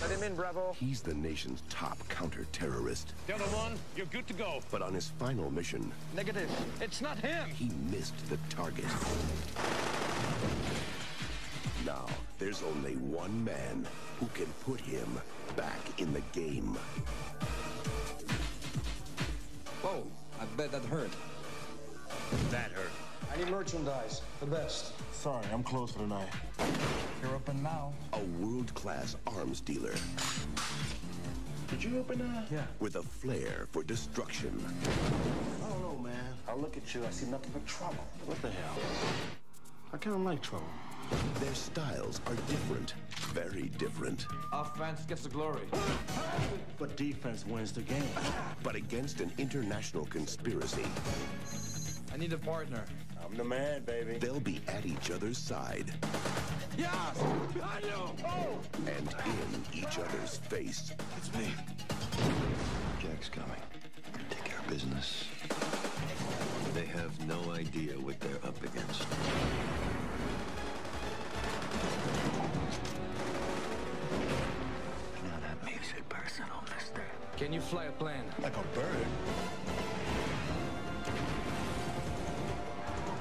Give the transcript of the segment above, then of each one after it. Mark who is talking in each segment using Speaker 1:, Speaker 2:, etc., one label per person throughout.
Speaker 1: Let him in, Bravo.
Speaker 2: He's the nation's top counter-terrorist.
Speaker 3: Delta One, you're good to go.
Speaker 2: But on his final mission,
Speaker 1: Negative.
Speaker 3: It's not him.
Speaker 2: he missed the target. Now, there's only one man who can put him back in the game.
Speaker 4: Oh, I bet that hurt.
Speaker 3: That hurt.
Speaker 5: I need merchandise, the best.
Speaker 6: Sorry, I'm closer than I.
Speaker 4: You're open now.
Speaker 2: A world-class arms dealer
Speaker 6: Did you open that? Yeah.
Speaker 2: with a flair for destruction.
Speaker 6: I don't know, man. I look at you, I see nothing but trouble. What the hell? I kind of like trouble.
Speaker 2: Their styles are different, very different.
Speaker 4: Offense gets the glory.
Speaker 6: But defense wins the game.
Speaker 2: But against an international conspiracy,
Speaker 4: I need a partner.
Speaker 6: I'm the man, baby.
Speaker 2: they'll be at each other's side
Speaker 4: Yes! I know! Oh!
Speaker 2: and in each other's face.
Speaker 6: It's me.
Speaker 7: Jack's coming. Take care of business. They have no idea what they're up against. Now that makes it personal, mister.
Speaker 4: Can you fly a plane?
Speaker 6: Like a bird.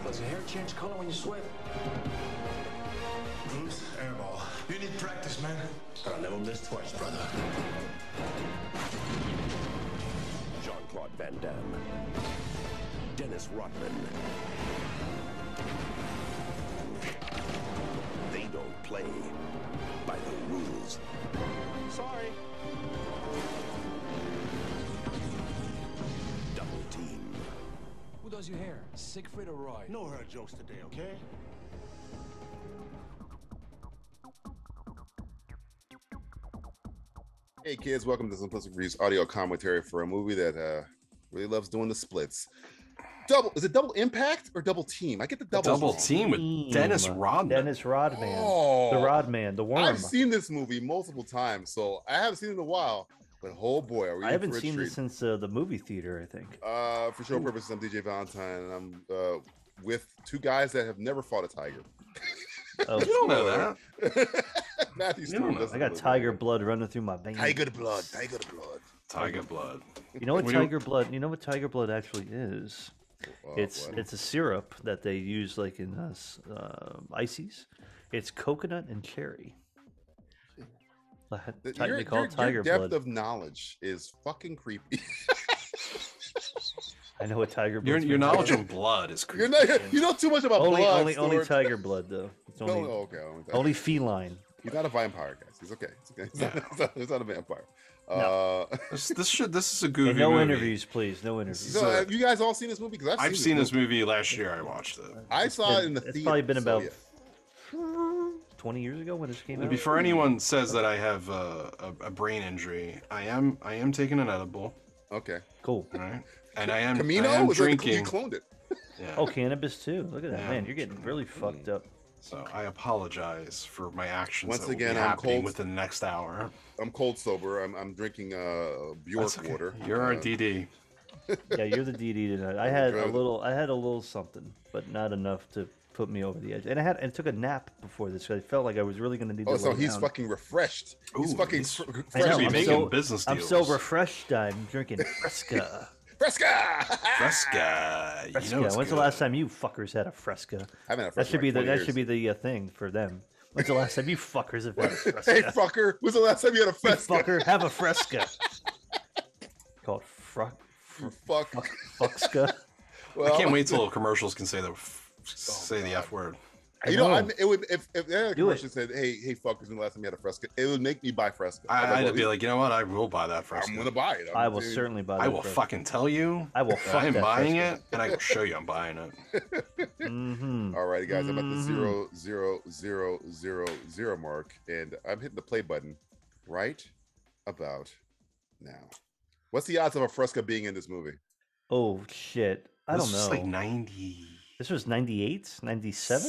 Speaker 5: Does your hair change color when you sweat?
Speaker 6: Bruce, airball. You need practice, man. I'll never miss twice, brother.
Speaker 2: Jean-Claude Van Damme, Dennis Rodman. They don't play by the rules.
Speaker 3: Sorry.
Speaker 2: Double team.
Speaker 4: Who does your hair? Siegfried or Roy?
Speaker 6: No her jokes today, okay?
Speaker 8: Hey kids, welcome to Simplistic Reviews audio commentary for a movie that uh really loves doing the splits. Double is it double impact or double team? I get the double.
Speaker 9: double team with Dennis Rodman.
Speaker 10: Dennis Rodman.
Speaker 8: Oh.
Speaker 10: The Rodman, the worm.
Speaker 8: I've seen this movie multiple times, so I haven't seen it in a while. But oh boy, are we
Speaker 10: I
Speaker 8: in
Speaker 10: haven't
Speaker 8: for a
Speaker 10: seen
Speaker 8: treat.
Speaker 10: this since uh, the movie theater, I think.
Speaker 8: uh for show purposes, I'm DJ Valentine and I'm uh with two guys that have never fought a tiger.
Speaker 10: Oh,
Speaker 9: You don't know that.
Speaker 8: Matthew
Speaker 9: don't
Speaker 8: Stewart
Speaker 9: know.
Speaker 8: doesn't
Speaker 10: I got
Speaker 8: live
Speaker 10: tiger blood running through my veins.
Speaker 8: Tiger blood, tiger blood.
Speaker 9: Tiger blood.
Speaker 10: You know what
Speaker 9: We don't-
Speaker 10: tiger blood? You know what tiger blood actually is?
Speaker 8: Wow,
Speaker 10: it's
Speaker 8: what?
Speaker 10: it's a syrup that they use like in uh, s- uh, ices. It's coconut and cherry. Uh,
Speaker 8: Th-
Speaker 10: ti-
Speaker 8: your,
Speaker 10: they call
Speaker 8: your-
Speaker 10: it tiger
Speaker 8: your depth
Speaker 10: blood.
Speaker 8: of knowledge is fucking creepy.
Speaker 10: I know what tiger blood.
Speaker 9: Your, your knowledge on blood is
Speaker 8: You're
Speaker 9: creepy.
Speaker 8: not, you know too much about
Speaker 10: only
Speaker 8: blood.
Speaker 10: only only
Speaker 8: Stuart.
Speaker 10: tiger blood though. It's
Speaker 8: No,
Speaker 10: only
Speaker 8: no, okay. only tiger.
Speaker 10: only feline.
Speaker 8: He's not a vampire, guys. He's okay. It's okay. It's, not, it's, not, it's not a vampire. Uh,
Speaker 9: This, this should. This is a goofy
Speaker 10: And no
Speaker 9: movie.
Speaker 10: interviews, please. No interviews.
Speaker 8: so
Speaker 9: a-
Speaker 8: have you guys all seen this movie? Because I've,
Speaker 9: I've seen this movie last year. I watched it.
Speaker 8: I saw it in the
Speaker 10: it's
Speaker 8: theater.
Speaker 10: probably been
Speaker 8: so
Speaker 10: about
Speaker 8: yeah.
Speaker 10: 20 years ago when this came
Speaker 9: And
Speaker 10: out.
Speaker 9: Before anyone says that I have uh, a, a brain injury, I am. I am taking an edible.
Speaker 8: Okay.
Speaker 10: Cool.
Speaker 9: All right, and I am.
Speaker 8: Camino
Speaker 9: I am
Speaker 8: was
Speaker 9: drinking.
Speaker 8: That, you cloned it.
Speaker 9: yeah.
Speaker 10: Oh, cannabis too. Look at that,
Speaker 9: Yeah.
Speaker 10: man. You're getting
Speaker 8: Mm.
Speaker 10: really fucked up.
Speaker 9: So I apologize for my actions.
Speaker 8: Once
Speaker 9: that will be
Speaker 8: again, I'm
Speaker 9: happening
Speaker 8: cold.
Speaker 9: within the next hour.
Speaker 8: I'm cold sober. I'm, I'm drinking uh, Bjork
Speaker 9: That's okay.
Speaker 8: water.
Speaker 9: You're a
Speaker 8: Uh,
Speaker 9: DD.
Speaker 10: Yeah, you're the DD tonight. I had a
Speaker 8: driving.
Speaker 10: little, I had a little something, but not enough to put me over the edge. And I had, and took a nap before this. So I felt like I was really going to need.
Speaker 8: Oh,
Speaker 10: to
Speaker 8: so
Speaker 10: lay
Speaker 8: he's
Speaker 10: down.
Speaker 8: fucking refreshed. he's
Speaker 9: Ooh,
Speaker 8: fucking
Speaker 9: he's-
Speaker 8: fr-
Speaker 10: I know,
Speaker 9: Be
Speaker 8: fresh.
Speaker 10: I'm,
Speaker 9: making
Speaker 10: so,
Speaker 9: business
Speaker 10: I'm so
Speaker 9: deals.
Speaker 10: refreshed. I'm drinking Fresca.
Speaker 8: Fresca!
Speaker 9: Fresca. You know
Speaker 10: yeah,
Speaker 9: it's
Speaker 10: when's the
Speaker 9: good.
Speaker 10: last time you fuckers had a Fresca?
Speaker 8: I haven't had
Speaker 10: That
Speaker 8: Fresca
Speaker 10: should
Speaker 8: in
Speaker 10: be the
Speaker 8: like
Speaker 10: that
Speaker 8: 20
Speaker 10: should be the uh, thing for them. When's the last time you fuckers have had a Fresca?
Speaker 8: Hey, fucker. When's the last time you had a Fresca?
Speaker 10: Fucker, have a Fresca. Called Fruck.
Speaker 8: Fuck.
Speaker 10: Fuxka.
Speaker 8: Well,
Speaker 9: I can't wait till commercials can say the f- say the f word.
Speaker 8: You know,
Speaker 10: know.
Speaker 8: I'm, it would if if they had a
Speaker 10: Do it.
Speaker 8: commercial said, "Hey, hey, fuckers, when the last time you had a Fresca?" It would make me buy Fresca. I'm
Speaker 9: I, I'd
Speaker 8: well,
Speaker 9: be like, you know what? I will buy that first.
Speaker 8: Oh, I'm gonna buy it. I'm
Speaker 10: I will
Speaker 8: gonna-
Speaker 10: certainly buy.
Speaker 9: I
Speaker 10: that
Speaker 9: will
Speaker 10: Fresca.
Speaker 9: fucking tell you.
Speaker 10: I will
Speaker 9: I
Speaker 10: fuck
Speaker 9: am
Speaker 10: that
Speaker 9: buying
Speaker 10: Fresca.
Speaker 9: it, and I will show you I'm buying it.
Speaker 10: Mhm.
Speaker 8: All righty, guys, I'm at the zero zero zero zero zero mark, and I'm hitting the play button right about now. What's the odds of a Fresca being in this movie?
Speaker 10: Oh shit! I
Speaker 9: This
Speaker 10: don't
Speaker 9: is
Speaker 10: know.
Speaker 9: Like ninety
Speaker 10: this was 98, 97?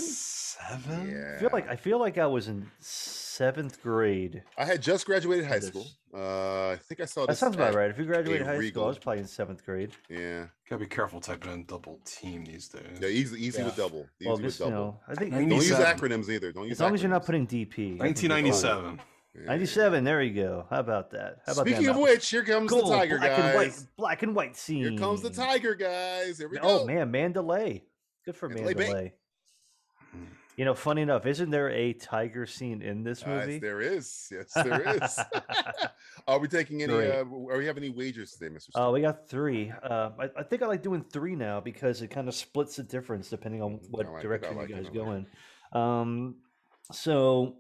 Speaker 10: Mm,
Speaker 9: seven.
Speaker 10: I
Speaker 8: Yeah,
Speaker 10: feel like I feel like I was in seventh grade.
Speaker 8: I had just graduated high
Speaker 10: This-
Speaker 8: school. Uh, I think I saw
Speaker 10: That
Speaker 8: this.
Speaker 10: sounds
Speaker 8: at-
Speaker 10: about right. If you graduated high school,
Speaker 8: Regal.
Speaker 10: I was probably in seventh grade.
Speaker 8: Yeah,
Speaker 9: Gotta be careful typing in double team these days.
Speaker 8: yeah, easy, easy with double. Easy
Speaker 10: well,
Speaker 8: with
Speaker 10: just you
Speaker 8: double.
Speaker 10: know, I think
Speaker 9: Ninety-
Speaker 8: Don't use
Speaker 9: 97.
Speaker 8: acronyms either. Don't use
Speaker 10: as long as you're not
Speaker 8: acronyms.
Speaker 10: putting DP. I think it's fine.
Speaker 9: 1997.
Speaker 10: Ninety-seven. There you go. How about that? How about
Speaker 8: Speaking
Speaker 10: that
Speaker 8: of
Speaker 10: mountain?
Speaker 8: which, here comes
Speaker 10: Gold,
Speaker 8: the tiger,
Speaker 10: black and white,
Speaker 8: guys.
Speaker 10: black and white scene.
Speaker 8: Here comes the tiger, guys. Here we go.
Speaker 10: Hmm. Oh man, Mandalay. Good for
Speaker 8: Mandalay Bay.
Speaker 10: Mandalay. You know, funny enough, isn't there a tiger scene in this
Speaker 8: Yes,
Speaker 10: movie?
Speaker 8: there is. Yes, there is. are we taking any?
Speaker 10: Great.
Speaker 8: Uh, are we have any wagers today, Mister?
Speaker 10: Uh, we got three. Uh, I, I think I like doing three now because it kind of splits the difference depending on
Speaker 8: Mhm.
Speaker 10: what
Speaker 8: I like it, I
Speaker 10: direction
Speaker 8: like it,
Speaker 10: you guys
Speaker 8: I
Speaker 10: go
Speaker 8: like
Speaker 10: in. Um, so,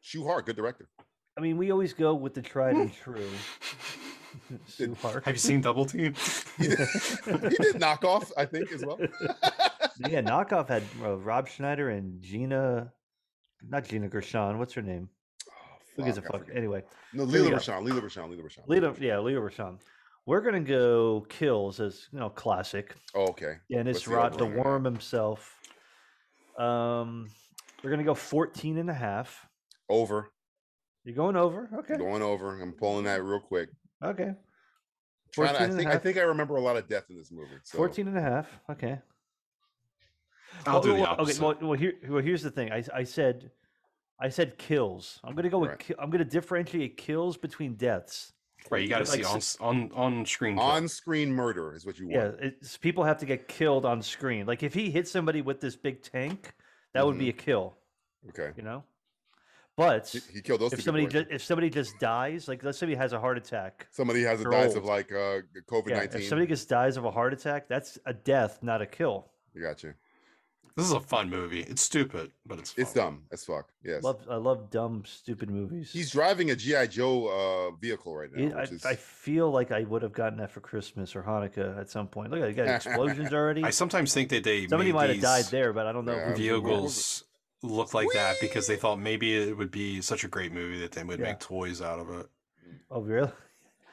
Speaker 8: Shoe Hart, good director.
Speaker 10: I mean, we always go with the tried and true. Sue Hart.
Speaker 9: Have you seen Double Team?
Speaker 8: He did, he did knockoff, I think, as well.
Speaker 10: yeah, knockoff had uh, Rob Schneider and Gina, not Gina Gershon. What's her name? Who gives a
Speaker 8: Fuck, I
Speaker 10: fuck?
Speaker 8: forget.
Speaker 10: Anyway,
Speaker 8: No,
Speaker 10: Here we
Speaker 8: Lila
Speaker 10: go.
Speaker 8: Rashawn, Lila Rashawn, Lila Rashawn.
Speaker 10: Leo, yeah, Leo Rashawn. We're gonna go kills as you know, classic.
Speaker 8: Oh, okay.
Speaker 10: Dennis
Speaker 8: What's the
Speaker 10: Rod, the
Speaker 8: over-under?
Speaker 10: worm himself. Um, we're gonna go 14 and a half.
Speaker 8: Over.
Speaker 10: You're going over? Okay.
Speaker 8: Going over. I'm pulling that real quick.
Speaker 10: Okay.
Speaker 8: Trying to-
Speaker 10: 14 and
Speaker 8: I
Speaker 10: a
Speaker 8: think I
Speaker 10: half.
Speaker 8: think I remember a lot of death in this movie. So.
Speaker 10: 14 and a half. Okay.
Speaker 9: I'll
Speaker 10: Well,
Speaker 9: do the
Speaker 10: well,
Speaker 9: opposite.
Speaker 10: Okay. Well, well, here, well, here's the thing. I, s- I said, I said kills. I'm gonna go with.
Speaker 8: Right.
Speaker 10: ki- I'm gonna differentiate kills between deaths.
Speaker 9: right, you got to
Speaker 10: like
Speaker 9: see on s- on on screen. kill.
Speaker 8: On screen murder is what you
Speaker 10: Yeah,
Speaker 8: want.
Speaker 10: it's, people have to get killed on screen. Like if he hit somebody with this big tank, that would be a kill.
Speaker 8: Okay.
Speaker 10: You know. But
Speaker 8: He, he killed those
Speaker 10: if
Speaker 8: two
Speaker 10: somebody
Speaker 8: people,
Speaker 10: just,
Speaker 8: right?
Speaker 10: if somebody just dies, like let's say he has a heart attack.
Speaker 8: somebody has a
Speaker 10: they're
Speaker 8: dice of
Speaker 10: old.
Speaker 8: like uh, COVID
Speaker 10: Yeah,
Speaker 8: nineteen.
Speaker 10: if somebody just dies of a heart attack, that's a death, not a kill.
Speaker 8: I got you.
Speaker 9: This is a fun movie. It's stupid, but it's fun.
Speaker 8: It's dumb as fuck. Yes.
Speaker 10: Love, I love dumb, stupid movies.
Speaker 8: He's driving a GI Joe uh, vehicle right now.
Speaker 10: Yeah, I,
Speaker 8: which is,
Speaker 10: I feel like I would have gotten that for Christmas or Hanukkah at some point. Look, at you got explosions already.
Speaker 9: I sometimes think that they
Speaker 10: Somebody
Speaker 9: made
Speaker 10: might have
Speaker 9: these
Speaker 10: died there, but I don't know.
Speaker 8: Yeah,
Speaker 10: who did what.
Speaker 9: Vehicles look like that because they thought maybe it would be such a great movie that they would
Speaker 10: Yeah.
Speaker 9: make toys out of it.
Speaker 10: Oh, really?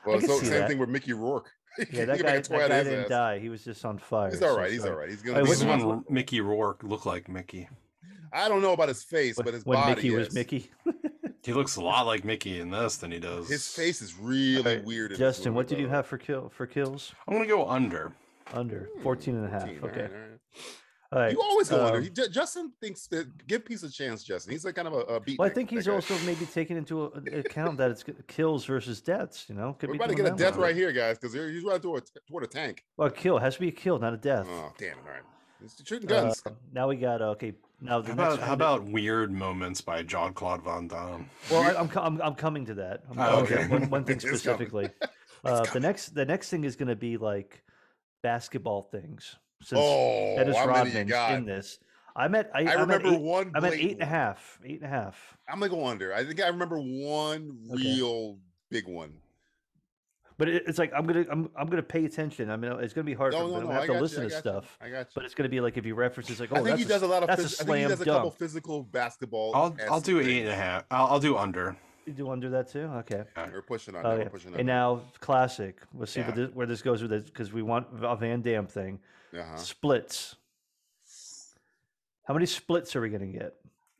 Speaker 8: well,
Speaker 10: can
Speaker 8: so
Speaker 10: see
Speaker 8: same
Speaker 10: that.
Speaker 8: thing with Mickey Rourke. You
Speaker 10: Yeah,
Speaker 8: can
Speaker 10: that
Speaker 8: make
Speaker 10: guy,
Speaker 8: a
Speaker 10: that
Speaker 8: toy out of
Speaker 10: guy
Speaker 8: his
Speaker 10: didn't
Speaker 8: ass.
Speaker 10: die. He was just on fire.
Speaker 8: He's
Speaker 10: so
Speaker 8: all right. He's
Speaker 10: sorry.
Speaker 8: all right. He's
Speaker 10: Hey,
Speaker 8: gonna.
Speaker 9: This
Speaker 10: what's
Speaker 9: is
Speaker 8: Be
Speaker 10: wouldn't-
Speaker 9: when Mickey Rourke looked like Mickey.
Speaker 8: I don't know about his face,
Speaker 10: uh, When-
Speaker 8: but his
Speaker 10: when
Speaker 8: body.
Speaker 10: Mickey was
Speaker 8: yes.
Speaker 10: Mickey.
Speaker 9: He looks a lot like Mickey in this than he does.
Speaker 8: His face is really weird. in this
Speaker 10: Justin, what
Speaker 8: movie,
Speaker 10: did
Speaker 8: by
Speaker 10: you
Speaker 8: the way.
Speaker 10: have for kill for kills?
Speaker 9: I'm gonna go under.
Speaker 10: Under
Speaker 8: Hmm,
Speaker 10: 14 and a half.
Speaker 8: 14, all
Speaker 10: Okay.
Speaker 8: right, all right.
Speaker 10: All right.
Speaker 8: You always go under.
Speaker 10: um,
Speaker 8: He, Ju- Justin thinks that give peace a chance, Justin. He's like kind of a, a beat.
Speaker 10: Well, I think he's also maybe taking into a- a- account that it's g- kills versus deaths. You know, could
Speaker 8: We're
Speaker 10: be
Speaker 8: about to
Speaker 10: doing
Speaker 8: get a
Speaker 10: that
Speaker 8: death
Speaker 10: one.
Speaker 8: right here, guys, because he's right toward, toward a tank.
Speaker 10: Well, a kill has to be a kill, not a death.
Speaker 8: Oh, damn it. All right. He's shooting
Speaker 10: Uh,
Speaker 8: guns.
Speaker 10: now we got uh, okay. Now the next
Speaker 9: How about
Speaker 10: round
Speaker 9: how
Speaker 10: is-
Speaker 9: about weird moments by John Claude Van Damme?
Speaker 10: Well, I, I'm, co- I'm I'm coming to that. I'm
Speaker 9: Oh,
Speaker 10: coming to that
Speaker 9: okay.
Speaker 10: one, one thing
Speaker 8: It's coming.
Speaker 10: specifically. Uh, the next the next thing is going to be like basketball things. Since
Speaker 8: Oh,
Speaker 10: Dennis
Speaker 8: how many you
Speaker 10: Rodman's
Speaker 8: got?
Speaker 10: in this, I'm at I,
Speaker 8: I
Speaker 10: am
Speaker 8: remember
Speaker 10: at eight,
Speaker 8: one.
Speaker 10: I'm at eight
Speaker 8: blatant
Speaker 10: and a
Speaker 8: one.
Speaker 10: half. Eight and a half.
Speaker 8: I'm gonna go under. I think I remember one
Speaker 10: Okay.
Speaker 8: real big one.
Speaker 10: But it, it's like I'm gonna I'm I'm gonna pay attention. I mean, it's gonna be hard.
Speaker 8: No,
Speaker 10: for me.
Speaker 8: no,
Speaker 10: I'm
Speaker 8: no.
Speaker 10: gonna
Speaker 8: I
Speaker 10: have
Speaker 8: got
Speaker 10: to
Speaker 8: you,
Speaker 10: listen
Speaker 8: I
Speaker 10: to
Speaker 8: got you,
Speaker 10: stuff.
Speaker 8: I got you.
Speaker 10: But it's gonna be like if he references like, oh,
Speaker 8: I think he
Speaker 10: that's
Speaker 8: does a lot of. Phys-
Speaker 10: that's a
Speaker 8: I think he
Speaker 10: slam
Speaker 8: does a couple
Speaker 10: dunk.
Speaker 8: physical basketball.
Speaker 9: I'll I'll do uh, eight
Speaker 8: eight.
Speaker 9: and a half. I'll, I'll do under.
Speaker 10: you do under that too. Okay.
Speaker 8: We're pushing on.
Speaker 10: Oh,
Speaker 8: that,
Speaker 10: yeah.
Speaker 8: We're pushing on.
Speaker 10: And now classic. Let's see what
Speaker 9: Yeah.
Speaker 10: this, where this goes with this because we want a Van Dam thing.
Speaker 8: uh
Speaker 10: Splits. How many splits are we gonna get?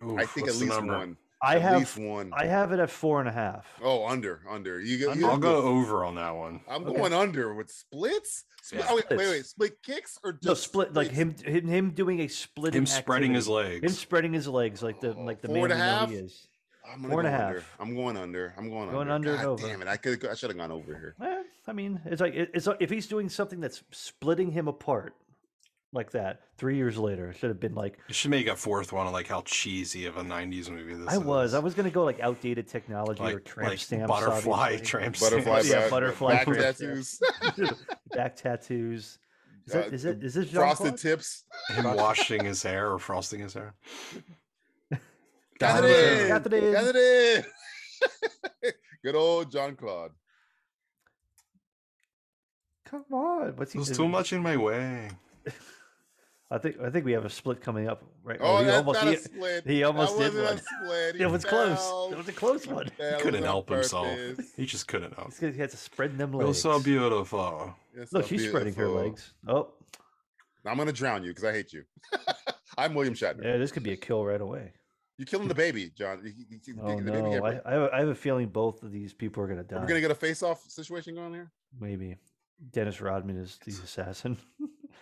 Speaker 9: Oof,
Speaker 8: I think at
Speaker 9: what's the
Speaker 8: least
Speaker 9: number?
Speaker 8: one.
Speaker 10: I
Speaker 8: at
Speaker 10: have
Speaker 8: least one.
Speaker 10: I have it at four and a half.
Speaker 8: Oh, under, under. You, go- you
Speaker 9: I'll
Speaker 8: go-
Speaker 9: go over on that one.
Speaker 8: I'm
Speaker 10: Okay.
Speaker 8: going under with splits. Spl-
Speaker 9: Yeah.
Speaker 8: oh, wait, wait,
Speaker 10: Splits.
Speaker 8: wait. Split kicks or just
Speaker 10: No split like
Speaker 8: splits?
Speaker 10: him him him doing a split.
Speaker 9: Him spreading his legs.
Speaker 10: Him spreading his legs like the
Speaker 8: Oh,
Speaker 10: like the
Speaker 8: four
Speaker 10: man
Speaker 8: and a
Speaker 10: we know he
Speaker 8: half?
Speaker 10: is.
Speaker 8: I'm gonna
Speaker 10: four and
Speaker 8: go
Speaker 10: a
Speaker 8: Under.
Speaker 10: half.
Speaker 8: I'm going under. I'm going,
Speaker 10: Going
Speaker 8: under.
Speaker 10: under and
Speaker 8: God
Speaker 10: over.
Speaker 8: Damn it! I could. I should have gone over here.
Speaker 10: Eh, I mean, it's like it- it's like if he's doing something that's splitting him apart like that. Three years later, it should have been like
Speaker 9: You should make a fourth one of like how cheesy of a '90s movie this is.
Speaker 10: I was. I was gonna go like outdated technology or
Speaker 9: like,
Speaker 10: tramp
Speaker 9: like
Speaker 10: stamps,
Speaker 9: butterfly
Speaker 10: obviously.
Speaker 9: tramp
Speaker 8: Butterfly,
Speaker 9: stamps.
Speaker 10: Yeah,
Speaker 8: back-
Speaker 10: butterfly
Speaker 8: back
Speaker 10: for yourself.
Speaker 8: tattoos,
Speaker 10: back tattoos. Is
Speaker 8: Uh,
Speaker 10: that is it? Is this Jean
Speaker 8: frosted tips.
Speaker 9: Him washing his hair or frosting his hair.
Speaker 8: Got
Speaker 10: Got it
Speaker 8: it
Speaker 10: in.
Speaker 8: in.
Speaker 10: Got it in.
Speaker 8: Got it in. Good old John Claude.
Speaker 10: Come on, what's he?
Speaker 9: There's
Speaker 10: is
Speaker 9: too
Speaker 10: it-
Speaker 9: much in my way.
Speaker 10: I think I think we have a split coming up right.
Speaker 8: Oh,
Speaker 10: he
Speaker 8: that's
Speaker 10: almost
Speaker 8: not
Speaker 10: he,
Speaker 8: a split.
Speaker 10: he almost
Speaker 8: that
Speaker 10: did
Speaker 8: wasn't
Speaker 10: one.
Speaker 8: a split. He
Speaker 10: It was close. It
Speaker 8: fell.
Speaker 10: was a close one.
Speaker 8: That was
Speaker 9: couldn't
Speaker 8: on
Speaker 9: help himself.
Speaker 8: purpose.
Speaker 9: He just couldn't help.
Speaker 10: It's 'cause he had to spread them
Speaker 9: It
Speaker 10: legs.
Speaker 9: was so beautiful.
Speaker 8: It's
Speaker 10: Look,
Speaker 8: so
Speaker 10: she's spreading her
Speaker 8: beautiful.
Speaker 10: legs. Oh,
Speaker 8: I'm gonna drown you because I hate you. I'm William Shatner.
Speaker 10: yeah, this could be a kill right away.
Speaker 8: You're killing the baby, John. You- you- you-
Speaker 10: Oh
Speaker 8: the baby can't
Speaker 10: no,
Speaker 8: breathe.
Speaker 10: I, I, have a, I have a feeling both of these people are gonna die.
Speaker 8: We're gonna get a face-off situation going here.
Speaker 10: Maybe Dennis Rodman is the assassin.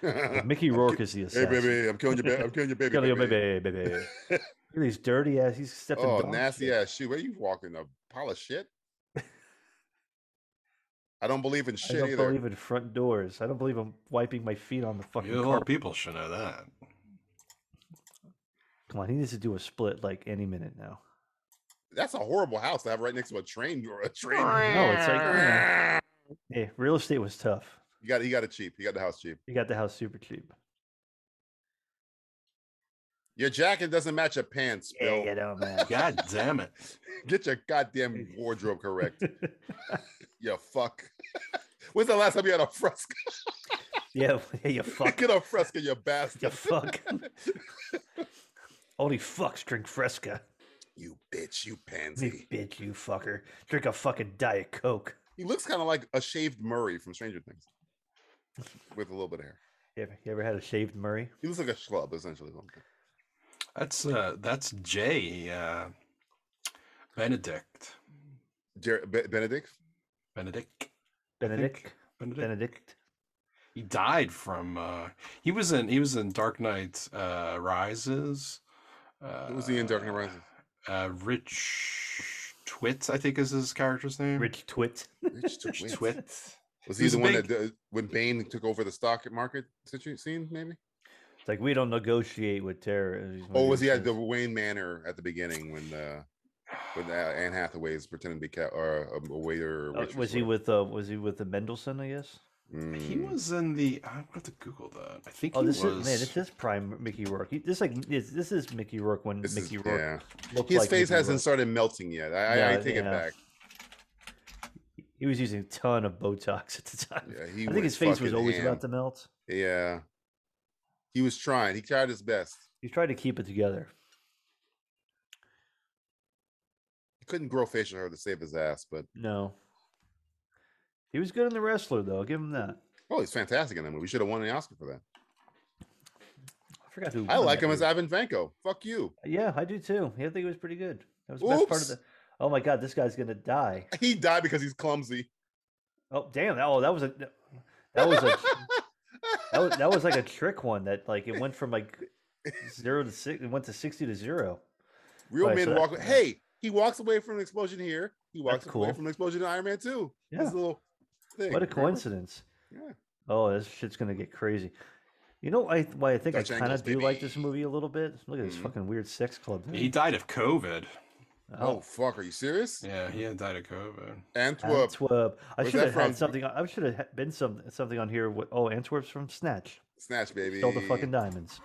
Speaker 10: Mickey Rourke is the
Speaker 8: hey,
Speaker 10: assassin.
Speaker 8: baby, I'm killing your baby. I'm killing your baby.
Speaker 10: Kill your
Speaker 8: baby.
Speaker 10: baby, baby. Look at these dirty ass. He's stepping.
Speaker 8: Oh,
Speaker 10: dog
Speaker 8: nasty
Speaker 10: shit.
Speaker 8: ass shoe. Where you walking? A pile of shit? I don't believe in
Speaker 10: I
Speaker 8: shit
Speaker 10: don't
Speaker 8: either.
Speaker 10: believe in front doors. I don't believe I'm wiping my feet on the fucking
Speaker 9: You
Speaker 10: carpet.
Speaker 9: old people should know that.
Speaker 10: Come on, he needs to do a split like any minute now.
Speaker 8: That's a horrible house to have right next to a train or a train.
Speaker 10: No, it's like you know, hey, real estate was tough.
Speaker 8: You got he got it cheap. He got the house cheap.
Speaker 10: You got the house super cheap.
Speaker 8: Your jacket doesn't match your pants, Bill.
Speaker 10: Yeah, you know, man.
Speaker 9: God damn it.
Speaker 8: Get your goddamn wardrobe correct. you fuck. When's the last time you had a fresco?
Speaker 10: yeah, yeah, you fuck.
Speaker 8: Get a fresco, you bastard.
Speaker 10: you fuck. Only fucks drink Fresca.
Speaker 8: You bitch, you
Speaker 10: You
Speaker 8: pansy.
Speaker 10: bitch, you fucker. Drink a fucking Diet Coke.
Speaker 8: He looks kind of like a shaved Murray from Stranger Things, with a little bit of hair.
Speaker 10: You ever, you ever had a shaved Murray?
Speaker 8: He looks like a schlub, essentially. something.
Speaker 9: That's uh that's Jay uh Benedict.
Speaker 8: Jer- Be- Benedict.
Speaker 9: Benedict.
Speaker 10: Benedict?
Speaker 9: Benedict.
Speaker 10: Benedict?
Speaker 9: He died from uh he was in he was in Dark Knight uh Rises. Uh
Speaker 8: Who was he in Dark Knight Rises?
Speaker 9: Uh Rich Twit, I think is his character's name.
Speaker 10: Rich Twit?
Speaker 8: Rich
Speaker 9: Rich
Speaker 8: Twit.
Speaker 9: Twit.
Speaker 8: Was
Speaker 9: He
Speaker 8: he
Speaker 9: was
Speaker 8: the
Speaker 9: a
Speaker 8: one
Speaker 9: big-
Speaker 8: that uh, when Bane took over the stock market situ- scene? Maybe.
Speaker 10: It's like, we don't negotiate with terror.
Speaker 8: Oh, was he at the Wayne Manor at the beginning when uh, when uh, Anne Hathaway is pretending to be cat or um, a, a waiter? Or waitress
Speaker 10: was he
Speaker 8: or whatever?
Speaker 10: with uh, was he with the Mendelssohn? I guess.
Speaker 9: He
Speaker 8: Mm,
Speaker 9: was in the I'm going to Google that. I think
Speaker 10: Oh,
Speaker 9: he
Speaker 10: this
Speaker 9: was
Speaker 10: is man, this is prime Mickey Rourke. He- This is like it's- this is Mickey Rourke when
Speaker 8: this
Speaker 10: Mickey
Speaker 8: is,
Speaker 10: Rourke
Speaker 8: yeah.
Speaker 10: looked
Speaker 8: His
Speaker 10: like
Speaker 8: face
Speaker 10: Mickey
Speaker 8: hasn't
Speaker 10: Rourke.
Speaker 8: started melting yet. I, I, I
Speaker 10: No,
Speaker 8: take it
Speaker 10: yeah.
Speaker 8: back.
Speaker 10: He was using a ton of Botox at the time.
Speaker 8: Yeah, he
Speaker 10: I
Speaker 8: went
Speaker 10: think his face was
Speaker 8: fucking
Speaker 10: always
Speaker 8: ham.
Speaker 10: about to melt.
Speaker 8: Yeah, he was trying. He tried his best.
Speaker 10: He tried to keep it together.
Speaker 8: He couldn't grow facial hair to save his ass, but
Speaker 10: No, he was good in the wrestler though. I'll give him that.
Speaker 8: oh, he's fantastic in that movie. We should have won an Oscar for that.
Speaker 10: I forgot who.
Speaker 8: I
Speaker 10: won
Speaker 8: like
Speaker 10: that
Speaker 8: him as
Speaker 10: movie.
Speaker 8: Ivan Vanko. Fuck you.
Speaker 10: Yeah, I do too. Yeah, I think it was pretty good. That was the best part
Speaker 8: Oops.
Speaker 10: of the. Oh my god, this guy's gonna die.
Speaker 8: He died because he's clumsy.
Speaker 10: Oh damn! that- Oh, that was a that was a that was, that was like a trick one that like it went from like zero to six. It went to sixty to zero.
Speaker 8: Real
Speaker 10: Right,
Speaker 8: men
Speaker 10: so that-
Speaker 8: walk. Hey, he walks away from an explosion here. He walks
Speaker 10: That's
Speaker 8: away
Speaker 10: cool.
Speaker 8: from an explosion in Iron Man 2.
Speaker 10: Yeah.
Speaker 8: This little thing.
Speaker 10: What a
Speaker 8: remember?
Speaker 10: coincidence!
Speaker 8: Yeah.
Speaker 10: Oh, this shit's gonna get crazy. You know I, why I think
Speaker 8: Dutch
Speaker 10: I kind
Speaker 8: angles,
Speaker 10: of do like this
Speaker 8: baby.
Speaker 10: movie a little bit? Look at this
Speaker 8: Mhm.
Speaker 10: fucking weird sex club.
Speaker 9: he
Speaker 10: Dude.
Speaker 9: died of COVID.
Speaker 8: Oh, fuck. Are you serious?
Speaker 9: Yeah, he had died of COVID.
Speaker 8: Antwerp.
Speaker 10: Antwerp. I
Speaker 8: Where's
Speaker 10: should
Speaker 8: that
Speaker 10: have
Speaker 8: from?
Speaker 10: had something. I should have been some something on here. With, oh, Antwerp's from Snatch.
Speaker 8: Snatch, baby.
Speaker 10: Stole the fucking diamonds.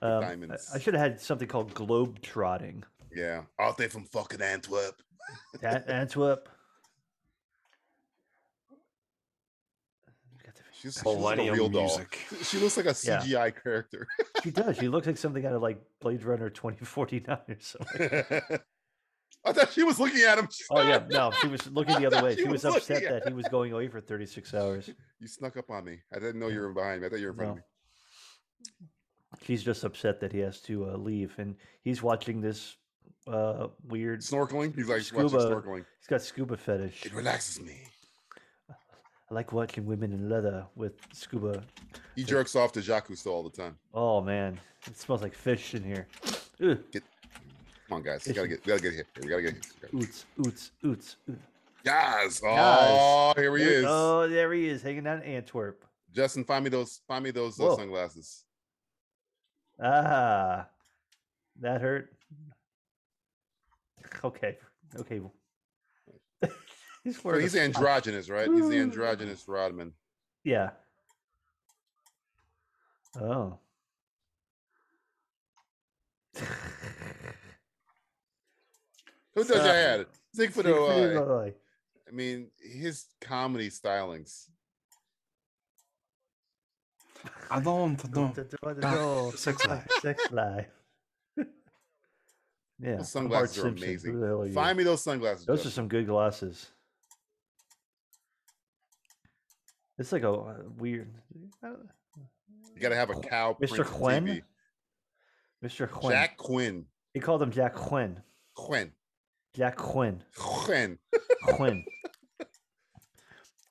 Speaker 8: The
Speaker 10: Um, I-
Speaker 8: diamonds.
Speaker 10: I should have had something called globe trotting.
Speaker 8: yeah. Out there from fucking Antwerp.
Speaker 10: That Antwerp. Got the-
Speaker 8: She's, she looks like a
Speaker 9: Millennium
Speaker 8: real
Speaker 9: music.
Speaker 8: doll. She looks like a
Speaker 10: Yeah.
Speaker 8: CGI character.
Speaker 10: She does. She looks like something out of like Blade Runner 2049 or something.
Speaker 8: I thought she was looking at him. She's
Speaker 10: Oh yeah,
Speaker 8: not-
Speaker 10: no, she was looking the other way.
Speaker 8: She
Speaker 10: She was
Speaker 8: was looking
Speaker 10: upset
Speaker 8: at-
Speaker 10: that he was going away for 36 hours.
Speaker 8: You snuck up on me. I didn't know you were behind me. I thought you were in front
Speaker 10: No. She's just upset that he has to uh, leave, and he's watching this uh, weird. He's
Speaker 8: of me. Snorkeling. He's like watching
Speaker 10: Scuba.
Speaker 8: snorkeling.
Speaker 10: got scuba fetish.
Speaker 8: It relaxes me.
Speaker 10: I like watching women in leather with scuba.
Speaker 8: He jerks off to Jacques Cousteau all the time.
Speaker 10: Oh man, it smells like fish in here. Ugh,
Speaker 8: Come on, guys. We gotta get, we gotta get hit. We gotta get hit. We gotta-
Speaker 10: oots, oots, oots. oots.
Speaker 8: Yes. Oh, here he
Speaker 10: There-
Speaker 8: is.
Speaker 10: Oh, there he is, hanging out in Antwerp.
Speaker 8: Justin, find me those. Find me those uh,
Speaker 10: Whoa.
Speaker 8: sunglasses.
Speaker 10: Ah, that hurt. Okay, okay. w- he's
Speaker 8: So
Speaker 10: wearing. a
Speaker 8: he's
Speaker 10: sock.
Speaker 8: androgynous, right? He's the androgynous Rodman.
Speaker 10: Yeah. Oh.
Speaker 8: Who does
Speaker 10: Uh,
Speaker 8: your head? Siegfried
Speaker 10: Siegfried
Speaker 8: Roy.
Speaker 10: Roy.
Speaker 8: I mean, his comedy stylings.
Speaker 9: I don't know.
Speaker 8: uh,
Speaker 10: Da-da-da-da-da.
Speaker 9: Sex life.
Speaker 10: Sex life. yeah. I'm
Speaker 8: Those sunglasses
Speaker 10: Bart
Speaker 8: are
Speaker 10: Simpson. Who
Speaker 8: amazing.
Speaker 10: the hell are you?
Speaker 8: Find me those sunglasses.
Speaker 10: Those are
Speaker 8: Justin.
Speaker 10: some good glasses. It's like a uh, weird. uh, I don't-
Speaker 8: You gotta have a cow.
Speaker 10: Mr.
Speaker 8: print on
Speaker 10: Quinn?
Speaker 8: TV.
Speaker 10: Mr. Quinn.
Speaker 8: Jack Quinn.
Speaker 10: They called him Jack Quinn.
Speaker 8: Quinn.
Speaker 10: Jack Quinn.
Speaker 8: Quinn.
Speaker 10: Quinn.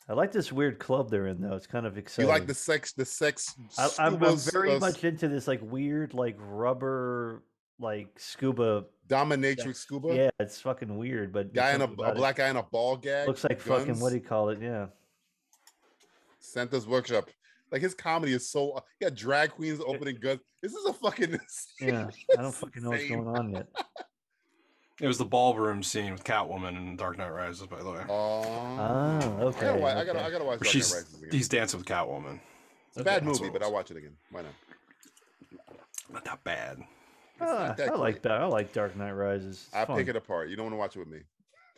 Speaker 10: I like this weird club they're in though. It's kind of
Speaker 8: You
Speaker 10: exciting.
Speaker 8: like the sex? The sex?
Speaker 10: I, I'm, I'm
Speaker 8: scuba-
Speaker 10: very
Speaker 8: uh,
Speaker 10: much into this like weird like rubber like scuba.
Speaker 8: Dominatrix scuba.
Speaker 10: Yeah, it's fucking weird, but
Speaker 8: Guy in
Speaker 10: in
Speaker 8: a, a black guy in a ball gag.
Speaker 10: looks like fucking what
Speaker 8: guns,
Speaker 10: do you call it? Yeah,
Speaker 8: Santa's workshop. Like his comedy is so yeah, drag queens opening guns. This is a fucking
Speaker 10: yeah. I don't fucking know what's
Speaker 8: insane.
Speaker 10: going on yet.
Speaker 9: It was the ballroom scene with Catwoman in Dark Knight Rises, by the way.
Speaker 8: Oh,
Speaker 10: Oh,
Speaker 8: I
Speaker 10: okay.
Speaker 8: gotta, wa- I gotta,
Speaker 10: okay.
Speaker 8: I gotta watch.
Speaker 9: Where
Speaker 8: Dark Knight
Speaker 9: she's
Speaker 8: Rises again.
Speaker 9: he's dancing with Catwoman.
Speaker 8: It's a bad
Speaker 9: that's
Speaker 8: movie,
Speaker 9: what
Speaker 8: but
Speaker 9: it
Speaker 8: I'll
Speaker 9: was.
Speaker 8: watch it again. Why not?
Speaker 9: Not that bad.
Speaker 10: Ah,
Speaker 8: that
Speaker 10: I like
Speaker 8: great.
Speaker 10: that. I like Dark Knight Rises. It's
Speaker 8: I'll
Speaker 10: fun.
Speaker 8: pick it apart. You don't want to watch it with me.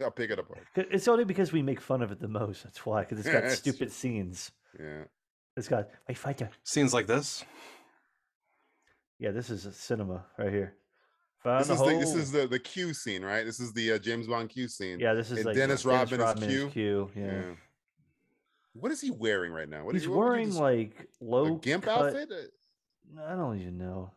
Speaker 8: I'll pick it apart.
Speaker 10: 'Cause It's only because we make fun of it the most. That's why. Because it's got
Speaker 8: That's true.
Speaker 10: stupid scenes.
Speaker 8: Yeah.
Speaker 10: It's got my fighter.
Speaker 9: Scenes like this.
Speaker 10: Yeah, this is a cinema right here. Found
Speaker 8: This
Speaker 10: the
Speaker 8: is, the, this
Speaker 10: hole.
Speaker 8: is the the Q scene, right? This is the uh, James Bond Q scene.
Speaker 10: yeah. This is
Speaker 8: and
Speaker 10: like
Speaker 8: Dennis Rodman is Q.
Speaker 10: Yeah.
Speaker 8: Yeah. What is he wearing right now? What is
Speaker 10: He's
Speaker 8: he what would you
Speaker 10: wearing
Speaker 8: des-
Speaker 10: like low
Speaker 8: a gimp
Speaker 10: cut-
Speaker 8: outfit? Uh,
Speaker 10: I don't even know.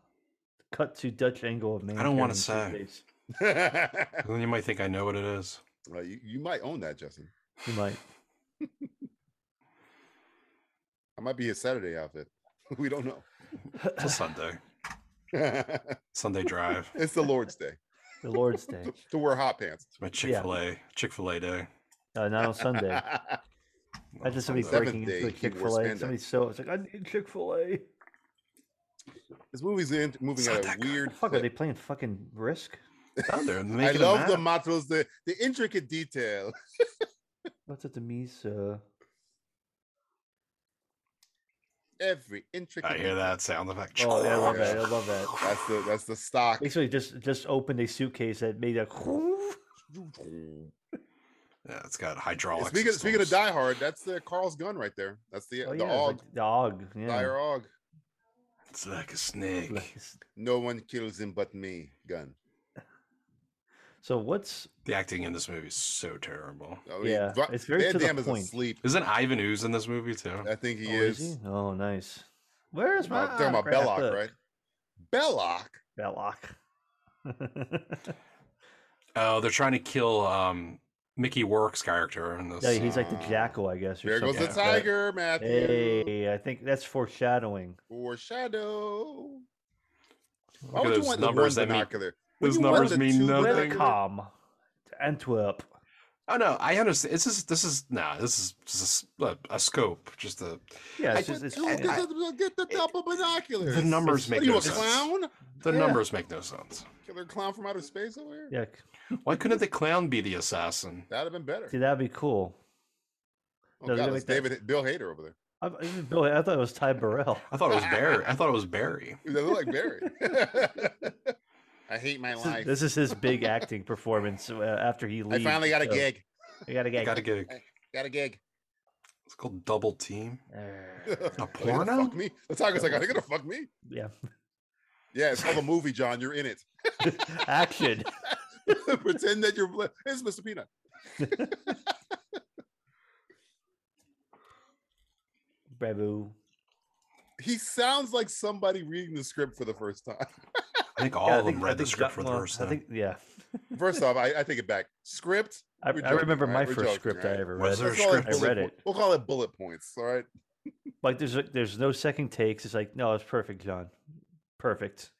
Speaker 10: Cut to Dutch angle of man.
Speaker 9: don't wanna
Speaker 10: carrying
Speaker 9: say.
Speaker 10: suitcase.
Speaker 8: well,
Speaker 9: Then you might think I know what it is.
Speaker 8: you, you might own that, Justin.
Speaker 10: You might.
Speaker 8: That might be his Saturday outfit. we don't know.
Speaker 9: It's a Sunday.
Speaker 8: it's
Speaker 9: Sunday drive.
Speaker 8: the Lord's Day
Speaker 10: The Lord's Day.
Speaker 8: to wear hot pants.
Speaker 9: It's my Chick Fil A. Chick Fil A day.
Speaker 10: Uh, not on Sunday. I just somebody
Speaker 8: Sunday.
Speaker 10: breaking into a
Speaker 8: Seventh day,
Speaker 10: Chick
Speaker 8: he wore
Speaker 10: Fil A.
Speaker 8: spandex.
Speaker 10: Somebody so it's like I need Chick Fil A.
Speaker 8: this movie's in, moving at a weird.
Speaker 10: Fuck, are
Speaker 8: clip.
Speaker 10: they playing fucking Risk?
Speaker 9: Out there
Speaker 8: I
Speaker 9: making a
Speaker 8: love the
Speaker 9: map.
Speaker 8: mottos, the the intricate detail.
Speaker 10: What's at the Misa?
Speaker 8: Every intricate.
Speaker 9: I hear
Speaker 8: detail.
Speaker 9: that sound effect.
Speaker 10: Oh, yeah, I love that.
Speaker 8: yeah.
Speaker 10: I love that.
Speaker 8: That's the that's the stock.
Speaker 10: Basically, just just opened a suitcase that made a.
Speaker 9: Yeah, it's got hydraulics.
Speaker 8: Speaking
Speaker 9: and
Speaker 8: speaking of
Speaker 9: stuff.
Speaker 8: Die Hard, that's the Carl's gun right there. That's the
Speaker 10: Oh,
Speaker 8: the
Speaker 10: yeah,
Speaker 8: Og.
Speaker 10: like the Og. Yeah.
Speaker 8: Dire Og.
Speaker 9: it's like a snake.
Speaker 8: No one kills him but me. Gun.
Speaker 10: So what's
Speaker 9: The acting in this movie is so terrible.
Speaker 8: I
Speaker 10: Yeah,
Speaker 8: Va-
Speaker 10: it's very
Speaker 8: Oh, Van
Speaker 10: to the
Speaker 8: Damme is
Speaker 10: point.
Speaker 8: asleep.
Speaker 9: Isn't Ivan Ooze in this movie too?
Speaker 8: I think he
Speaker 10: oh,
Speaker 8: is.
Speaker 10: he? Oh, nice. Where's my
Speaker 8: Uh, talking about
Speaker 10: autograph
Speaker 8: Belloc,
Speaker 10: book?
Speaker 8: right? Belloc.
Speaker 10: Belloc.
Speaker 9: Oh, they're trying to kill um, Mickey Work's character in this.
Speaker 10: Yeah, he's like the
Speaker 8: Ah.
Speaker 10: jackal, I guess. Or
Speaker 8: There goes
Speaker 10: something
Speaker 8: the
Speaker 10: like that.
Speaker 8: tiger, Matthew.
Speaker 10: Hey, I think that's foreshadowing.
Speaker 8: Foreshadow. Why
Speaker 9: Look
Speaker 8: would
Speaker 9: at
Speaker 8: you
Speaker 9: those
Speaker 8: want the
Speaker 9: numbers
Speaker 8: one
Speaker 9: that mean,
Speaker 8: binocular? Would
Speaker 9: those
Speaker 8: you want
Speaker 9: numbers
Speaker 8: the
Speaker 9: mean
Speaker 8: two
Speaker 9: nothing.
Speaker 8: binocular?
Speaker 10: Welcome to Antwerp.
Speaker 9: Oh no, I understand. It's just this is nah. This is just a, s- a scope. Just a
Speaker 10: Yeah,
Speaker 9: I
Speaker 10: it's
Speaker 9: put
Speaker 10: just it's,
Speaker 8: Two-
Speaker 10: I- I-
Speaker 8: get the double binoculars.
Speaker 9: the numbers
Speaker 8: What
Speaker 9: make
Speaker 8: Are you
Speaker 9: no
Speaker 8: a
Speaker 9: sense.
Speaker 8: clown?
Speaker 9: The
Speaker 10: Yeah.
Speaker 9: numbers make no sense.
Speaker 8: Killer clown from outer space over here?
Speaker 10: yeah.
Speaker 9: Why couldn't the clown be the assassin?
Speaker 8: That'd have been better.
Speaker 10: See, that'd be cool.
Speaker 8: Oh,
Speaker 10: No, they're
Speaker 8: God,
Speaker 10: gonna
Speaker 8: that's
Speaker 10: make that-
Speaker 8: David, Bill Hader over there.
Speaker 10: I, I didn't- Bill, I thought it was Ty Burrell.
Speaker 9: I thought it was Barry. I thought it was Barry.
Speaker 8: They look like Barry. I hate my
Speaker 10: This is,
Speaker 8: life.
Speaker 10: this is his big acting performance uh, after he
Speaker 8: I
Speaker 10: leaves.
Speaker 8: finally got a
Speaker 10: so-
Speaker 8: gig.
Speaker 10: I got a gig.
Speaker 9: Got a gig.
Speaker 8: Got a gig.
Speaker 9: It's called Double Team.
Speaker 10: Uh, Err,
Speaker 9: A
Speaker 8: Are they gonna
Speaker 9: porno?
Speaker 8: Fuck me. The tiger's like, are they gonna fuck me?
Speaker 10: yeah,
Speaker 8: Yeah, it's called a movie, John. You're in it.
Speaker 10: action.
Speaker 8: Pretend that you're. bl- It's Mr. Peanut.
Speaker 10: Bravo.
Speaker 8: He sounds like somebody reading the script for the first time.
Speaker 9: I think all
Speaker 10: Yeah, I
Speaker 9: of them
Speaker 10: think- I
Speaker 9: read the
Speaker 10: think
Speaker 9: script
Speaker 10: John-
Speaker 9: for the
Speaker 10: well,
Speaker 9: first
Speaker 10: I
Speaker 9: time.
Speaker 10: think, yeah.
Speaker 8: First off, I, I take it back. Script.
Speaker 10: I,
Speaker 8: We're
Speaker 10: I remember
Speaker 8: joking,
Speaker 10: my
Speaker 8: right? We're
Speaker 10: first
Speaker 8: joking,
Speaker 10: script
Speaker 8: right?
Speaker 10: I ever read.
Speaker 9: Was there a
Speaker 8: Let's call it
Speaker 9: script?
Speaker 10: I read
Speaker 8: bullet
Speaker 10: it.
Speaker 8: po- We'll call it bullet points. All right.
Speaker 10: Like there's like, there's no second takes. It's like no, it's perfect, John. Perfect.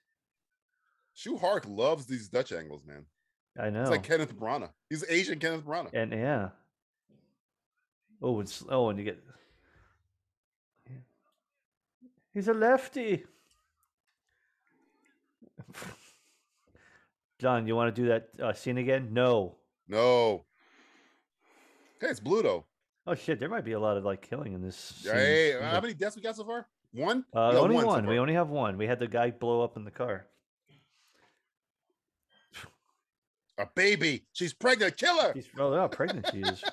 Speaker 8: Shu Hark loves these Dutch angles, man.
Speaker 10: I know.
Speaker 8: It's like Kenneth Branagh. He's Asian Kenneth Branagh.
Speaker 10: and Oh. yeah. Oh, it's oh, and you get. He's a lefty. John, you want to do that uh, scene again? No.
Speaker 8: No. Hey, it's Bluto.
Speaker 10: Oh shit, there might be a lot of like killing in this. Scene.
Speaker 8: Hey,
Speaker 10: in
Speaker 8: how
Speaker 10: the-
Speaker 8: many deaths we got so far? One.
Speaker 10: uh,
Speaker 8: We got
Speaker 10: only
Speaker 8: so
Speaker 10: one. We
Speaker 8: far.
Speaker 10: only have one. We had the guy blow up in the car.
Speaker 8: A baby. She's pregnant. Kill her.
Speaker 10: She's oh, they're not pregnant. She is.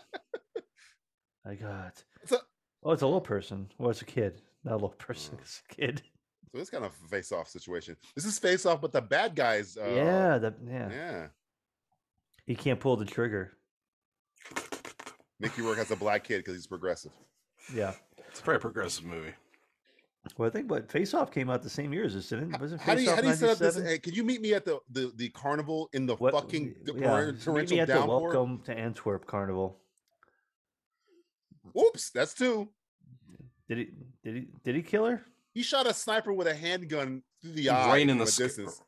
Speaker 10: My God.
Speaker 8: It's a-
Speaker 10: Oh, it's a little person. Well, it's a kid. Not a little person.
Speaker 8: Oh.
Speaker 10: It's a kid.
Speaker 8: So it's kind of a face-off situation. This is face-off, but the bad guys. Uh,
Speaker 10: yeah, that, yeah.
Speaker 8: Yeah.
Speaker 10: He can't pull the trigger.
Speaker 8: Mickey Rourke has a black kid because he's progressive.
Speaker 10: Yeah.
Speaker 9: It's a very progressive movie.
Speaker 10: Well, I think what Face Off came out the same year as this, didn't it? Wasn't
Speaker 8: How do
Speaker 10: Face
Speaker 8: you how
Speaker 10: Off
Speaker 8: do you set up this?
Speaker 10: 97?
Speaker 8: Hey, can you meet me at the the, the carnival in the
Speaker 10: What-
Speaker 8: fucking
Speaker 10: yeah,
Speaker 8: the
Speaker 10: meet
Speaker 8: torren-
Speaker 10: me
Speaker 8: torrential
Speaker 10: at the
Speaker 8: downpour?
Speaker 10: Welcome to Antwerp Carnival.
Speaker 8: Oops, that's two.
Speaker 10: Did he? Did he? Did he kill her?
Speaker 8: He shot a sniper with a handgun through the
Speaker 9: He's
Speaker 8: eye
Speaker 9: raining
Speaker 8: from
Speaker 9: the
Speaker 8: a
Speaker 9: sc-
Speaker 8: distance.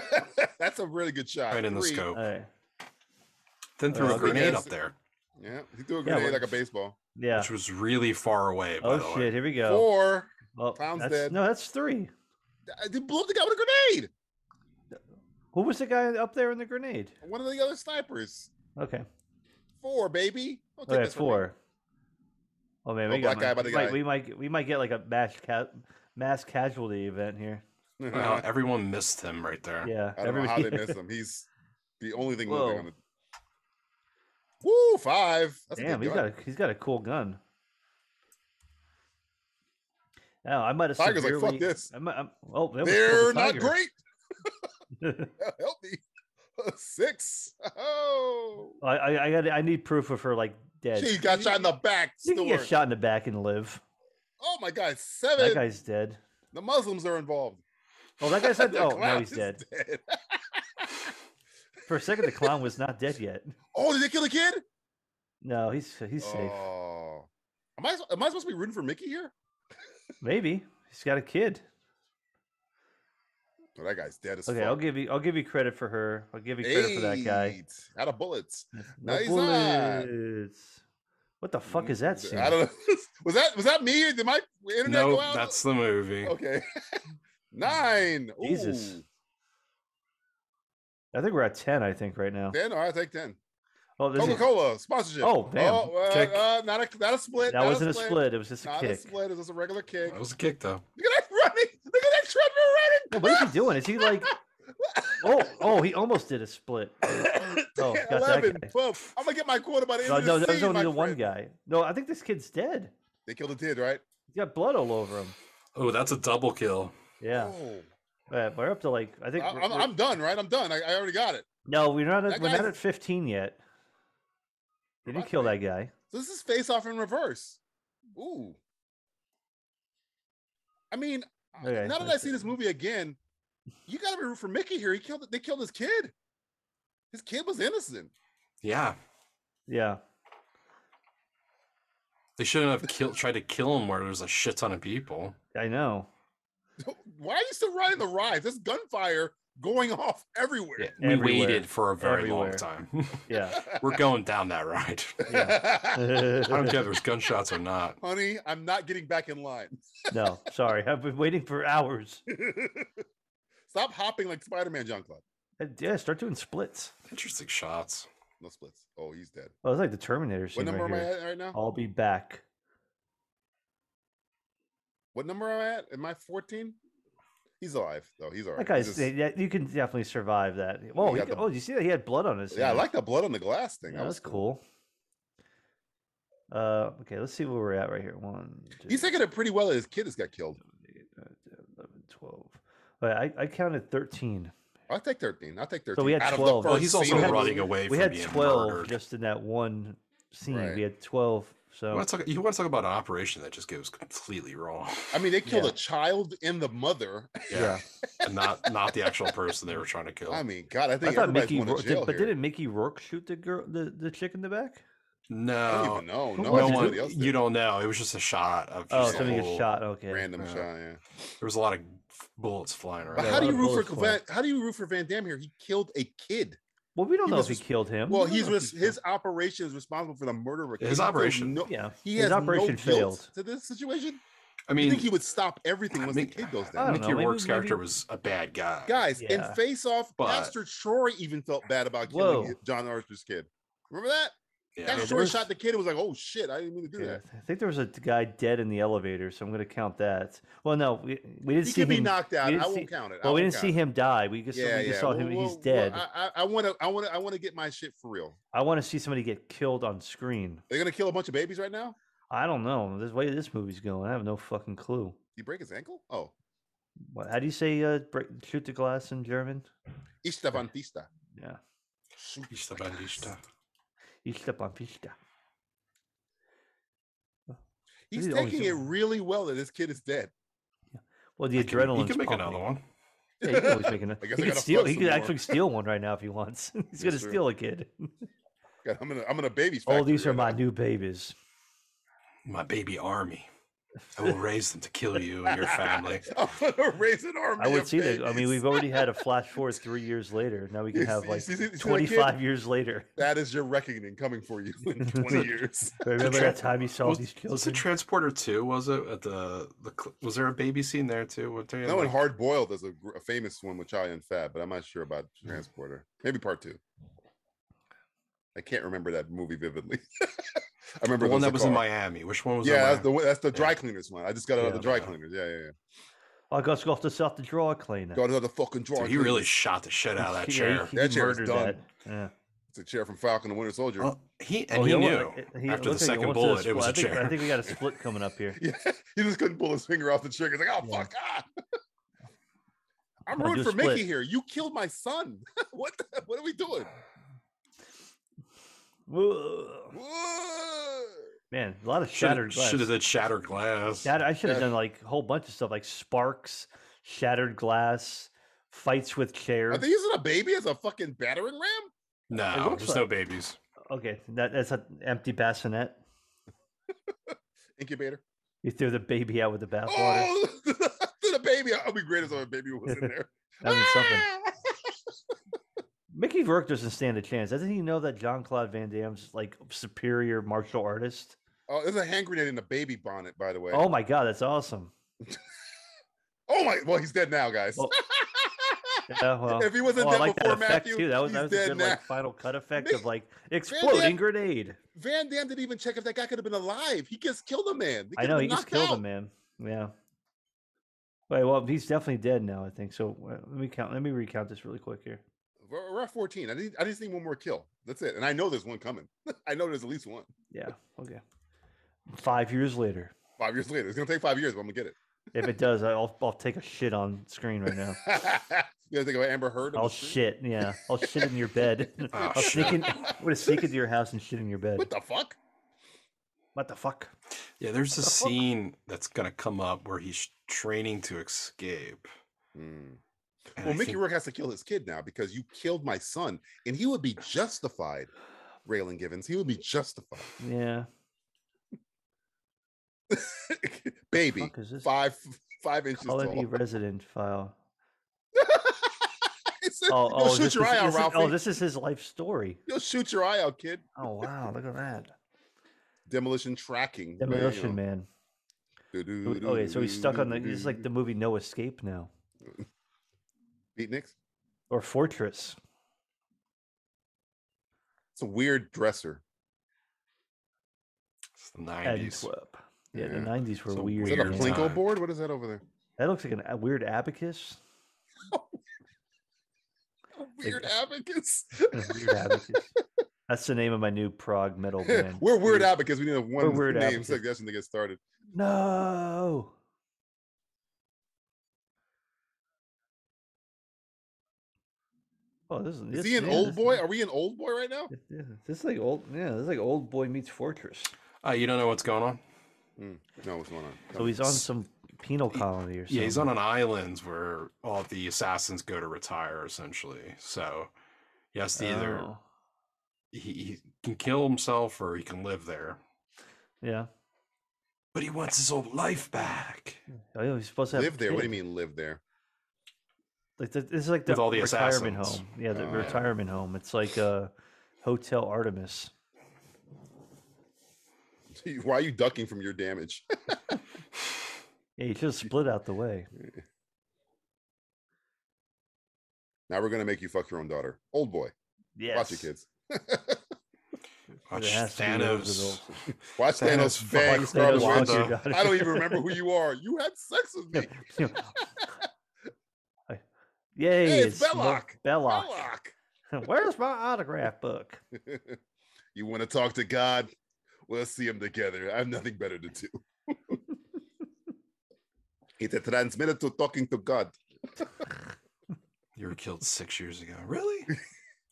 Speaker 8: That's a really good shot.
Speaker 9: right in the
Speaker 8: Three.
Speaker 9: scope.
Speaker 10: All right.
Speaker 9: Then threw
Speaker 10: Uh,
Speaker 9: a grenade
Speaker 8: yes.
Speaker 9: up there,
Speaker 8: Yeah, he threw a
Speaker 10: Yeah,
Speaker 8: grenade
Speaker 10: well-
Speaker 8: like a baseball.
Speaker 10: Yeah.
Speaker 9: which was really far away. By
Speaker 10: Oh
Speaker 9: the way.
Speaker 10: shit! Here we go.
Speaker 8: Four.
Speaker 10: Well,
Speaker 8: Pound's
Speaker 10: that's,
Speaker 8: dead.
Speaker 10: No, that's three.
Speaker 8: They blew up the guy with a grenade.
Speaker 10: Who was the guy up there in the grenade?
Speaker 8: One of the other snipers.
Speaker 10: Okay.
Speaker 8: Four, baby. Don't
Speaker 10: Okay,
Speaker 8: this from me.
Speaker 10: four. Oh man,
Speaker 8: Oh,
Speaker 10: we,
Speaker 8: black
Speaker 10: got my-
Speaker 8: guy by the
Speaker 10: we, might,
Speaker 8: guy.
Speaker 10: we might get- we might get like a mass ca- mass casualty event here.
Speaker 9: Wow, everyone missed him right there.
Speaker 10: Yeah,
Speaker 8: I don't know how they
Speaker 10: everybody-
Speaker 8: miss him. He's the only thing
Speaker 10: Whoa.
Speaker 8: moving on the. Woo, five. That's
Speaker 10: Damn,
Speaker 8: a
Speaker 10: he's
Speaker 8: good
Speaker 10: got
Speaker 8: gun.
Speaker 10: a, he's got a cool gun. Now Oh, I might have
Speaker 8: Tiger's like, "Fuck
Speaker 10: severely-
Speaker 8: this."
Speaker 10: I might, I'm, oh, that was- that was
Speaker 8: They're
Speaker 10: a
Speaker 8: not
Speaker 10: tiger.
Speaker 8: great. Help me. Six. Oh.
Speaker 10: I I, I got I need proof of her like dead.
Speaker 8: She got shot in the back.
Speaker 10: you can
Speaker 8: Stuart.
Speaker 10: get shot in the back and live.
Speaker 8: Oh my God.
Speaker 10: That
Speaker 8: Seven.
Speaker 10: guy's dead.
Speaker 8: The Muslims are involved.
Speaker 10: Oh, that guy's dead.
Speaker 8: The
Speaker 10: Oh, now
Speaker 8: clown
Speaker 10: he's
Speaker 8: is
Speaker 10: dead. For a second, the clown was not dead yet.
Speaker 8: Oh, did they kill the kid?
Speaker 10: No, he's he's safe.
Speaker 8: Oh. Am I, am I supposed to be rooting for Mickey here?
Speaker 10: Maybe he's got a kid.
Speaker 8: Oh, that guy's dead as
Speaker 10: Okay,
Speaker 8: fuck.
Speaker 10: I'll give you I'll give you credit for her. I'll give you credit for that guy.
Speaker 8: Eight. Out of bullets.
Speaker 10: No
Speaker 8: Nice eye. Mm,
Speaker 10: bullets. What the fuck is that scene?
Speaker 8: I don't know. was that was that me? Did my internet
Speaker 9: No,
Speaker 8: go out? Oh,
Speaker 9: that's the movie.
Speaker 8: okay. Nine.
Speaker 10: Jesus.
Speaker 8: Ooh.
Speaker 10: I think we're at ten. I think right now.
Speaker 8: Ten. All right, take ten.
Speaker 10: Oh, there's a-
Speaker 8: Coca Cola sponsorship.
Speaker 10: Oh, damn.
Speaker 8: Oh, uh,
Speaker 9: Kick.
Speaker 8: uh, not a not a split.
Speaker 10: that
Speaker 8: not
Speaker 10: wasn't a split. It was just a
Speaker 8: Not a
Speaker 10: kick.
Speaker 8: split. It was a regular kick.
Speaker 9: That was a kick though.
Speaker 8: Look at that running. Look at that treadmill running.
Speaker 10: Well, what is he doing? Is he like? Oh, oh, he almost did a split. Oh, got that
Speaker 8: 11,
Speaker 10: guy.
Speaker 8: 12. I'm gonna get my quarter by the end
Speaker 10: No,
Speaker 8: of
Speaker 10: no,
Speaker 8: this
Speaker 10: that was
Speaker 8: scene,
Speaker 10: only
Speaker 8: my
Speaker 10: the one
Speaker 8: friend.
Speaker 10: guy. No, I think this kid's dead.
Speaker 8: They killed the kid, right?
Speaker 10: He's got blood all over him.
Speaker 9: Oh, that's a double kill.
Speaker 10: Yeah,
Speaker 8: Oh.
Speaker 10: Uh, we're up to like I think.
Speaker 8: I,
Speaker 10: we're-
Speaker 8: am
Speaker 10: we're-
Speaker 8: I'm done, right? I'm done. I, I already got it.
Speaker 10: no, we're not. At,
Speaker 8: that
Speaker 10: we're not
Speaker 8: guy's-
Speaker 10: at fifteen yet. He
Speaker 8: Reminds
Speaker 10: didn't kill
Speaker 8: me.
Speaker 10: that guy.
Speaker 8: So this is face off in reverse. Ooh. I mean, I-
Speaker 10: Okay,
Speaker 8: now that I
Speaker 10: let's
Speaker 8: see this
Speaker 10: see.
Speaker 8: movie again, you gotta be rooting for Mickey here. He killed they killed his kid. His kid was innocent.
Speaker 9: Yeah,
Speaker 10: Yeah.
Speaker 9: they shouldn't have killed, tried to kill him where there's a shit ton of people.
Speaker 10: I know.
Speaker 8: Why are you still riding the rides? There's gunfire going off everywhere.
Speaker 9: Yeah, we
Speaker 10: Everywhere.
Speaker 9: waited for a very
Speaker 10: Everywhere.
Speaker 9: long time.
Speaker 10: Yeah.
Speaker 9: We're going down that ride. I don't care if there's gunshots or not.
Speaker 8: Honey, I'm not getting back in line.
Speaker 10: no, sorry. I've been waiting for hours.
Speaker 8: Stop hopping like Spider-Man John Club.
Speaker 10: Uh, Yeah, start doing splits.
Speaker 9: Interesting shots.
Speaker 8: No splits. Oh, he's dead.
Speaker 10: Oh, it's like the Terminator scene
Speaker 8: What number
Speaker 10: right
Speaker 8: am I
Speaker 10: here.
Speaker 8: at right now?
Speaker 10: I'll be back.
Speaker 8: What number am I at? Am I 14? He's alive, though. He's all right.
Speaker 10: That
Speaker 8: He's
Speaker 10: guy's
Speaker 8: just-
Speaker 10: yeah, you can definitely survive that. Whoa, he
Speaker 8: got
Speaker 10: got-
Speaker 8: the-
Speaker 10: oh, you see that he had blood on his.
Speaker 8: Yeah, I
Speaker 10: hand.
Speaker 8: like the blood on the glass thing.
Speaker 10: Yeah,
Speaker 8: that
Speaker 10: that
Speaker 8: was
Speaker 10: was cool. Uh, okay, let's see where we're at right here. One, two,
Speaker 8: He's taking it pretty well. that His kid has got killed.
Speaker 10: three, uh, 11, 12. All right, I, I counted 13.
Speaker 8: I'll take 13. I'll take 13.
Speaker 10: we had
Speaker 8: out of the
Speaker 10: 12. Well,
Speaker 9: Well,
Speaker 8: first
Speaker 9: he's
Speaker 8: scene
Speaker 9: also
Speaker 8: of the
Speaker 9: running
Speaker 8: movie.
Speaker 9: away
Speaker 10: We
Speaker 9: from
Speaker 10: had
Speaker 9: being
Speaker 10: 12
Speaker 9: murdered.
Speaker 10: just in that one scene.
Speaker 8: Right.
Speaker 10: We had 12. So,
Speaker 9: You want, to talk, you want to talk about an operation that just goes completely wrong?
Speaker 8: I mean, they killed a child and the mother.
Speaker 10: yeah.
Speaker 9: And not not the actual person they were trying to kill.
Speaker 8: I mean, God, I
Speaker 10: I
Speaker 8: think
Speaker 10: thought
Speaker 8: everybody's
Speaker 10: Mickey,
Speaker 8: going
Speaker 10: Rourke,
Speaker 8: to jail
Speaker 10: did, but
Speaker 8: here.
Speaker 10: didn't Mickey Rourke shoot the girl, the, the chick in the back?
Speaker 9: no,
Speaker 8: I don't even know.
Speaker 10: Who
Speaker 8: No,
Speaker 10: was
Speaker 9: no
Speaker 10: it?
Speaker 9: one.
Speaker 8: somebody else did.
Speaker 9: Uh, You don't know. It was just a shot of.
Speaker 10: Oh,
Speaker 9: just a
Speaker 10: somebody gets
Speaker 9: whole-
Speaker 10: shot. Okay.
Speaker 8: random
Speaker 9: Yeah.
Speaker 8: shot. Yeah.
Speaker 9: There was a lot of bullets flying
Speaker 8: But
Speaker 9: around.
Speaker 10: Yeah,
Speaker 8: how do
Speaker 10: a lot
Speaker 8: you
Speaker 10: of
Speaker 8: root for
Speaker 10: bullets fly.
Speaker 8: Van, How do you root for Van Damme here? He killed a kid.
Speaker 10: Well, we don't
Speaker 8: He
Speaker 10: know
Speaker 8: was
Speaker 10: if he
Speaker 8: res-
Speaker 10: killed him.
Speaker 8: Well,
Speaker 10: We don't
Speaker 8: he's
Speaker 10: know if
Speaker 8: res-
Speaker 10: he
Speaker 8: his operation is responsible for the murder of a kid.
Speaker 9: His
Speaker 8: He feels
Speaker 9: operation.
Speaker 8: No,
Speaker 10: killed- yeah,
Speaker 8: he
Speaker 10: his
Speaker 8: has no
Speaker 10: operation
Speaker 8: guilt
Speaker 10: failed.
Speaker 8: to this situation.
Speaker 9: I
Speaker 8: I
Speaker 9: mean,
Speaker 8: think he would stop everything once
Speaker 9: Mick-
Speaker 8: the kid goes
Speaker 9: I
Speaker 8: down.
Speaker 10: don't
Speaker 9: Mickey
Speaker 10: know, maybe-
Speaker 9: Rourke's character
Speaker 10: maybe-
Speaker 9: was a bad guy.
Speaker 8: Guys, in
Speaker 10: Yeah.
Speaker 8: Face Off,
Speaker 9: But-
Speaker 8: Pastor Troy even felt bad about killing
Speaker 10: Whoa.
Speaker 8: hi- John Archer's kid. Remember that?
Speaker 9: Yeah.
Speaker 8: Pastor
Speaker 10: there
Speaker 8: Troy
Speaker 10: was-
Speaker 8: shot the kid and was like, oh shit, I didn't mean to do
Speaker 10: Yeah,
Speaker 8: that.
Speaker 10: I think there was a d- guy dead in the elevator, so I'm going to count that. Well, no, we, we didn't
Speaker 8: He
Speaker 10: see
Speaker 8: could
Speaker 10: him.
Speaker 8: be knocked out.
Speaker 10: didn't
Speaker 8: I won't
Speaker 10: see-
Speaker 8: count it. I
Speaker 10: well, we
Speaker 8: won't
Speaker 10: didn't see
Speaker 8: count
Speaker 10: him die. We just,
Speaker 8: Yeah,
Speaker 10: we just
Speaker 8: yeah.
Speaker 10: saw
Speaker 8: Well,
Speaker 10: him.
Speaker 8: well,
Speaker 10: he's
Speaker 8: well,
Speaker 10: dead.
Speaker 8: I- I want to. I want to. I want to get my shit for real.
Speaker 10: I, want to see somebody get killed on screen.
Speaker 8: They're gonna kill a bunch of babies right now.
Speaker 10: I don't know. This way this movie's going, I have no fucking clue.
Speaker 8: He break his ankle? Oh,
Speaker 10: What, how do you say uh, break, shoot the glass in German?
Speaker 8: Ista van Tista.
Speaker 10: Yeah.
Speaker 8: Shoot
Speaker 9: He's
Speaker 8: the
Speaker 9: the bad he's the-
Speaker 10: Ich step on Pista.
Speaker 8: He's
Speaker 10: He's
Speaker 9: oh,
Speaker 10: always
Speaker 8: taking it
Speaker 10: doing-
Speaker 8: really well that this kid is dead.
Speaker 10: Well, the
Speaker 9: He can-
Speaker 10: adrenaline.
Speaker 9: He can make another one.
Speaker 10: Yeah, he can always make another.
Speaker 8: I guess I
Speaker 10: he could
Speaker 8: gotta
Speaker 10: steal.
Speaker 8: fuck
Speaker 10: He
Speaker 8: some
Speaker 10: could
Speaker 8: more.
Speaker 10: actually steal one right now if he wants.
Speaker 8: Yes,
Speaker 10: He's gonna
Speaker 8: sir.
Speaker 10: steal a kid.
Speaker 8: God, I'm gonna. I'm gonna babies.
Speaker 10: Oh, these are my new babies.
Speaker 9: My baby army. I will raise them to kill you and your family.
Speaker 8: I'm gonna raise an army.
Speaker 10: I would
Speaker 8: of
Speaker 10: see that. I mean,
Speaker 8: babies.
Speaker 10: we've already had a flash forward three years later. Now we
Speaker 8: You
Speaker 10: can have
Speaker 8: see-
Speaker 10: like
Speaker 8: see- see- see that kid?
Speaker 10: 25 years later.
Speaker 8: that is your reckoning coming for you in 20 years.
Speaker 10: Remember that time you saw
Speaker 9: Was,
Speaker 10: these
Speaker 9: was the
Speaker 10: children?
Speaker 9: transporter two? Was it at the the? cl- Was there a baby scene there too? What they had,
Speaker 8: No, in
Speaker 9: like-
Speaker 8: Hard Boiled, there's a, gr- a famous one with Chow and Fab, but I'm not sure about Transporter. Maybe part two. I can't remember that movie vividly. I remember
Speaker 9: the
Speaker 8: it
Speaker 9: one that
Speaker 8: a
Speaker 9: was in
Speaker 8: car.
Speaker 9: Miami. Which one was? in
Speaker 8: yeah, that's the
Speaker 9: Miami?
Speaker 8: one- that's the
Speaker 9: Yeah.
Speaker 8: dry cleaners one. I just got out of
Speaker 9: Yeah,
Speaker 8: the dry
Speaker 9: yeah.
Speaker 8: cleaners. Yeah, yeah, yeah.
Speaker 10: I got to go off the south to draw cleaner.
Speaker 8: Got out of the fucking dry.
Speaker 9: Dude, he really
Speaker 8: cleaners.
Speaker 9: shot the shit out of that
Speaker 10: Yeah,
Speaker 9: chair.
Speaker 10: He,
Speaker 8: That
Speaker 10: he
Speaker 8: chair is
Speaker 10: murdered
Speaker 8: done.
Speaker 10: that. Yeah.
Speaker 8: It's a chair from Falcon and Winter Soldier.
Speaker 9: Well, he and
Speaker 10: Oh,
Speaker 9: he
Speaker 10: you know
Speaker 9: knew
Speaker 10: what? I- he-
Speaker 9: after the
Speaker 10: looks like he
Speaker 9: second
Speaker 10: wants to
Speaker 9: bullet it was
Speaker 10: split.
Speaker 9: a
Speaker 10: I think,
Speaker 9: chair.
Speaker 10: I think we got a split coming up here.
Speaker 8: Yeah, he just couldn't pull his finger off the trigger. It's like, oh fuck! Ah! I'm
Speaker 10: Come on,
Speaker 8: rooting
Speaker 10: do
Speaker 8: for
Speaker 10: a
Speaker 8: Mickey
Speaker 10: split.
Speaker 8: here. You killed my son. what? The, what are we doing?
Speaker 10: Whoa.
Speaker 8: Whoa!
Speaker 10: Man, a lot of shattered
Speaker 9: should
Speaker 10: glass.
Speaker 9: have did shattered glass.
Speaker 10: That I should have
Speaker 8: Yeah.
Speaker 10: done like a whole bunch of stuff like sparks, shattered glass, fights with chair.
Speaker 8: Are they using a baby as a fucking battering ram?
Speaker 9: no,
Speaker 10: looks
Speaker 9: there's no
Speaker 10: like-
Speaker 9: babies.
Speaker 10: Okay, that, that's an empty bassinet.
Speaker 8: Incubator.
Speaker 10: You threw the baby out with the bathwater.
Speaker 8: Oh, to the baby. I'll be great if a baby was in there.
Speaker 10: That means something. Mickey Rourke doesn't stand a chance. Doesn't he know that John Claude Van Damme's like superior martial artist?
Speaker 8: Oh, there's a hand grenade in a baby bonnet, by the way.
Speaker 10: Oh my god, that's awesome.
Speaker 8: Oh my! Well, he's dead now, guys.
Speaker 10: Well, Yeah, well,
Speaker 8: if he wasn't
Speaker 10: oh, I
Speaker 8: dead
Speaker 10: like that
Speaker 8: before
Speaker 10: effect
Speaker 8: Matthew,
Speaker 10: too. That was
Speaker 8: he's
Speaker 10: that was a
Speaker 8: dead
Speaker 10: good
Speaker 8: now.
Speaker 10: like final cut effect of like
Speaker 8: Damme-
Speaker 10: exploding grenade.
Speaker 8: Van Damme didn't even check if that guy could have been alive. He just killed a man.
Speaker 10: I
Speaker 8: could've
Speaker 10: know
Speaker 8: been
Speaker 10: he just
Speaker 8: knocked
Speaker 10: killed
Speaker 8: out.
Speaker 10: him, man. Yeah. Wait, well, he's definitely dead now. I think so. uh, Let me count. Let me recount this really quick here.
Speaker 8: We're, we're at 14. I need, I just need one more kill. That's it. And I know there's one coming. I know there's at least one.
Speaker 10: Yeah. Okay. Five years later,
Speaker 8: Five years later. It's gonna take five years, but I'm gonna get
Speaker 10: if it does, I'll I'll take a shit on screen right now.
Speaker 8: it. you guys think about Amber Heard? on the
Speaker 10: I'll
Speaker 8: street?
Speaker 10: Oh, shit. Yeah, I'll shit in your bed.
Speaker 9: Oh,
Speaker 10: I'll sneak
Speaker 9: shit.
Speaker 10: in. I'm gonna sneak into your house and shit in your bed.
Speaker 8: What the fuck?
Speaker 10: What the fuck?
Speaker 9: Yeah, there's a scene that's gonna come up where he's training to escape.
Speaker 8: Hmm.
Speaker 9: and
Speaker 8: Well,
Speaker 9: I
Speaker 8: Mickey
Speaker 9: think-
Speaker 8: Rourke has to kill his kid now because you killed my son, and he would be justified. Raylan Givens, he would be justified.
Speaker 10: Yeah.
Speaker 8: Baby,
Speaker 10: fuck is this?
Speaker 8: five five inches
Speaker 10: Colony
Speaker 8: tall.
Speaker 10: resident file.
Speaker 8: It's a-
Speaker 10: Oh,
Speaker 8: You'll
Speaker 10: oh,
Speaker 8: shoot
Speaker 10: this
Speaker 8: your
Speaker 10: is,
Speaker 8: eye out,
Speaker 10: this is-
Speaker 8: Ralphie.
Speaker 10: oh, this is his life story.
Speaker 8: You'll shoot your eye out, kid.
Speaker 10: Oh wow, look at that.
Speaker 8: Demolition tracking. but, you
Speaker 10: Demolition
Speaker 8: know.
Speaker 10: Man. So we-
Speaker 8: Doo-doo,
Speaker 10: Okay, so he's stuck on the.
Speaker 8: doo-doo,
Speaker 10: He's like the movie No Escape now,
Speaker 8: Beatniks.
Speaker 10: or Fortress.
Speaker 8: It's a weird dresser.
Speaker 9: It's the
Speaker 10: And
Speaker 9: 90s.
Speaker 10: Whoop. Yeah, the
Speaker 8: Yeah.
Speaker 10: nineties were
Speaker 9: So
Speaker 10: weird.
Speaker 8: Is that a
Speaker 9: Weird
Speaker 10: man.
Speaker 8: plinko
Speaker 9: time.
Speaker 8: board? What is that over there?
Speaker 10: That looks like an, a weird abacus.
Speaker 8: Weird abacus.
Speaker 10: Uh, weird abacus. That's the name of my new prog metal band.
Speaker 8: We're weird abacus. We need a one
Speaker 10: Weird
Speaker 8: name
Speaker 10: Abacus.
Speaker 8: suggestion to get started.
Speaker 10: No. Oh, this is,
Speaker 8: Is
Speaker 10: this-
Speaker 8: he an
Speaker 10: yeah,
Speaker 8: old
Speaker 10: this-
Speaker 8: boy? Are we an old boy right now?
Speaker 10: Yeah, this is like old. Yeah, this is like old boy meets fortress.
Speaker 9: Uh, you don't know what's going on?
Speaker 8: No, what's going on?
Speaker 10: So he's on some penal colony or something.
Speaker 9: Yeah, he's on an island where all the assassins go to retire, essentially. So he has to either
Speaker 10: Oh,
Speaker 9: he, he can kill himself or he can live there.
Speaker 10: Yeah.
Speaker 9: But he wants his old life back.
Speaker 10: Oh, yeah, he's supposed to have
Speaker 8: Live
Speaker 10: a
Speaker 8: there. What do
Speaker 10: kid.
Speaker 8: you mean live there?
Speaker 10: Like the, this is like the,
Speaker 9: With all the
Speaker 10: retirement
Speaker 9: assassins.
Speaker 10: home. Yeah, the
Speaker 8: Oh, yeah.
Speaker 10: retirement home. It's like uh, Hotel Artemis.
Speaker 8: Why are you ducking from your damage?
Speaker 10: Yeah, you should have split out the way.
Speaker 8: now we're gonna make you fuck your own daughter. Old boy.
Speaker 10: Yes.
Speaker 8: Watch it, kids.
Speaker 9: Watch
Speaker 10: has to be those
Speaker 9: Thanos.
Speaker 8: Watch Thanos,
Speaker 9: Thanos
Speaker 8: fangs
Speaker 9: fucks
Speaker 8: grab his
Speaker 9: Thanos
Speaker 8: ribs.
Speaker 9: with
Speaker 10: the-
Speaker 8: I don't even remember who you are. You had sex with me.
Speaker 10: You know, I- Yay!
Speaker 8: Hey, it's
Speaker 10: Mo-
Speaker 8: Belloc.
Speaker 10: Belloc.
Speaker 8: Belloc.
Speaker 10: Where's my autograph book?
Speaker 8: you want to talk to God? We'll see him together. I have nothing better to do. it's a transmitter to talking to God.
Speaker 9: You were killed six years ago. Really?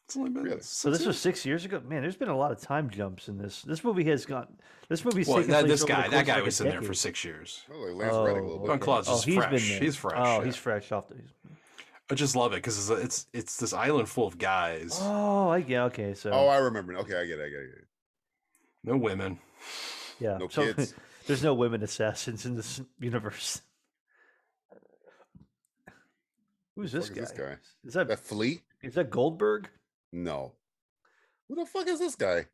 Speaker 9: It's only been
Speaker 8: Really?
Speaker 10: So this was six years ago. Man, there's been a lot of time jumps in this. This movie has gone. This movie's
Speaker 9: well,
Speaker 10: taken
Speaker 9: that,
Speaker 10: place
Speaker 9: this
Speaker 10: over the
Speaker 9: guy,
Speaker 10: course
Speaker 9: that
Speaker 10: of,
Speaker 9: guy
Speaker 10: like, a
Speaker 9: was in there for
Speaker 10: decade.
Speaker 9: six years.
Speaker 8: Oh, like Lance Reddick a little bit.
Speaker 9: Don Claude's
Speaker 10: oh,
Speaker 9: is
Speaker 10: he's
Speaker 9: fresh.
Speaker 10: Been there.
Speaker 9: He's fresh,
Speaker 10: Oh,
Speaker 9: yeah.
Speaker 10: he's fresh off the.
Speaker 9: I just love it because it's, a- it's it's this island full of guys,
Speaker 10: Oh, I yeah. Okay, so
Speaker 8: Oh, I remember. now. Okay, I get it. I get it.
Speaker 9: no women.
Speaker 10: yeah.
Speaker 8: no
Speaker 10: so
Speaker 8: kids.
Speaker 10: There's no women assassins in this universe. Who's this
Speaker 8: fuck
Speaker 10: guy?
Speaker 8: is this guy?
Speaker 10: Is that
Speaker 8: That flea?
Speaker 10: is that Goldberg?
Speaker 8: No. Who the fuck is this guy?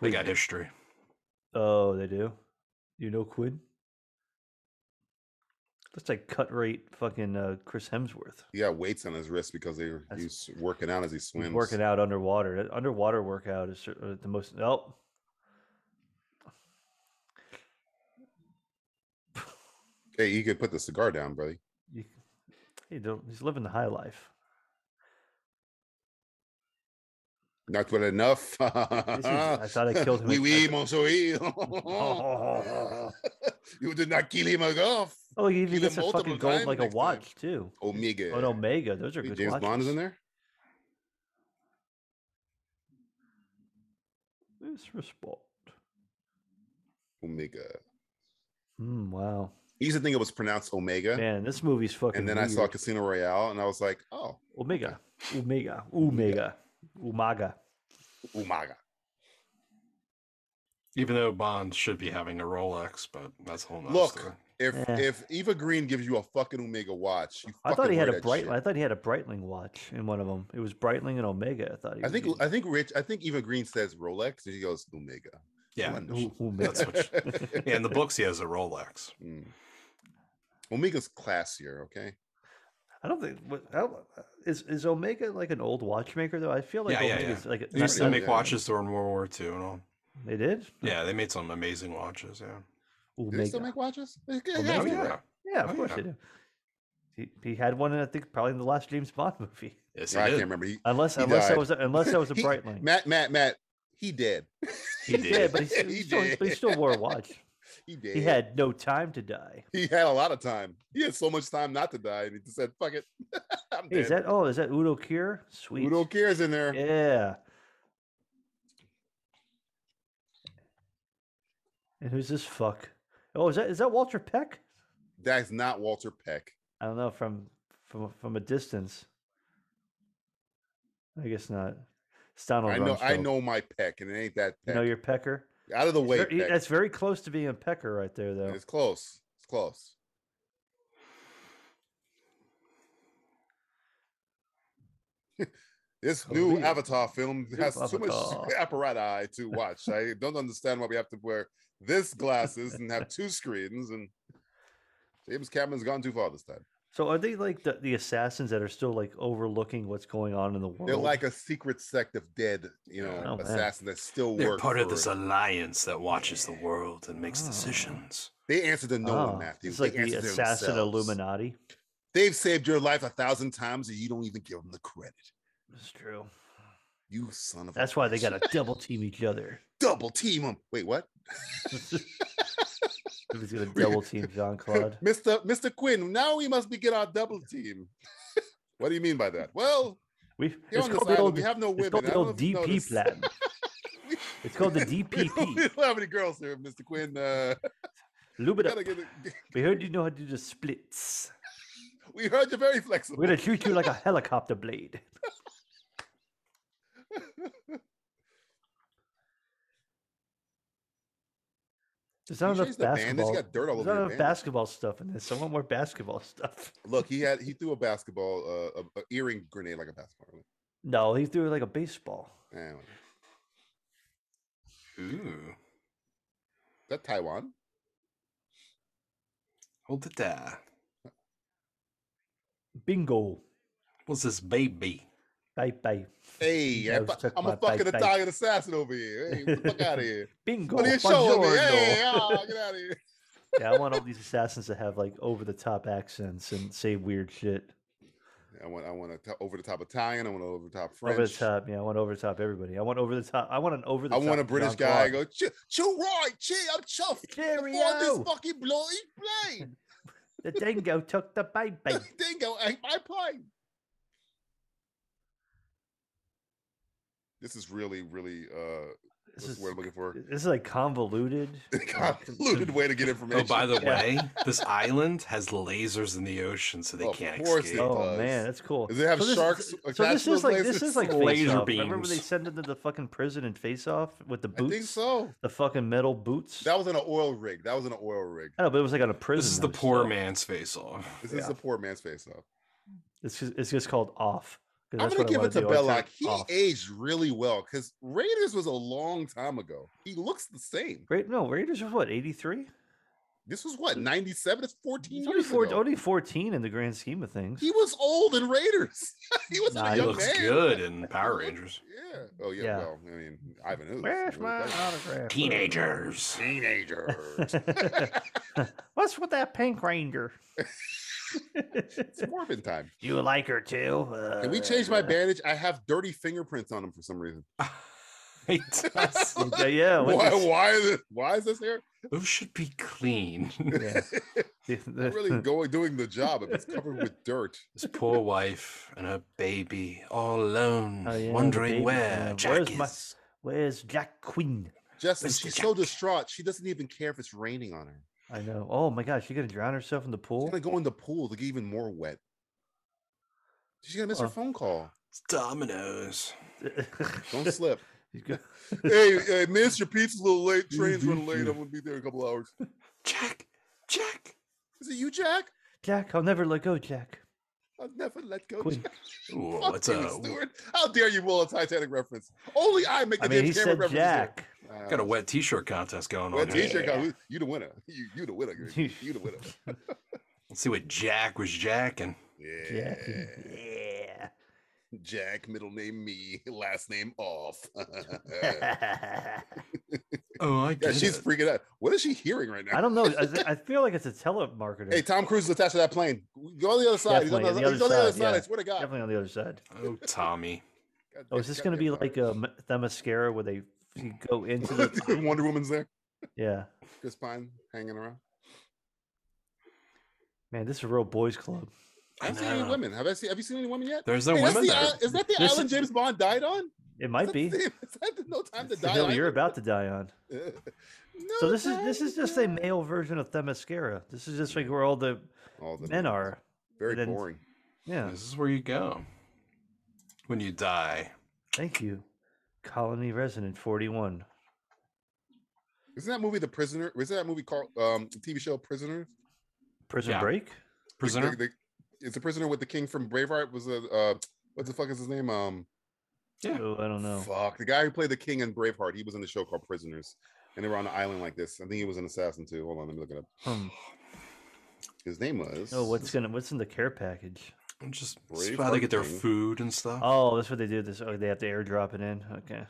Speaker 9: They got history.
Speaker 10: Oh, they do. You know Quinn? Looks like cut rate fucking uh, Chris Hemsworth.
Speaker 8: He got weights on his wrist because they,
Speaker 10: That's-
Speaker 8: he's working out as he
Speaker 10: He's
Speaker 8: swims.
Speaker 10: working out underwater. That underwater workout is cer- uh, the most. Oh.
Speaker 8: Hey, you could put the cigar down, buddy.
Speaker 10: You, hey, don't- he's living the high life.
Speaker 8: Not good enough.
Speaker 10: is- I thought I killed him Oh.
Speaker 8: Oui,
Speaker 10: in-
Speaker 8: oui,
Speaker 10: I-
Speaker 8: mon chéri. you did not kill him enough.
Speaker 10: Oh, he even
Speaker 8: Even
Speaker 10: gets a
Speaker 8: multiple
Speaker 10: fucking gold
Speaker 8: times
Speaker 10: like a
Speaker 8: next time.
Speaker 10: watch too.
Speaker 8: Omega.
Speaker 10: Oh, an Omega. Those are
Speaker 8: Wait,
Speaker 10: good
Speaker 8: James
Speaker 10: watches.
Speaker 8: Bond is in there?
Speaker 10: This respond.
Speaker 8: Omega.
Speaker 10: Mm, wow,
Speaker 8: He used to think it was pronounced Omega.
Speaker 10: man, this movie's fucking.
Speaker 8: and then I saw
Speaker 10: weird.
Speaker 8: Casino Royale and I was like, oh,
Speaker 10: Omega, Omega, Omega, Umaga.
Speaker 8: Umaga.
Speaker 9: Even though Bond should be having a Rolex, but that's a whole nother
Speaker 8: Look,
Speaker 9: story.
Speaker 8: if
Speaker 10: Eh.
Speaker 8: if Eva Green gives you a fucking Omega watch, you
Speaker 10: I thought
Speaker 8: fucking
Speaker 10: he had
Speaker 8: wear
Speaker 10: a
Speaker 8: that
Speaker 10: bright.
Speaker 8: shit.
Speaker 10: I thought he had a Breitling watch in one of them. It was Breitling and Omega. I thought. He
Speaker 8: I
Speaker 10: was
Speaker 8: think
Speaker 10: using.
Speaker 8: I think Rich I think Eva Green says Rolex and she goes Omega.
Speaker 9: Yeah.
Speaker 8: One.
Speaker 10: U- Omega.
Speaker 9: That's what Yeah, in the books he has a Rolex.
Speaker 8: Mm. Omega's classier, okay?
Speaker 10: I don't think. What, I don't, is is Omega like an old watchmaker though? I feel like
Speaker 9: Yeah, yeah,
Speaker 10: Omega's like
Speaker 9: They used
Speaker 10: not-
Speaker 9: to make
Speaker 8: yeah.
Speaker 9: watches during World War II and all.
Speaker 10: They did.
Speaker 9: Yeah, they made some amazing watches. Yeah.
Speaker 8: Do they still make watches? They- they
Speaker 10: Omega.
Speaker 8: have
Speaker 9: Oh,
Speaker 8: to,
Speaker 9: yeah.
Speaker 8: right?
Speaker 10: Yeah, of
Speaker 9: Oh,
Speaker 10: course
Speaker 9: yeah.
Speaker 10: they do. He, he had one, in, I think, probably in the last James Bond movie.
Speaker 9: Yes,
Speaker 8: No, I
Speaker 9: he
Speaker 8: can't
Speaker 9: did.
Speaker 8: remember. He,
Speaker 10: Unless,
Speaker 8: He
Speaker 10: unless
Speaker 8: died.
Speaker 10: that was, a, unless that was a
Speaker 8: He-
Speaker 10: bright line.
Speaker 8: Matt, Matt, Matt, he did.
Speaker 9: He
Speaker 10: Yeah,
Speaker 9: did.
Speaker 10: but he, still,
Speaker 8: He
Speaker 10: he still- but he still wore a watch.
Speaker 8: He did.
Speaker 10: He had no time to die.
Speaker 8: He had a lot of time. He had so much time not to die, and he just said, "Fuck it, I'm
Speaker 10: Hey, is
Speaker 8: dead."
Speaker 10: that? Oh, is that Udo Kier? Sweet.
Speaker 8: Udo Kier's in there.
Speaker 10: Yeah. And who's this fuck? Oh, is that is that Walter Peck?
Speaker 8: That's not Walter Peck.
Speaker 10: I don't know from from from a distance. I guess not. It's Donald
Speaker 8: I know. I
Speaker 10: Rumsfeld.
Speaker 8: know my Peck, and it ain't that
Speaker 10: You
Speaker 8: Peck.
Speaker 10: know your pecker.
Speaker 8: Out of the way,
Speaker 10: Ver- he-
Speaker 8: Peck.
Speaker 10: That's very close to being pecker right there, though.
Speaker 8: It's close. It's close. this new
Speaker 10: Korea.
Speaker 8: Avatar film
Speaker 10: New
Speaker 8: has too much
Speaker 10: Avatar.
Speaker 8: apparatus to watch. I don't understand why we have to wear this glasses and have two screens. And James Cameron's gone too far this time.
Speaker 10: So are they like the, the assassins that are still like overlooking what's going on in the world?
Speaker 8: They're like a secret sect of dead, you know,
Speaker 10: Oh, man.
Speaker 8: assassins that still
Speaker 9: They're
Speaker 8: work.
Speaker 9: part of
Speaker 8: for-
Speaker 9: this alliance that watches the world and makes decisions.
Speaker 8: They answer to no one,
Speaker 10: Ah,
Speaker 8: Matthew.
Speaker 10: It's
Speaker 8: They
Speaker 10: like the
Speaker 8: answer to
Speaker 10: assassin
Speaker 8: themselves.
Speaker 10: Illuminati.
Speaker 8: They've saved your life a thousand times, and you don't even give them the credit.
Speaker 10: It's true.
Speaker 8: You son of. a
Speaker 10: That's why they
Speaker 8: bitch.
Speaker 10: got to double team each other.
Speaker 8: double team him. Wait, what?
Speaker 10: He's going to double team Jean Claude.
Speaker 8: Mr. Mr. Quinn, now we must begin our double team. what do you mean by that? Well,
Speaker 10: We
Speaker 8: Here
Speaker 10: it's
Speaker 8: on this
Speaker 10: called the
Speaker 8: island,
Speaker 10: old,
Speaker 8: we have no
Speaker 10: It's
Speaker 8: women.
Speaker 10: called
Speaker 8: I
Speaker 10: the
Speaker 8: don't
Speaker 10: old
Speaker 8: know if you
Speaker 10: DP
Speaker 8: noticed.
Speaker 10: plan. It's called the
Speaker 8: we don't
Speaker 10: DPP.
Speaker 8: we don't have any girls here, Mr. Quinn. Uh,
Speaker 10: Lube
Speaker 8: we,
Speaker 10: it up.
Speaker 8: gotta get a-
Speaker 10: We heard you know how to do the splits.
Speaker 8: we heard you're very flexible.
Speaker 10: We're going to treat you like a helicopter blade. There's not
Speaker 8: You
Speaker 10: enough
Speaker 8: changed the band. It's
Speaker 10: basketball.
Speaker 8: got dirt all
Speaker 10: There's
Speaker 8: over
Speaker 10: not
Speaker 8: your
Speaker 10: enough
Speaker 8: band.
Speaker 10: basketball stuff in this. I want more basketball stuff.
Speaker 8: Look, he had he threw a basketball, uh, a, a earring grenade like a basketball.
Speaker 10: No, he threw it like a baseball.
Speaker 8: Eh, whatever.
Speaker 9: Ooh.
Speaker 8: Is that Taiwan?
Speaker 9: Hold it there.
Speaker 10: Bingo.
Speaker 9: What's this baby?
Speaker 10: Bye bye.
Speaker 8: Hey,
Speaker 10: Yeah,
Speaker 8: I
Speaker 10: it was
Speaker 8: fu-
Speaker 10: took
Speaker 8: I'm
Speaker 10: my
Speaker 8: a fucking
Speaker 10: bite, bite.
Speaker 8: Italian assassin over here. Hey, get the fuck out of here.
Speaker 10: Bingo.
Speaker 8: What are you showing me?
Speaker 10: buongiorno.
Speaker 8: Hey, ah, get out of here.
Speaker 10: yeah, I want all these assassins to have like over the top accents and say weird shit.
Speaker 8: I want I want a t- over the top Italian. I want an over the top French.
Speaker 10: Over the top. Yeah, I want over the top everybody. I want over the top. I want an over the
Speaker 8: I
Speaker 10: top.
Speaker 8: want a British
Speaker 10: Jean-Claude.
Speaker 8: guy. Go, chew, chew Roy, chew, I'm chuffed. Before this
Speaker 10: Cheerio.
Speaker 8: fucking bloody plane,
Speaker 10: The dingo took the baby.
Speaker 8: this dingo ate my plane. This is really, really uh
Speaker 10: This
Speaker 8: That's
Speaker 10: is
Speaker 8: the word I'm looking for.
Speaker 10: this is like convoluted.
Speaker 8: Convoluted way to get
Speaker 9: Oh,
Speaker 8: information.
Speaker 9: by the
Speaker 10: Yeah.
Speaker 9: way, this island has lasers in the ocean, so they
Speaker 8: Of
Speaker 9: can't
Speaker 8: course
Speaker 9: escape.
Speaker 8: it-
Speaker 10: oh
Speaker 8: does.
Speaker 10: man, that's cool.
Speaker 8: Does it have
Speaker 10: this-
Speaker 8: sharks attached
Speaker 10: so
Speaker 8: to
Speaker 10: this
Speaker 8: those
Speaker 10: is like
Speaker 8: lasers?
Speaker 10: this is like
Speaker 9: Laser
Speaker 10: laser off. Remember when they
Speaker 9: beams.
Speaker 10: send them to the fucking prison and face off with the
Speaker 8: I
Speaker 10: boots?
Speaker 8: think so.
Speaker 10: The fucking metal boots.
Speaker 8: That was on an oil rig. That was on an oil rig.
Speaker 10: I know, but it was like on a prison.
Speaker 9: This is the
Speaker 10: though,
Speaker 9: poor
Speaker 10: so
Speaker 9: man's face off.
Speaker 8: This is the poor man's face off.
Speaker 10: It's just, it's just called off. 'cause
Speaker 8: I'm
Speaker 10: that's
Speaker 8: gonna
Speaker 10: what I
Speaker 8: give
Speaker 10: wanna
Speaker 8: it to
Speaker 10: do. I wanna
Speaker 8: Belloc.
Speaker 10: turn
Speaker 8: He
Speaker 10: off.
Speaker 8: aged really well because Raiders was a long time ago. He looks the same.
Speaker 10: Right? No, Raiders was what eighty three.
Speaker 8: This was what 97. It's 14
Speaker 10: He's
Speaker 8: years
Speaker 10: only, four,
Speaker 8: ago.
Speaker 10: only 14 in the grand scheme of things.
Speaker 8: He was old in Raiders. he was
Speaker 10: Nah,
Speaker 8: a
Speaker 10: he
Speaker 9: He
Speaker 8: young
Speaker 9: looks
Speaker 8: man.
Speaker 9: good in Power
Speaker 8: He looked-
Speaker 9: Rangers.
Speaker 8: Yeah. Oh yeah.
Speaker 10: Yeah.
Speaker 8: Well, I mean, Ivan Ooze.
Speaker 10: Where's
Speaker 8: what
Speaker 10: my
Speaker 8: is that?
Speaker 10: autograph?
Speaker 9: Teenagers.
Speaker 8: Teenagers.
Speaker 10: What's with that pink ranger?
Speaker 8: it's Morbin time.
Speaker 10: you like her too? uh,
Speaker 8: Can we change my bandage? I have dirty fingerprints on him for some reason.
Speaker 9: He does.
Speaker 10: Yeah, yeah. Oh, what
Speaker 8: why?
Speaker 10: is-
Speaker 8: Why is it? Why is this here?
Speaker 9: Those should be clean.
Speaker 10: yeah. The- the-
Speaker 8: I'm really going doing the job if it's covered with dirt.
Speaker 9: His poor wife and her baby, all alone,
Speaker 10: Oh, yeah, the
Speaker 9: wondering
Speaker 10: baby
Speaker 9: where
Speaker 10: time.
Speaker 9: Jack
Speaker 10: Where's
Speaker 9: is.
Speaker 10: my- Where's Jack Quinn?
Speaker 8: Justin,
Speaker 9: Mr.
Speaker 8: she's so
Speaker 9: Jack.
Speaker 8: distraught. She doesn't even care if it's raining on her.
Speaker 10: I know. Oh my gosh, she gonna drown herself in the
Speaker 8: She's
Speaker 10: pool?
Speaker 8: gonna go in the pool to get even more wet. She's gonna miss her
Speaker 10: Well-
Speaker 8: phone call.
Speaker 9: It's Dominoes.
Speaker 8: Don't slip.
Speaker 10: She's go-
Speaker 8: hey, hey, miss your pizza's a little late. Train's running late. I'm gonna be there in a couple hours.
Speaker 9: Jack, Jack.
Speaker 8: Is it you, Jack?
Speaker 10: Jack, I'll never let go, Jack.
Speaker 8: I'll never let go.
Speaker 10: Quinn.
Speaker 8: Jack.
Speaker 9: Ooh,
Speaker 8: Fuck
Speaker 9: what's
Speaker 8: you,
Speaker 9: up?
Speaker 8: Stewart. How dare you pull a Titanic reference? Only I make the
Speaker 10: I mean, he
Speaker 8: damn
Speaker 10: said
Speaker 8: camera reference.
Speaker 10: Jack.
Speaker 8: here. Uh,
Speaker 9: Got a wet t-shirt contest going
Speaker 8: wet
Speaker 9: on. here.
Speaker 8: t-shirt. guy. You the winner. You, you the winner. girl. You the winner.
Speaker 9: Let's see what Jack was jacking.
Speaker 8: Yeah.
Speaker 10: Jack. Yeah.
Speaker 8: Jack, middle name me, last name off. yeah,
Speaker 10: I
Speaker 9: Oh, I get
Speaker 8: she's
Speaker 9: it.
Speaker 8: freaking out. What is she hearing right now?
Speaker 10: don't know. I, th- I feel like it's a telemarketer.
Speaker 8: Hey, Tom Cruise is attached to that plane. Go on the other side. He's on the,
Speaker 10: Definitely,
Speaker 8: he's on the other side. I
Speaker 10: yeah.
Speaker 8: swear to God.
Speaker 10: Definitely on the other side.
Speaker 9: Oh, Tommy.
Speaker 8: God
Speaker 10: Oh,
Speaker 8: damn-
Speaker 10: is this
Speaker 8: God
Speaker 10: going to
Speaker 8: damn
Speaker 10: be
Speaker 8: Tom.
Speaker 10: like a the mascara where they you go into the
Speaker 8: Wonder Woman's there?
Speaker 10: yeah?
Speaker 8: Chris Pine hanging around.
Speaker 10: Man, this is a real boys' club.
Speaker 8: I
Speaker 9: I
Speaker 8: haven't seen any
Speaker 9: know.
Speaker 8: women. Have I seen? Have you seen any women yet?
Speaker 9: There's no
Speaker 8: Hey, that's
Speaker 9: women
Speaker 8: the
Speaker 9: there.
Speaker 8: i- is that the
Speaker 10: This
Speaker 8: island
Speaker 10: is-
Speaker 8: James Bond died on?
Speaker 10: It
Speaker 8: Is
Speaker 10: might
Speaker 8: that
Speaker 10: be.
Speaker 8: the- Is that the no time to
Speaker 10: It's the
Speaker 8: die?
Speaker 10: hill you're
Speaker 8: island?
Speaker 10: about to die on.
Speaker 8: no
Speaker 10: So this is
Speaker 8: time
Speaker 10: this is
Speaker 8: to
Speaker 10: just a
Speaker 8: die.
Speaker 10: male version of Themyscira. This is just like where all the
Speaker 8: All the
Speaker 10: men are.
Speaker 8: very
Speaker 10: then-
Speaker 8: boring.
Speaker 10: Yeah.
Speaker 9: This is where you go when you die.
Speaker 10: Thank you, Colony Resident Forty One.
Speaker 8: Isn't that movie The Prisoner? Isn't that movie called um TV show Prisoner?
Speaker 10: Prison
Speaker 9: Yeah.
Speaker 10: Break.
Speaker 8: Like,
Speaker 9: Prisoner.
Speaker 8: the- the- it's a prisoner with the king from Braveheart. Was a uh, what the fuck is his name? Um,
Speaker 9: Yeah.
Speaker 10: Oh, I don't know.
Speaker 8: fuck the guy who played the king in Braveheart. He was in the show called Prisoners, and they were on an island like this. I think he was an assassin too. Hold on, let me look it up.
Speaker 10: Hmm.
Speaker 8: His name was.
Speaker 10: Oh, what's gonna what's in the care package?
Speaker 9: I'm just
Speaker 8: Brave
Speaker 9: it's how they get their
Speaker 8: Heart King.
Speaker 9: food and stuff.
Speaker 10: Oh, that's what they do. This oh, they have to airdrop it in. Okay.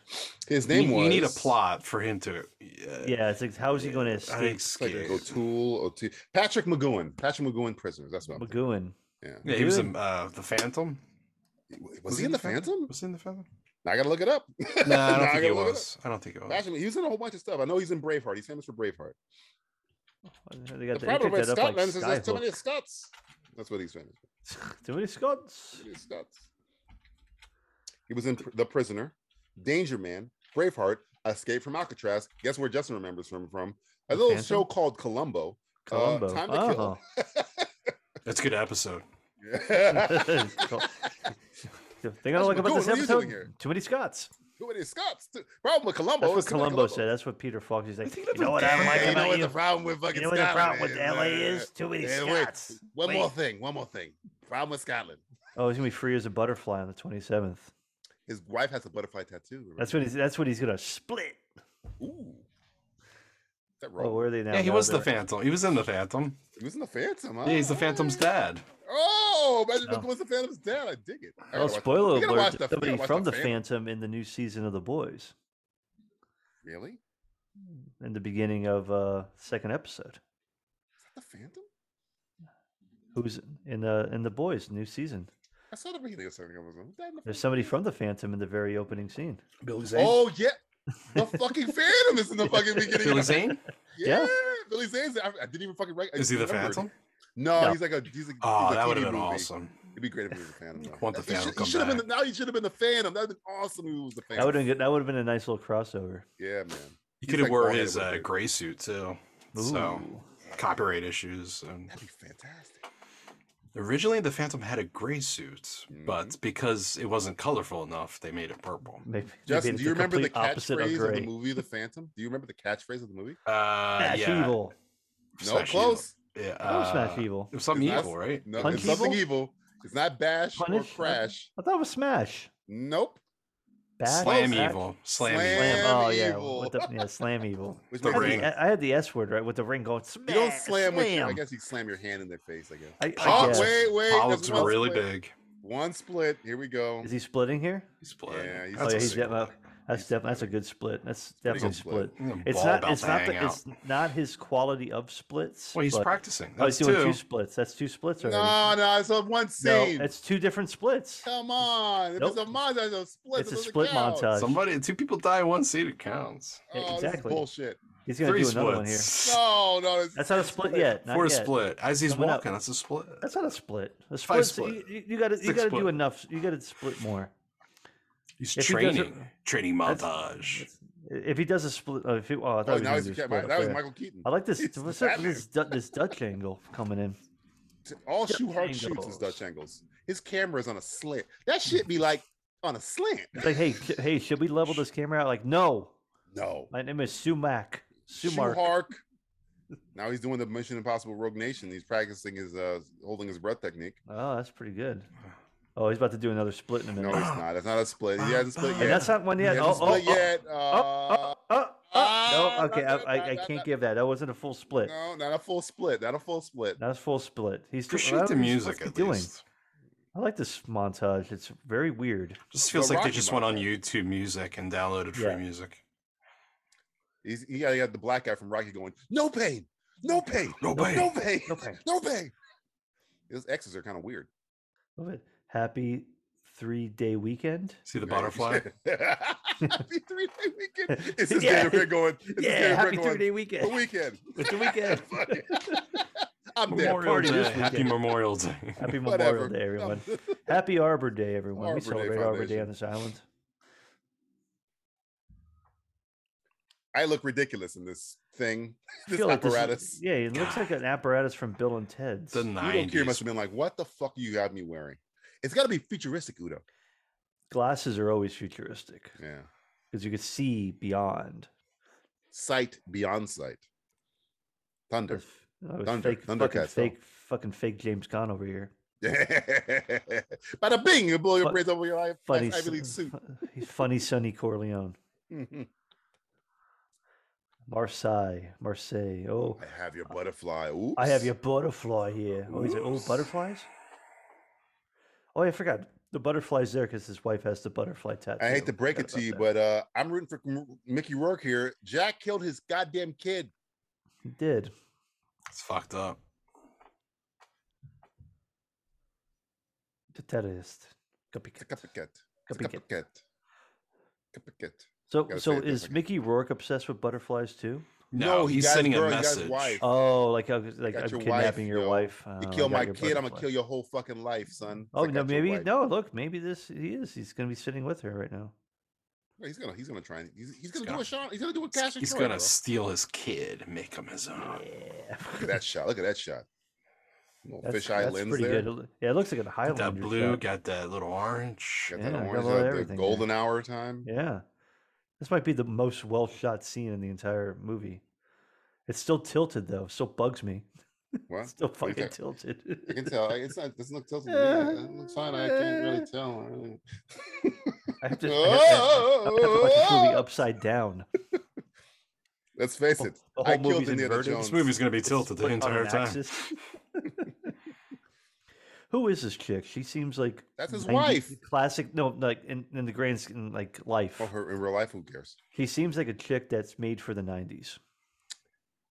Speaker 8: His
Speaker 9: You-
Speaker 8: name
Speaker 9: you,
Speaker 8: was.
Speaker 9: need a plot for him to. Yeah.
Speaker 10: Yeah, it's like how is he going to
Speaker 9: I
Speaker 10: escape
Speaker 9: escape.
Speaker 8: Like O'Toole, O'Toole, Patrick McGowan, Patrick McGowan, Prisoners. That's what. I'm thinking.
Speaker 10: Magooin?
Speaker 8: Yeah.
Speaker 9: Yeah, he was in uh, the Phantom.
Speaker 8: Was, he in the Phantom?
Speaker 9: Was he in the Phantom?
Speaker 8: I gotta look it up.
Speaker 10: Oh.
Speaker 9: No,
Speaker 8: Now
Speaker 9: I don't think
Speaker 8: gotta
Speaker 9: he
Speaker 8: look it up.
Speaker 9: was. I don't think it was.
Speaker 8: Actually, he was in a whole bunch of stuff. I know he's in Braveheart. He's famous for Braveheart.
Speaker 10: They got
Speaker 8: The
Speaker 10: the, they
Speaker 8: problem
Speaker 10: picked
Speaker 8: with
Speaker 10: that up
Speaker 8: Scotland
Speaker 10: like
Speaker 8: is there's too many
Speaker 10: Skyhook.
Speaker 8: Scots. That's what he's famous for.
Speaker 10: Too many Scots.
Speaker 8: Too many Scots. He was in Pr- The Prisoner, Danger Man, Braveheart, Escape from Alcatraz. Guess where Justin remembers from? From a
Speaker 10: The
Speaker 8: little
Speaker 10: Phantom?
Speaker 8: show called Columbo. Uh,
Speaker 10: Columbo.
Speaker 8: Time to
Speaker 10: oh.
Speaker 9: That's a good episode.
Speaker 8: Kill.
Speaker 10: Col- They're gonna
Speaker 8: That's
Speaker 10: look about
Speaker 8: Magooin.
Speaker 10: this
Speaker 8: What are you doing
Speaker 10: episode.
Speaker 8: here?
Speaker 10: Too many Scots.
Speaker 8: too many Scots. Too- Problem with Columbo.
Speaker 10: That's what
Speaker 8: is too many
Speaker 10: Columbo said. That's what Peter Fox. He's like,
Speaker 9: think
Speaker 10: you
Speaker 9: that's
Speaker 10: know
Speaker 9: what
Speaker 10: what I don't like
Speaker 8: Hey, you know
Speaker 10: about
Speaker 8: what the
Speaker 10: you.
Speaker 8: problem with fucking
Speaker 10: You know what the
Speaker 8: Scotland
Speaker 10: problem with
Speaker 8: is?
Speaker 10: LA
Speaker 8: Uh,
Speaker 10: is? Too many
Speaker 8: Yeah, wait.
Speaker 10: Scots.
Speaker 8: One
Speaker 10: Wait.
Speaker 8: more thing. One more thing. Problem with Scotland.
Speaker 10: Oh, he's gonna be free as a butterfly on the 27th.
Speaker 8: His wife has a butterfly tattoo. remember?
Speaker 10: That's what he's. That's what he's gonna split.
Speaker 8: Ooh. Is that
Speaker 10: Oh,
Speaker 8: wrong?
Speaker 10: where are they now?
Speaker 9: Yeah, he
Speaker 10: Now
Speaker 9: was the
Speaker 10: they're-
Speaker 9: Phantom. He was in the Phantom.
Speaker 8: he was in the Phantom. Huh?
Speaker 9: Yeah, he's the Phantom's dad.
Speaker 8: Oh, imagine
Speaker 10: No.
Speaker 8: no. was the Phantom's dad. I dig it. I gotta
Speaker 10: Oh,
Speaker 8: watch the-
Speaker 10: spoiler
Speaker 8: we gotta watch the- we
Speaker 10: alert! to
Speaker 8: gotta
Speaker 10: Somebody
Speaker 8: watch
Speaker 10: from the Phantom in the new season of The Boys
Speaker 8: Really? Is
Speaker 10: in the beginning of uh second episode.
Speaker 8: that the Phantom?
Speaker 10: Who's in the in the Boys new season?
Speaker 8: I saw the beginning of something. I was like, "Who died in the
Speaker 10: There's
Speaker 8: Phantom?"
Speaker 10: somebody from the Phantom in the very opening scene.
Speaker 9: Billy
Speaker 8: Oh yeah. The fucking Phantom is in the fucking beginning.
Speaker 9: Billy Zane?
Speaker 8: Yeah.
Speaker 10: Yeah.
Speaker 8: Billy Zane's. I, I didn't even fucking. Rec- I
Speaker 9: Is he the
Speaker 8: remembered.
Speaker 9: Phantom?
Speaker 8: No,
Speaker 10: No.
Speaker 8: he's like a. He's a he's
Speaker 9: Oh,
Speaker 8: a
Speaker 9: that would
Speaker 8: TV
Speaker 9: have been
Speaker 8: movie.
Speaker 9: awesome.
Speaker 8: He It'd be great if he was a Phantom. Though.
Speaker 9: Want the
Speaker 8: He should-
Speaker 9: Phantom
Speaker 8: he
Speaker 9: come
Speaker 8: should have been. The,
Speaker 9: back.
Speaker 8: now he should have been the Phantom. That'd been awesome. If he was the Phantom.
Speaker 10: That would have been, that would have been a nice little crossover.
Speaker 8: Yeah, man.
Speaker 9: He
Speaker 8: He's
Speaker 9: could have
Speaker 8: like
Speaker 9: wore
Speaker 8: bald-headed
Speaker 9: his
Speaker 8: with a
Speaker 9: uh,
Speaker 8: beard.
Speaker 9: gray suit too. So copyright issues. And
Speaker 8: That'd be fantastic.
Speaker 9: originally, the Phantom had a gray suit,
Speaker 8: Mm-hmm.
Speaker 9: but because it wasn't colorful enough, they made it purple.
Speaker 10: Maybe,
Speaker 8: Justin,
Speaker 10: maybe
Speaker 8: do you
Speaker 10: it's
Speaker 8: remember the
Speaker 10: complete opposite
Speaker 8: catchphrase of,
Speaker 10: gray.
Speaker 8: the movie The Phantom? Do you remember the catchphrase of the movie?
Speaker 9: Uh,
Speaker 10: Smash
Speaker 9: yeah.
Speaker 10: evil.
Speaker 8: No,
Speaker 9: Smash Evil.
Speaker 8: close.
Speaker 9: Yeah,
Speaker 10: That was Smash
Speaker 9: uh,
Speaker 10: Evil.
Speaker 9: It was something
Speaker 8: It's not-
Speaker 9: evil, right?
Speaker 8: No,
Speaker 10: Punch
Speaker 8: it's something
Speaker 10: Evil?
Speaker 8: evil. It's not bash
Speaker 10: Punish?
Speaker 8: or crash.
Speaker 10: I thought it was Smash.
Speaker 8: Nope.
Speaker 10: Back,
Speaker 9: Slam
Speaker 10: back,
Speaker 9: evil. Slam,
Speaker 8: Slam.
Speaker 9: evil.
Speaker 10: Slam. Oh
Speaker 8: evil.
Speaker 10: yeah, with the, yeah, slam evil.
Speaker 8: Which
Speaker 9: The
Speaker 10: I had
Speaker 8: makes
Speaker 10: the-
Speaker 9: ring.
Speaker 8: sense.
Speaker 10: I I had the S word right with the ring going. Smash,
Speaker 8: You don't slam, with your, I
Speaker 10: slam."
Speaker 8: guess you slam your hand in their face, I guess.
Speaker 10: I- I
Speaker 8: oh,
Speaker 10: guess.
Speaker 8: wait, wait.
Speaker 9: Polyps
Speaker 8: there's
Speaker 9: are
Speaker 8: one
Speaker 9: really
Speaker 8: split.
Speaker 9: big.
Speaker 8: One split. Here we go.
Speaker 10: Is he splitting here?
Speaker 9: He's blood.
Speaker 8: Yeah, he's-
Speaker 10: Oh
Speaker 9: a
Speaker 10: yeah, he's
Speaker 9: sick-
Speaker 10: definitely that's definitely that's a good split. That's
Speaker 8: pretty good
Speaker 10: definitely split.
Speaker 9: Mm,
Speaker 10: It's
Speaker 9: ball
Speaker 10: not.
Speaker 9: about
Speaker 10: It's
Speaker 9: to
Speaker 10: not.
Speaker 9: hang
Speaker 10: The, it's not his quality of splits.
Speaker 9: Well, he's
Speaker 10: but-
Speaker 9: practicing.
Speaker 10: Oh, he's
Speaker 9: That's
Speaker 10: doing two.
Speaker 9: two.
Speaker 10: splits. That's two splits already.
Speaker 8: No, no, it's a one
Speaker 10: No,
Speaker 8: scene.
Speaker 10: it's two different splits.
Speaker 8: Come on. If
Speaker 10: Nope.
Speaker 8: it's a montage, it's a split.
Speaker 10: It's
Speaker 8: it
Speaker 10: a
Speaker 8: doesn't
Speaker 10: split
Speaker 8: count.
Speaker 10: montage. E,
Speaker 9: Somebody, two people die in one seat. It counts.
Speaker 8: Oh, this is
Speaker 10: Exactly.
Speaker 8: bullshit.
Speaker 10: He's gonna
Speaker 9: Three
Speaker 10: do another one here.
Speaker 9: splits.
Speaker 8: No, no. Oh, It's,
Speaker 10: That's not a split yet. Not
Speaker 9: Four
Speaker 10: yet.
Speaker 9: split. As he's
Speaker 10: Coming up.
Speaker 9: walking, that's a split.
Speaker 10: That's not a split. A split.
Speaker 9: split.
Speaker 10: You, you gotta. You
Speaker 9: Six
Speaker 10: gotta do
Speaker 9: split.
Speaker 10: enough. You gotta split more.
Speaker 9: He's
Speaker 10: If he doesn't-
Speaker 9: training. Training
Speaker 10: That's-
Speaker 9: montage.
Speaker 10: If he does a split, oh, if he, oh, I thought
Speaker 8: oh,
Speaker 10: he was
Speaker 8: now
Speaker 10: gonna
Speaker 8: it's,
Speaker 10: do a
Speaker 8: that
Speaker 10: split up
Speaker 8: was
Speaker 10: there.
Speaker 8: Michael Keaton.
Speaker 10: I like this.
Speaker 8: It's
Speaker 10: What's
Speaker 8: the
Speaker 10: up with
Speaker 8: Batman.
Speaker 10: this, Du- this Dutch angle coming in?
Speaker 8: All Shuhart shoots is
Speaker 10: angles.
Speaker 8: Dutch angles. His camera is on a slant. That shit be like on a slant.
Speaker 10: It's like, hey, sh- hey, should we level this camera out? Like, no.
Speaker 8: No.
Speaker 10: My name is Sumac. Sumark.
Speaker 8: Shuhart. Now he's doing the Mission Impossible Rogue Nation. He's practicing his uh, holding his breath technique.
Speaker 10: Oh, that's pretty good. Oh, he's about to do another split in a
Speaker 8: No,
Speaker 10: minute.
Speaker 8: it's not. That's not a split. He hasn't split
Speaker 10: And
Speaker 8: yet.
Speaker 10: that's not one
Speaker 8: He
Speaker 10: yet.
Speaker 8: hasn't
Speaker 10: Oh, oh,
Speaker 8: split
Speaker 10: oh,
Speaker 8: yet.
Speaker 10: oh,
Speaker 8: Uh,
Speaker 10: oh, oh.
Speaker 8: Ah,
Speaker 10: No, okay, I,
Speaker 8: not-
Speaker 10: I, I
Speaker 8: not-
Speaker 10: can't
Speaker 8: not-
Speaker 10: give that. That wasn't a full split.
Speaker 8: No, not a full split. Not a full split.
Speaker 10: That's full split. He's doing-
Speaker 9: Appreciate
Speaker 10: what
Speaker 9: the
Speaker 10: is he
Speaker 9: music
Speaker 10: supposed
Speaker 9: at
Speaker 10: to be
Speaker 9: least.
Speaker 10: I like this montage. It's very weird.
Speaker 9: Just feels
Speaker 8: The
Speaker 9: like they
Speaker 8: Rocky
Speaker 9: just went on
Speaker 8: Mountain.
Speaker 9: YouTube Music and downloaded free
Speaker 10: Yeah.
Speaker 9: music.
Speaker 8: He's, he got he got the black guy from Rocky going, no pain, no pain,
Speaker 9: No pain.
Speaker 8: no pain,
Speaker 10: No pain.
Speaker 8: no pain. His X's are kind of weird.
Speaker 10: Love it. Happy three day weekend.
Speaker 9: See the
Speaker 8: Right.
Speaker 9: butterfly?
Speaker 8: happy three day weekend. It's this
Speaker 10: Yeah.
Speaker 8: Daniel Craig going. It's this
Speaker 10: Yeah,
Speaker 8: Daniel
Speaker 10: happy
Speaker 8: Craig
Speaker 10: three
Speaker 8: going.
Speaker 10: day
Speaker 8: The
Speaker 10: weekend.
Speaker 8: weekend.
Speaker 10: With the weekend.
Speaker 8: I'm dead.
Speaker 9: Memorial
Speaker 10: party
Speaker 9: Day.
Speaker 10: this
Speaker 9: Happy
Speaker 10: weekend.
Speaker 9: Memorial Day.
Speaker 10: Happy
Speaker 8: Whatever.
Speaker 10: Memorial Day, everyone.
Speaker 8: Um,
Speaker 10: Happy Arbor Day, everyone.
Speaker 8: Arbor
Speaker 10: we
Speaker 8: Day
Speaker 10: celebrate Arbor Day
Speaker 8: Foundation.
Speaker 10: on this island.
Speaker 8: I look ridiculous in this thing,
Speaker 10: I
Speaker 8: this
Speaker 10: feel like is-
Speaker 8: apparatus.
Speaker 10: yeah, it looks like an apparatus from Bill and Ted's.
Speaker 9: The
Speaker 8: Udo Kier must
Speaker 9: 90s.
Speaker 8: have been like, "What the fuck you have me wearing?" It's got to be futuristic, Udo.
Speaker 10: Glasses are always futuristic
Speaker 8: Yeah,
Speaker 10: because you can see beyond.
Speaker 8: sight beyond sight. Thunder.
Speaker 10: That's- I was
Speaker 8: Thunder-
Speaker 10: fake, fucking
Speaker 8: Thundercats, though.
Speaker 10: fake, fucking fake James Conn over here.
Speaker 8: Bada bing! You blow your
Speaker 10: Fu-
Speaker 8: brains over your eye.
Speaker 10: Funny,
Speaker 8: Ivy
Speaker 10: son-
Speaker 8: League suit.
Speaker 10: he's funny, Sonny Corleone. Marseille, Marseille. Oh,
Speaker 8: I have your butterfly. Oops.
Speaker 10: I have your butterfly here. Oh, he's like, oh, butterflies? Oh, I forgot. The butterfly's there because his wife has the butterfly tattoo.
Speaker 8: I hate to break it
Speaker 10: Forgot
Speaker 8: to you,
Speaker 10: about that.
Speaker 8: but uh, I'm rooting for M- Mickey Rourke here. Jack killed his goddamn kid.
Speaker 10: He did.
Speaker 9: It's fucked up.
Speaker 10: The terrorist.
Speaker 8: It's a
Speaker 10: Copycat.
Speaker 8: copycat. It's a
Speaker 10: Copycat.
Speaker 8: copycat. Copycat.
Speaker 10: So,
Speaker 8: Gotta say
Speaker 10: so
Speaker 8: it
Speaker 10: is
Speaker 8: differently.
Speaker 10: Mickey Rourke obsessed with butterflies too?
Speaker 9: No,
Speaker 8: No, he
Speaker 9: he's
Speaker 8: got his
Speaker 9: sending a
Speaker 8: girl, he got his
Speaker 9: message.
Speaker 8: wife.
Speaker 10: Oh, like I was- like
Speaker 8: got
Speaker 10: I'm
Speaker 8: your wife,
Speaker 10: kidnapping your
Speaker 8: yo.
Speaker 10: wife.
Speaker 8: You
Speaker 10: Oh, I
Speaker 8: kill
Speaker 10: got
Speaker 8: my
Speaker 10: your
Speaker 8: kid, I'm gonna
Speaker 10: butterfly.
Speaker 8: kill your whole fucking life, son. It's
Speaker 10: Oh
Speaker 8: like,
Speaker 10: no,
Speaker 8: "That's your
Speaker 10: maybe
Speaker 8: wife."
Speaker 10: no. Look, maybe this he is. He's gonna be sitting with her right now.
Speaker 8: No, He's gonna he's gonna try and he's, he's gonna do
Speaker 9: gonna-
Speaker 8: a shot. He's gonna do a cash. and
Speaker 9: He's
Speaker 8: Troy,
Speaker 9: gonna
Speaker 8: bro.
Speaker 9: steal his kid, and make him his own.
Speaker 8: Look at that shot. Look at that shot. Little
Speaker 10: That's,
Speaker 8: fisheye
Speaker 10: that's
Speaker 8: lens
Speaker 10: pretty
Speaker 8: there.
Speaker 10: good. It loo- Yeah, it looks like a
Speaker 9: Got
Speaker 10: Highlander.
Speaker 9: that blue,
Speaker 10: shot.
Speaker 9: got that little orange.
Speaker 8: Got
Speaker 10: Yeah,
Speaker 8: that
Speaker 10: got a
Speaker 8: orange, uh,
Speaker 10: little
Speaker 8: the
Speaker 10: everything there.
Speaker 8: golden hour time.
Speaker 10: Yeah, this might be the most well shot scene in the entire movie. It's still tilted though. Still bugs me.
Speaker 8: What?
Speaker 10: It's still
Speaker 8: What do you
Speaker 10: fucking
Speaker 8: think?
Speaker 10: tilted.
Speaker 8: I can tell. I- It's not. Doesn't look tilted. to me. It looks fine. I can't really tell. I really-
Speaker 10: I have to. I have, to I have to watch this movie upside down.
Speaker 8: Let's face it.
Speaker 10: Oh, The
Speaker 8: I
Speaker 10: whole
Speaker 8: killed
Speaker 10: movie's
Speaker 8: Indiana
Speaker 10: inverted.
Speaker 8: Jones.
Speaker 9: This movie's gonna be tilted the
Speaker 10: Split on
Speaker 9: entire
Speaker 10: an
Speaker 9: time.
Speaker 10: axis. Who is this chick? She seems like
Speaker 8: That's his
Speaker 10: 90
Speaker 8: wife.
Speaker 10: Classic, no, like in, in the grand scheme, like life.
Speaker 8: Oh, her in real life. Who cares?
Speaker 10: She seems like a chick that's made for the '90s.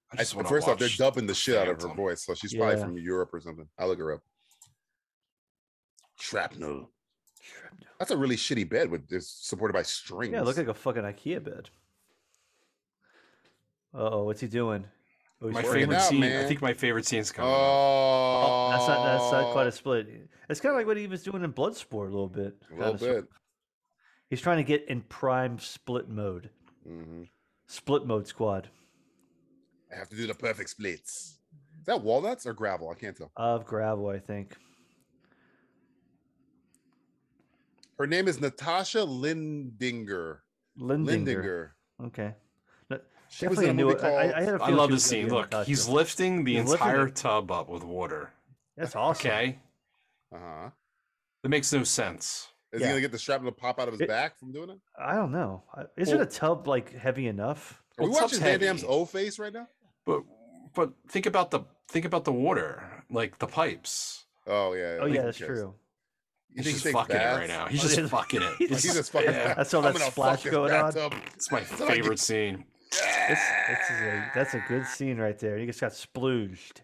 Speaker 9: I
Speaker 8: I,
Speaker 9: just wanna
Speaker 8: first off, they're
Speaker 9: watch
Speaker 8: dubbing the shit out of her
Speaker 9: Phantom.
Speaker 8: voice, so she's probably
Speaker 10: Yeah.
Speaker 8: from Europe or something. I'll look her up. Shrapnel. That's a really shitty bed with it's supported by strings.
Speaker 10: Yeah, look like a fucking IKEA bed. Uh oh, what's he doing? he's
Speaker 9: My
Speaker 10: working.
Speaker 9: favorite
Speaker 8: out,
Speaker 9: scene. I
Speaker 8: man.
Speaker 9: think my favorite scene's coming. up.
Speaker 8: Oh,
Speaker 10: Oh, that's not that's not quite a split. It's kind of like what he was doing in Bloodsport a little bit.
Speaker 8: a little
Speaker 10: kinda sort-
Speaker 8: bit.
Speaker 10: He's trying to get in prime split mode.
Speaker 8: Mhm.
Speaker 10: Split mode squad.
Speaker 8: I have to do the perfect splits. Is that walnuts or gravel? I can't tell.
Speaker 10: Of gravel, I think.
Speaker 8: Her name is Natasha Lindinger.
Speaker 10: Lindinger.
Speaker 8: Lindinger.
Speaker 10: Okay. No-
Speaker 8: She was
Speaker 10: definitely
Speaker 8: in a
Speaker 10: knew
Speaker 8: movie
Speaker 10: it. I-
Speaker 8: called.
Speaker 10: I, I had a
Speaker 9: I
Speaker 10: feeling
Speaker 9: love
Speaker 10: she
Speaker 9: this
Speaker 10: was gonna
Speaker 9: scene.
Speaker 10: be in
Speaker 9: Look, he's
Speaker 10: Natasha.
Speaker 9: lifting the
Speaker 10: He's lifting
Speaker 9: entire
Speaker 10: it.
Speaker 9: tub up with water.
Speaker 10: That's awesome.
Speaker 9: Okay,
Speaker 8: uh-huh.
Speaker 9: that makes no sense.
Speaker 8: Is
Speaker 10: Yeah.
Speaker 8: he gonna get the strap to pop out of his
Speaker 10: It-
Speaker 8: back from doing it?
Speaker 10: I don't know. I- Isn't a tub like heavy enough?
Speaker 8: Are we
Speaker 9: Well,
Speaker 8: watching
Speaker 9: tub's
Speaker 8: Van Damme's
Speaker 9: heavy.
Speaker 8: O face right now?
Speaker 9: But but think about the think about the water, like the pipes.
Speaker 8: Oh yeah.
Speaker 10: Oh
Speaker 8: who
Speaker 10: yeah, that's
Speaker 8: cares?
Speaker 10: true.
Speaker 8: You
Speaker 9: He's
Speaker 8: think
Speaker 9: just
Speaker 8: he takes
Speaker 9: fucking it right
Speaker 8: baths?
Speaker 9: now. He's
Speaker 10: Oh,
Speaker 9: just
Speaker 10: yeah.
Speaker 9: fucking it. It's,
Speaker 8: He's just fucking.
Speaker 9: yeah,
Speaker 10: I saw that
Speaker 8: I'm gonna
Speaker 10: splash
Speaker 8: fuck this
Speaker 10: going on.
Speaker 8: bathtub.
Speaker 9: it's my
Speaker 8: It's like you-
Speaker 9: favorite scene.
Speaker 10: That's, that's, a, that's a good scene right there. He just got splooged.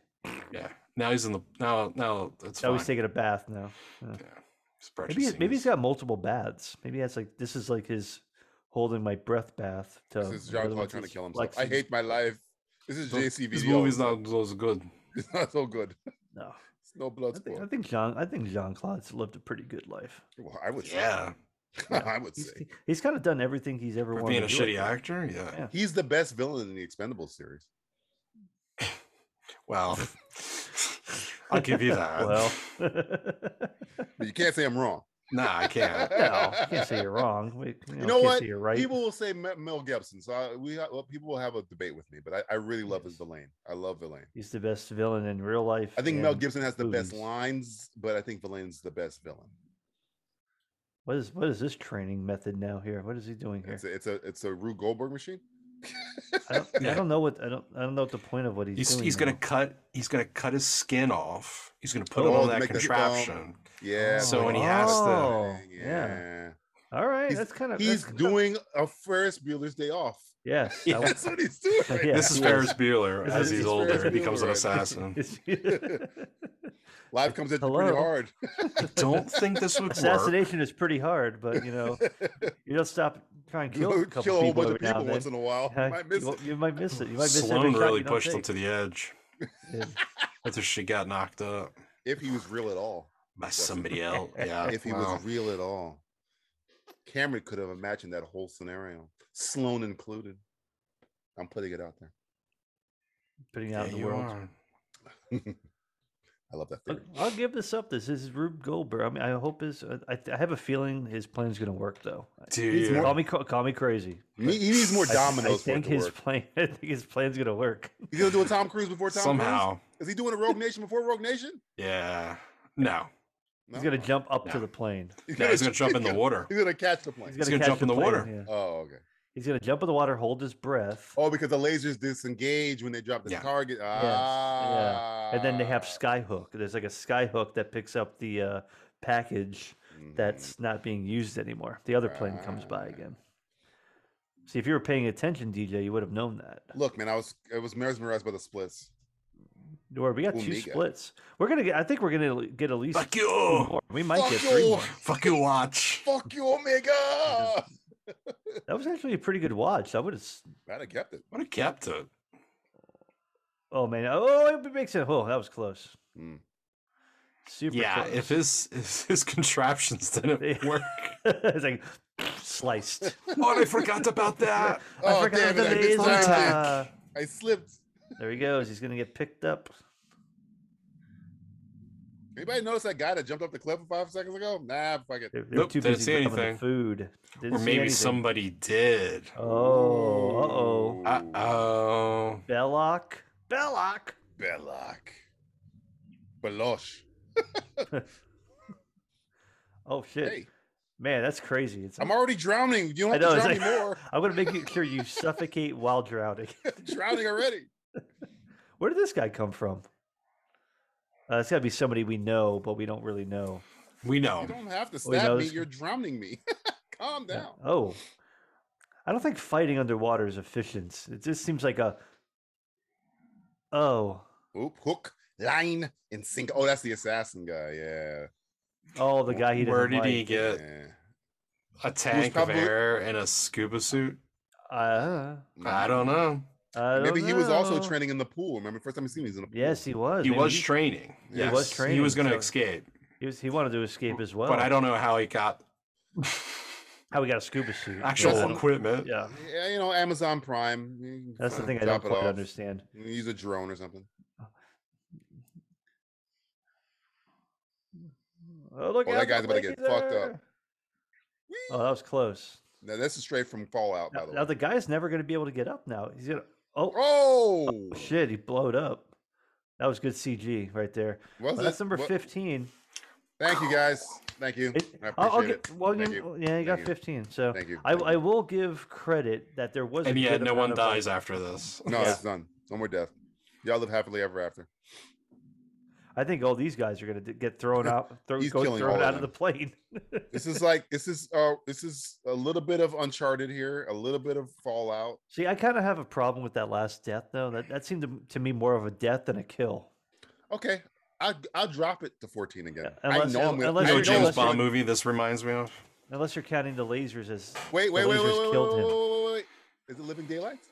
Speaker 9: Yeah. Now he's in the now now it's
Speaker 10: Now
Speaker 9: fine.
Speaker 10: he's taking a bath now. Yeah.
Speaker 9: His pressure
Speaker 10: Maybe he-
Speaker 9: scene
Speaker 10: maybe
Speaker 9: is-
Speaker 10: he's got multiple baths. Maybe that's like this is like his holding my breath bath. To
Speaker 8: This is John Claude trying to kill himself. I
Speaker 10: flexing.
Speaker 8: hate my life. This is
Speaker 9: Look,
Speaker 8: JCVD.
Speaker 9: This movie's not as good.
Speaker 8: It's not so good.
Speaker 10: No,
Speaker 8: It's no
Speaker 10: I
Speaker 8: blood
Speaker 10: think, I
Speaker 8: sport.
Speaker 10: think Jean. I think Jean Claude's lived a pretty good life.
Speaker 8: Well, I would say.
Speaker 9: Yeah.
Speaker 8: I would
Speaker 10: He's,
Speaker 8: say.
Speaker 10: he's kind of done everything he's ever
Speaker 9: For
Speaker 10: wanted.
Speaker 9: being a
Speaker 10: to do, I
Speaker 9: shitty
Speaker 10: think.
Speaker 9: actor, yeah.
Speaker 10: Yeah.
Speaker 8: He's the best villain in the Expendables series.
Speaker 9: Well, I'll give you that.
Speaker 10: Well,
Speaker 8: But you can't say I'm wrong.
Speaker 9: nah, I can't.
Speaker 10: no, you can't say you're wrong. We, you know,
Speaker 8: You know
Speaker 10: can't
Speaker 8: what?
Speaker 10: Say you're right.
Speaker 8: People will say Me- Mel Gibson. So I, we well, people will have a debate with me, but I, I really love his Villain. I love Villain.
Speaker 10: He's the best villain in real life.
Speaker 8: I think Mel
Speaker 10: and
Speaker 8: Gibson has the best
Speaker 10: movies.
Speaker 8: lines, but I think Villain's the best villain.
Speaker 10: What is what is this training method now here? What is he doing here?
Speaker 8: It's a it's a it's a Rube Goldberg machine.
Speaker 10: I don't, I
Speaker 9: Yeah.
Speaker 10: don't know what I don't I don't know what the point of what he's,
Speaker 9: He's
Speaker 10: doing.
Speaker 9: he's gonna
Speaker 10: now.
Speaker 9: cut he's gonna cut his skin off. He's gonna put
Speaker 8: Oh,
Speaker 9: it on
Speaker 8: to
Speaker 9: that
Speaker 8: make the
Speaker 9: contraption.
Speaker 8: film. Yeah.
Speaker 9: So
Speaker 8: like
Speaker 9: when he
Speaker 8: that
Speaker 9: has to-
Speaker 8: kind of thing,
Speaker 10: Oh, yeah.
Speaker 8: yeah.
Speaker 10: All right,
Speaker 8: He's-
Speaker 10: that's kind of
Speaker 8: He's
Speaker 10: that's kind
Speaker 8: doing a Ferris Bueller's Day Off.
Speaker 10: Yes. I
Speaker 8: That's what he's doing. right
Speaker 10: Yeah,
Speaker 9: this is
Speaker 10: he
Speaker 9: Ferris Bueller.
Speaker 10: This
Speaker 9: As
Speaker 10: is-
Speaker 9: he's
Speaker 10: this is
Speaker 9: older,
Speaker 8: Ferris
Speaker 9: he becomes an
Speaker 8: Bueller.
Speaker 9: assassin.
Speaker 10: was-
Speaker 8: Life comes at you pretty
Speaker 10: Hello?
Speaker 8: hard.
Speaker 9: I don't think this would work.
Speaker 10: Assassination is pretty hard, but you know, you don't stop trying to kill a couple
Speaker 8: Kill a whole
Speaker 10: people
Speaker 8: bunch
Speaker 10: every
Speaker 8: of people
Speaker 10: now and
Speaker 8: once
Speaker 10: then.
Speaker 8: in a while.
Speaker 10: Yeah,
Speaker 8: You might miss
Speaker 10: you,
Speaker 8: it.
Speaker 10: you might miss it. You might miss every
Speaker 9: Sloan
Speaker 10: shot
Speaker 9: really
Speaker 10: you don't
Speaker 9: pushed him
Speaker 10: take.
Speaker 9: to the edge
Speaker 10: Yeah.
Speaker 9: after she got knocked up
Speaker 8: If he was real at all.
Speaker 9: by somebody else. Yeah.
Speaker 8: If he
Speaker 9: wow.
Speaker 8: was real at all. Cameron could have imagined that whole scenario, Sloan included. I'm putting it out there.
Speaker 10: putting out in
Speaker 9: Yeah,
Speaker 10: the
Speaker 9: you
Speaker 10: world.
Speaker 9: are.
Speaker 8: I love that
Speaker 10: I'll-
Speaker 8: theory.
Speaker 10: I'll give this up. This is Rube Goldberg. I mean, I hope his. I- I, I have a feeling his plan's going to work, though.
Speaker 9: Dude,
Speaker 10: Call me, cra- call me crazy.
Speaker 8: Me- He needs more
Speaker 10: I th- I,
Speaker 8: dominoes for it
Speaker 10: think
Speaker 8: to
Speaker 10: his
Speaker 8: work.
Speaker 10: plan. I think his plan's going to work.
Speaker 8: He's gonna do a Tom Cruise before Tom Cruise.
Speaker 9: somehow.
Speaker 8: Is he doing a Rogue Nation before Rogue Nation?
Speaker 9: Yeah. No.
Speaker 8: No.
Speaker 10: He's going to jump up to
Speaker 9: No.
Speaker 10: the plane.
Speaker 9: No, he's gonna jump in the water.
Speaker 8: He's gonna catch the plane.
Speaker 10: He's going to
Speaker 9: gonna jump in the water.
Speaker 8: Oh, okay.
Speaker 10: He's going to jump in the water, hold his breath,
Speaker 8: Oh, because the lasers disengage when they drop the
Speaker 9: Yeah.
Speaker 8: target. Ah.
Speaker 10: yeah. and then they have Skyhook. There's like a Skyhook that picks up the uh, package
Speaker 8: Mm.
Speaker 10: that's not being used anymore. The other plane comes by
Speaker 8: Ah.
Speaker 10: again. See, if you were paying attention, DJ, you would have known that.
Speaker 8: Look, man, I was I was mesmerized by the splits.
Speaker 10: Or we got two
Speaker 8: Omega.
Speaker 10: splits. We're gonna get. I think we're gonna get at least
Speaker 9: Fuck
Speaker 10: two
Speaker 9: you.
Speaker 10: more. We might
Speaker 8: Fuck
Speaker 10: get three
Speaker 8: you.
Speaker 10: more.
Speaker 9: Fuck you, watch.
Speaker 8: Fuck you, Omega.
Speaker 10: That was actually a pretty good watch. I would have.
Speaker 8: I'd have kept it.
Speaker 9: What a kept it.
Speaker 10: Oh man. Oh, it makes it. Oh, that was close.
Speaker 8: Mm.
Speaker 10: Super.
Speaker 9: Yeah,
Speaker 10: close.
Speaker 9: if his if his contraptions didn't
Speaker 10: Yeah.
Speaker 9: work.
Speaker 10: it's like sliced.
Speaker 9: oh, I forgot about that.
Speaker 8: Oh,
Speaker 10: I forgot
Speaker 8: damn it,
Speaker 10: the
Speaker 8: I missed
Speaker 10: laser. Uh,
Speaker 8: that. I slipped.
Speaker 10: There he goes. He's gonna get picked up.
Speaker 8: Anybody notice that guy that jumped off the cliff five seconds ago? Nah, fuck it.
Speaker 10: They're, they're
Speaker 9: Nope,
Speaker 10: too
Speaker 9: didn't
Speaker 10: busy
Speaker 9: see
Speaker 10: grabbing the
Speaker 9: anything.
Speaker 10: food. Didn't
Speaker 9: Or
Speaker 10: see
Speaker 9: maybe
Speaker 10: anything.
Speaker 9: somebody did.
Speaker 10: Oh, uh oh.
Speaker 9: Uh oh.
Speaker 10: Belloc. Belloc.
Speaker 8: Belloc. Belosh.
Speaker 10: Oh shit,
Speaker 8: Hey,
Speaker 10: man, that's crazy. It's
Speaker 8: I'm already drowning. You don't
Speaker 10: I
Speaker 8: have
Speaker 10: know.
Speaker 8: to drown
Speaker 10: It's like,
Speaker 8: anymore.
Speaker 10: I'm gonna make you sure you suffocate while drowning.
Speaker 8: drowning already.
Speaker 10: Where did this guy come from? Uh, it's gotta be somebody we know, but we don't really know.
Speaker 9: We know.
Speaker 8: You don't have to
Speaker 10: Oh, you know
Speaker 8: stab me.
Speaker 10: this-
Speaker 8: You're drowning me. Calm
Speaker 10: Yeah.
Speaker 8: down.
Speaker 10: Oh, I don't think fighting underwater is efficient. It just seems like a. Oh,
Speaker 8: Oop, hook, line, and sink. Oh, that's the assassin guy. Yeah.
Speaker 10: oh, the guy he didn't
Speaker 9: Where did he
Speaker 10: like.
Speaker 9: get
Speaker 8: yeah.
Speaker 9: a tank
Speaker 8: probably-
Speaker 9: of air and a scuba suit?
Speaker 10: Uh,
Speaker 9: I don't know.
Speaker 10: I
Speaker 8: Maybe
Speaker 10: don't
Speaker 8: he was also
Speaker 10: know.
Speaker 8: training in the pool. Remember, first time we seen him, he's in the pool.
Speaker 10: Yes, he was.
Speaker 9: He
Speaker 10: Maybe
Speaker 9: was training.
Speaker 8: He was
Speaker 9: He was
Speaker 10: training,
Speaker 9: going to
Speaker 10: so-
Speaker 9: escape,
Speaker 10: He was. He wanted to escape as well.
Speaker 9: but I don't know how he got
Speaker 10: How we got a scuba suit?
Speaker 9: actual
Speaker 10: yeah.
Speaker 9: equipment.
Speaker 10: Yeah,
Speaker 8: Uh, Yeah, you know, Amazon Prime. you can
Speaker 10: that's the
Speaker 8: fi-
Speaker 10: thing I
Speaker 8: drop
Speaker 10: don't
Speaker 8: it
Speaker 10: quite
Speaker 8: off.
Speaker 10: understand.
Speaker 8: You can Use a drone or something.
Speaker 10: Oh look!
Speaker 8: Oh,
Speaker 10: out,
Speaker 8: that guy's
Speaker 10: the
Speaker 8: about to get fucked up.
Speaker 10: laser! Oh, that was close.
Speaker 8: Now this is straight from Fallout, by
Speaker 10: Now,
Speaker 8: the
Speaker 10: now
Speaker 8: way.
Speaker 10: the guy's never going to be able to get up. Now he's gonna. Oh,
Speaker 8: Oh,
Speaker 10: shit! He blowed up. That was good CG right there.
Speaker 8: was
Speaker 10: Well,
Speaker 8: it?
Speaker 10: that's number
Speaker 8: Wha-
Speaker 10: fifteen.
Speaker 8: Thank you guys. Thank you.
Speaker 10: It-
Speaker 8: I appreciate
Speaker 10: I'll- I'll
Speaker 8: it.
Speaker 10: get- well,
Speaker 8: Thank
Speaker 10: you-
Speaker 8: you.
Speaker 10: well, yeah, you got
Speaker 8: Thank you.
Speaker 10: 15. So
Speaker 8: Thank you.
Speaker 10: I,
Speaker 8: Thank
Speaker 10: I
Speaker 8: you.
Speaker 10: will give credit that there was. a
Speaker 9: And yet,
Speaker 10: good
Speaker 9: no one
Speaker 10: amount of, like-
Speaker 9: dies after this.
Speaker 8: No,
Speaker 10: Yeah.
Speaker 8: it's done. No more death. Y'all live happily ever after.
Speaker 10: I think all these guys are going to get thrown out, throw,
Speaker 8: He's
Speaker 10: go
Speaker 8: killing
Speaker 10: thrown
Speaker 8: all of
Speaker 10: out of the
Speaker 8: them.
Speaker 10: plane.
Speaker 8: This is like this is uh this is a little bit of Uncharted here, a little bit of Fallout.
Speaker 10: See, I kind of have a problem with that last death though. That that seemed to, to me more of a death than a kill.
Speaker 8: Okay, I I'll drop it to fourteen again.
Speaker 10: unless-
Speaker 8: I know I'm gonna.
Speaker 10: unless
Speaker 9: You
Speaker 8: I know I'm
Speaker 10: you're-
Speaker 9: know what James
Speaker 10: unless
Speaker 8: gonna-
Speaker 10: you're-
Speaker 9: Bond movie this reminds me of?
Speaker 10: Unless you're counting the lasers as
Speaker 8: Wait, wait,
Speaker 10: the
Speaker 8: wait, wait,
Speaker 10: lasers
Speaker 8: wait, wait,
Speaker 10: killed
Speaker 8: wait,
Speaker 10: him.
Speaker 8: wait, wait, wait. Is it Living Daylights?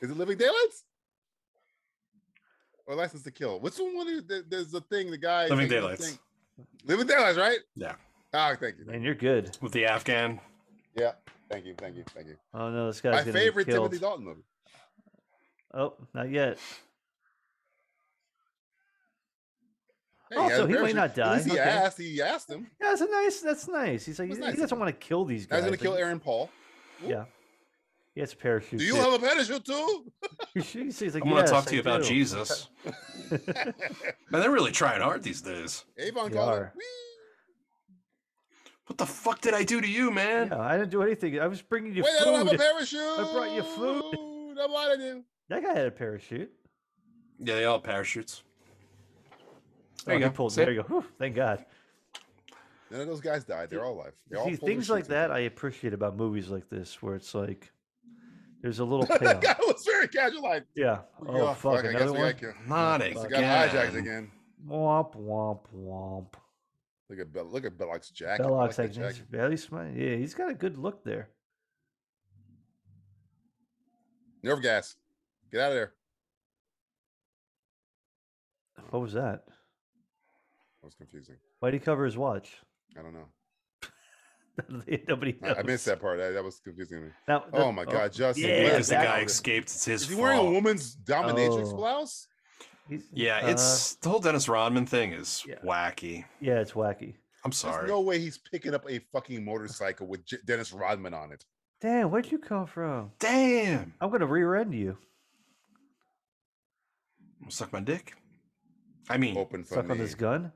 Speaker 8: Is it Living Daylights? Or License to Kill? Which one? was it? There- There's a thing. The guy.
Speaker 9: Living
Speaker 8: the
Speaker 9: Daylights.
Speaker 8: thing- Living Daylights, right?
Speaker 9: Yeah.
Speaker 8: Ah, thank you. Thank
Speaker 10: and you're good.
Speaker 9: With the Afghan.
Speaker 8: you. Yeah. Thank you. Thank you. Thank you.
Speaker 10: Oh no, this
Speaker 8: My
Speaker 10: guy's gonna
Speaker 8: favorite
Speaker 10: get killed.
Speaker 8: Timothy Dalton movie.
Speaker 10: Oh, not yet.
Speaker 8: Hey, he had
Speaker 10: Also,
Speaker 8: a
Speaker 10: Oh, he might
Speaker 8: parachute.
Speaker 10: not
Speaker 8: At least
Speaker 10: die.
Speaker 8: he
Speaker 10: Okay.
Speaker 8: asked. He asked him.
Speaker 10: Yeah, that's a nice. That's nice. He's like
Speaker 8: That's
Speaker 10: he
Speaker 8: nice of
Speaker 10: doesn't
Speaker 8: him.
Speaker 10: want to kill these
Speaker 8: I
Speaker 10: guys.
Speaker 8: was gonna
Speaker 10: but
Speaker 8: kill
Speaker 10: he-
Speaker 8: Aaron Paul. Whoop.
Speaker 10: Yeah, he has a parachute.
Speaker 8: Do you
Speaker 10: too.
Speaker 8: have a parachute too?
Speaker 10: He's he's like,
Speaker 9: I'm going to
Speaker 10: "Yes,
Speaker 9: talk to
Speaker 10: I
Speaker 9: you about
Speaker 10: do."
Speaker 9: Jesus. Man, they're really trying hard these days.
Speaker 8: Avon
Speaker 10: They
Speaker 8: called it.
Speaker 10: are.
Speaker 8: Whee!
Speaker 9: What the fuck did I do to you, man?
Speaker 10: Yeah, I didn't do anything. I was bringing you
Speaker 8: Wait, I don't have a
Speaker 10: food.
Speaker 8: parachute.
Speaker 10: brought you food.
Speaker 8: I lied to you.
Speaker 10: That guy had a parachute.
Speaker 9: Yeah, they all have parachutes. There
Speaker 10: Oh,
Speaker 9: you
Speaker 10: he
Speaker 9: go.
Speaker 10: pulled-
Speaker 9: See?
Speaker 10: there you go. Whew, thank God.
Speaker 8: None of those guys died. They're all alive. They all
Speaker 10: See,
Speaker 8: pulled their
Speaker 10: things like
Speaker 8: shoots in.
Speaker 10: that I appreciate about movies like this, where it's like there's a little payoff.
Speaker 8: that was very casual. Like,
Speaker 10: yeah.
Speaker 8: we
Speaker 10: Oh
Speaker 8: got-
Speaker 10: fuck,
Speaker 8: I
Speaker 10: another
Speaker 8: guess we
Speaker 10: one.
Speaker 8: got, killed.
Speaker 9: Not
Speaker 8: We got hijacked
Speaker 9: again.
Speaker 8: again.
Speaker 10: Womp womp womp.
Speaker 8: Look at Bell, look at Belloc's jacket. I
Speaker 10: Belloc's
Speaker 8: like
Speaker 10: like
Speaker 8: that
Speaker 10: he's
Speaker 8: jacket.
Speaker 10: very smart. Yeah, he's got a good look there.
Speaker 8: Nerve gas. Get out of there.
Speaker 10: What was
Speaker 8: That
Speaker 10: that?
Speaker 8: was confusing.
Speaker 10: Why'd he cover his watch?
Speaker 8: I don't know.
Speaker 10: Nobody
Speaker 8: I,
Speaker 10: knows.
Speaker 8: I missed that part. That, that was confusing to me.
Speaker 10: Now, the-
Speaker 8: Oh my god, Justin.
Speaker 10: Yeah,
Speaker 8: look at
Speaker 9: because the
Speaker 8: that.
Speaker 9: guy escaped. It's his
Speaker 8: Is he
Speaker 9: fault.
Speaker 8: wearing a woman's dominatrix
Speaker 10: Oh.
Speaker 8: blouse?
Speaker 10: he's-
Speaker 9: Yeah,
Speaker 10: uh,
Speaker 9: it's the whole Dennis Rodman thing is
Speaker 10: Yeah.
Speaker 9: wacky.
Speaker 10: yeah, it's wacky.
Speaker 9: I'm
Speaker 8: There's
Speaker 9: sorry.
Speaker 8: no way he's picking up a fucking motorcycle with J- Dennis Rodman on it.
Speaker 10: Damn, where'd you come from?
Speaker 9: Damn.
Speaker 10: I'm gonna rear-end you.
Speaker 9: Suck my dick. I mean,
Speaker 8: Open for
Speaker 10: Suck
Speaker 8: me.
Speaker 10: on this gun.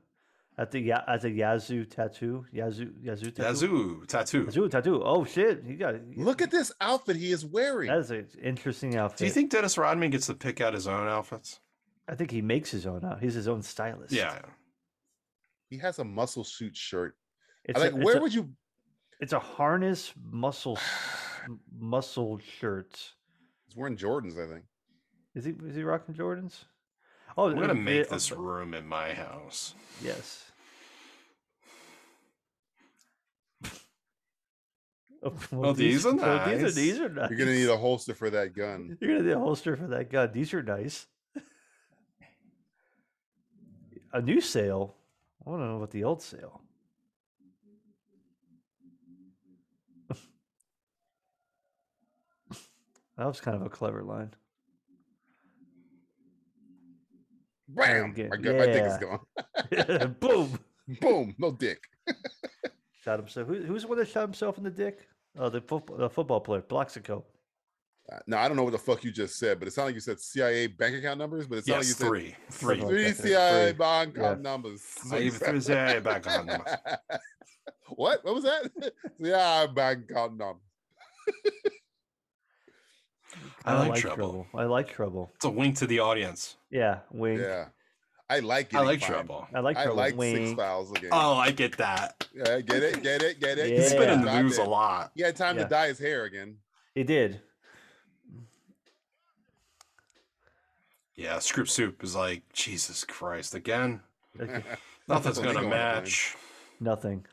Speaker 10: At the ya- at the Yazoo tattoo. Yazoo Yazoo tattoo.
Speaker 9: Yazoo tattoo.
Speaker 10: Yazoo tattoo. Oh shit, he got it.
Speaker 8: Look at this outfit he is wearing.
Speaker 10: That is an interesting outfit.
Speaker 9: Do you think Dennis Rodman gets to pick out his own outfits?
Speaker 10: I think he makes his own out. He's his own stylist.
Speaker 9: Yeah.
Speaker 8: He has a muscle suit shirt.
Speaker 10: It's
Speaker 8: I like,
Speaker 10: a,
Speaker 8: where
Speaker 10: it's a,
Speaker 8: would you?
Speaker 10: it's a harness muscle s- muscle shirt.
Speaker 8: He's wearing Jordans, I think.
Speaker 10: Is he is he rocking Jordans? Oh,
Speaker 9: I'm gonna
Speaker 10: uh,
Speaker 9: make
Speaker 10: the-
Speaker 9: this room in my house.
Speaker 10: Yes. Oh, well,
Speaker 9: Oh, these are
Speaker 10: well, These are
Speaker 9: nice.
Speaker 10: these are nice.
Speaker 8: You're gonna need a holster for that gun.
Speaker 10: You're gonna need a holster for that gun. These are nice. a new sale. I want to know about the old sale. that was kind of a clever line.
Speaker 8: Bam!
Speaker 10: get-
Speaker 8: My, gu- my dick is
Speaker 10: yeah.
Speaker 8: gone.
Speaker 10: Boom!
Speaker 8: Boom! No dick.
Speaker 10: Shot himself. Who, who's the one that shot himself in the dick? Oh, the, football, the football player, Bloxico.
Speaker 8: Uh, Now I don't know what the fuck you just said, but it sounded like you said CIA bank account numbers. But it sounded
Speaker 9: Yes,
Speaker 8: like you
Speaker 9: three, three.
Speaker 8: said
Speaker 10: Something like
Speaker 8: three
Speaker 10: that. Three.
Speaker 8: CIA bank account
Speaker 10: Yeah.
Speaker 8: numbers.
Speaker 9: I even threw his eye back on him.
Speaker 8: what? What was that? CIA bank account number.
Speaker 9: I like trouble.
Speaker 10: I like trouble.
Speaker 9: It's a wink to the audience.
Speaker 10: Yeah, wink.
Speaker 8: Yeah, I like.
Speaker 9: I
Speaker 8: getting
Speaker 9: like
Speaker 8: fined.
Speaker 9: trouble.
Speaker 10: I like
Speaker 8: I
Speaker 10: trouble.
Speaker 8: like
Speaker 10: wink.
Speaker 8: six files again.
Speaker 9: Oh, I get that.
Speaker 8: Yeah, get it, get it, get it.
Speaker 10: It's
Speaker 9: He's been in
Speaker 10: Yeah.
Speaker 9: the
Speaker 8: Drop
Speaker 9: news a
Speaker 8: it.
Speaker 9: lot.
Speaker 8: He had time
Speaker 10: Yeah.
Speaker 8: to dye his hair again.
Speaker 10: He did.
Speaker 9: Yeah, Script Soup is like Jesus Christ again.
Speaker 10: Like,
Speaker 9: Nothing's
Speaker 8: Nothing's
Speaker 9: gonna
Speaker 8: going on, man.
Speaker 9: match.
Speaker 10: nothing.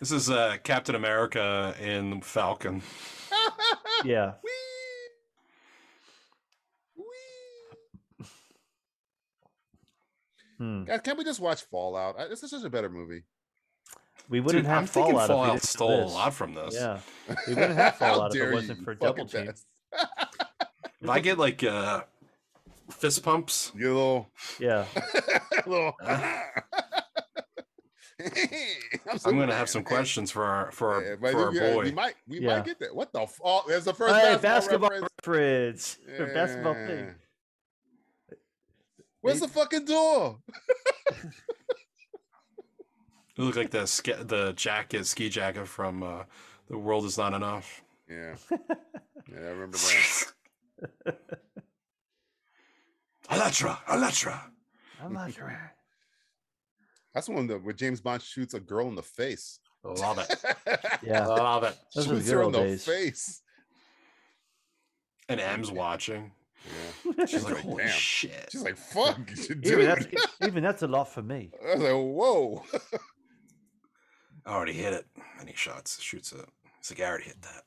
Speaker 9: This is uh, Captain America and Falcon. Ah,
Speaker 10: Yeah. Hmm.
Speaker 8: Guys, can't we just watch Fallout? I- This is just a better movie.
Speaker 10: We wouldn't
Speaker 9: Dude,
Speaker 10: have
Speaker 9: I'm thinking
Speaker 10: Fallout. if we
Speaker 9: Fallout
Speaker 10: didn't do
Speaker 9: stole a
Speaker 10: this.
Speaker 9: lot from this.
Speaker 10: Yeah, we wouldn't have
Speaker 8: How
Speaker 10: Fallout if it
Speaker 8: dare
Speaker 10: wasn't
Speaker 8: you,
Speaker 10: for
Speaker 8: fucking
Speaker 10: Double Team.
Speaker 8: bastard.
Speaker 9: If I get like uh, fist pumps,
Speaker 8: You little,
Speaker 10: Yeah,
Speaker 8: little. I'm, so
Speaker 9: I'm gonna have
Speaker 8: glad.
Speaker 9: some questions for our for our,
Speaker 8: Yeah, but
Speaker 9: for our
Speaker 8: yeah,
Speaker 9: boy.
Speaker 8: We might, we
Speaker 10: Yeah.
Speaker 8: might get that. What the? F- oh, there's the first
Speaker 10: hey,
Speaker 8: basketball.
Speaker 10: basketball
Speaker 8: reference.
Speaker 10: reference. Or Basketball
Speaker 8: Yeah.
Speaker 10: thing.
Speaker 8: Where's the fucking door?
Speaker 9: You look like the ske- the jacket ski jacket from uh, the world is not enough.
Speaker 8: Yeah. Yeah, I remember that.
Speaker 9: Electra, Electra.
Speaker 10: I'm not sure.
Speaker 8: That's when the when James Bond shoots a girl in the face.
Speaker 9: Love it.
Speaker 10: Yeah,
Speaker 9: Love it.
Speaker 10: those were the
Speaker 8: shoots
Speaker 10: good
Speaker 8: her in
Speaker 10: old
Speaker 8: the
Speaker 10: days.
Speaker 8: face.
Speaker 9: And M's watching.
Speaker 8: Yeah.
Speaker 9: She's like,
Speaker 8: like,
Speaker 9: holy
Speaker 8: "Damn."
Speaker 9: shit.
Speaker 8: She's like, "Fuck,
Speaker 10: Even
Speaker 8: dude."
Speaker 10: that's, e, even that's a lot for me.
Speaker 8: I was like, "Whoa."
Speaker 9: I already hit it. And he shots, shoots it. He's like, I already hit that.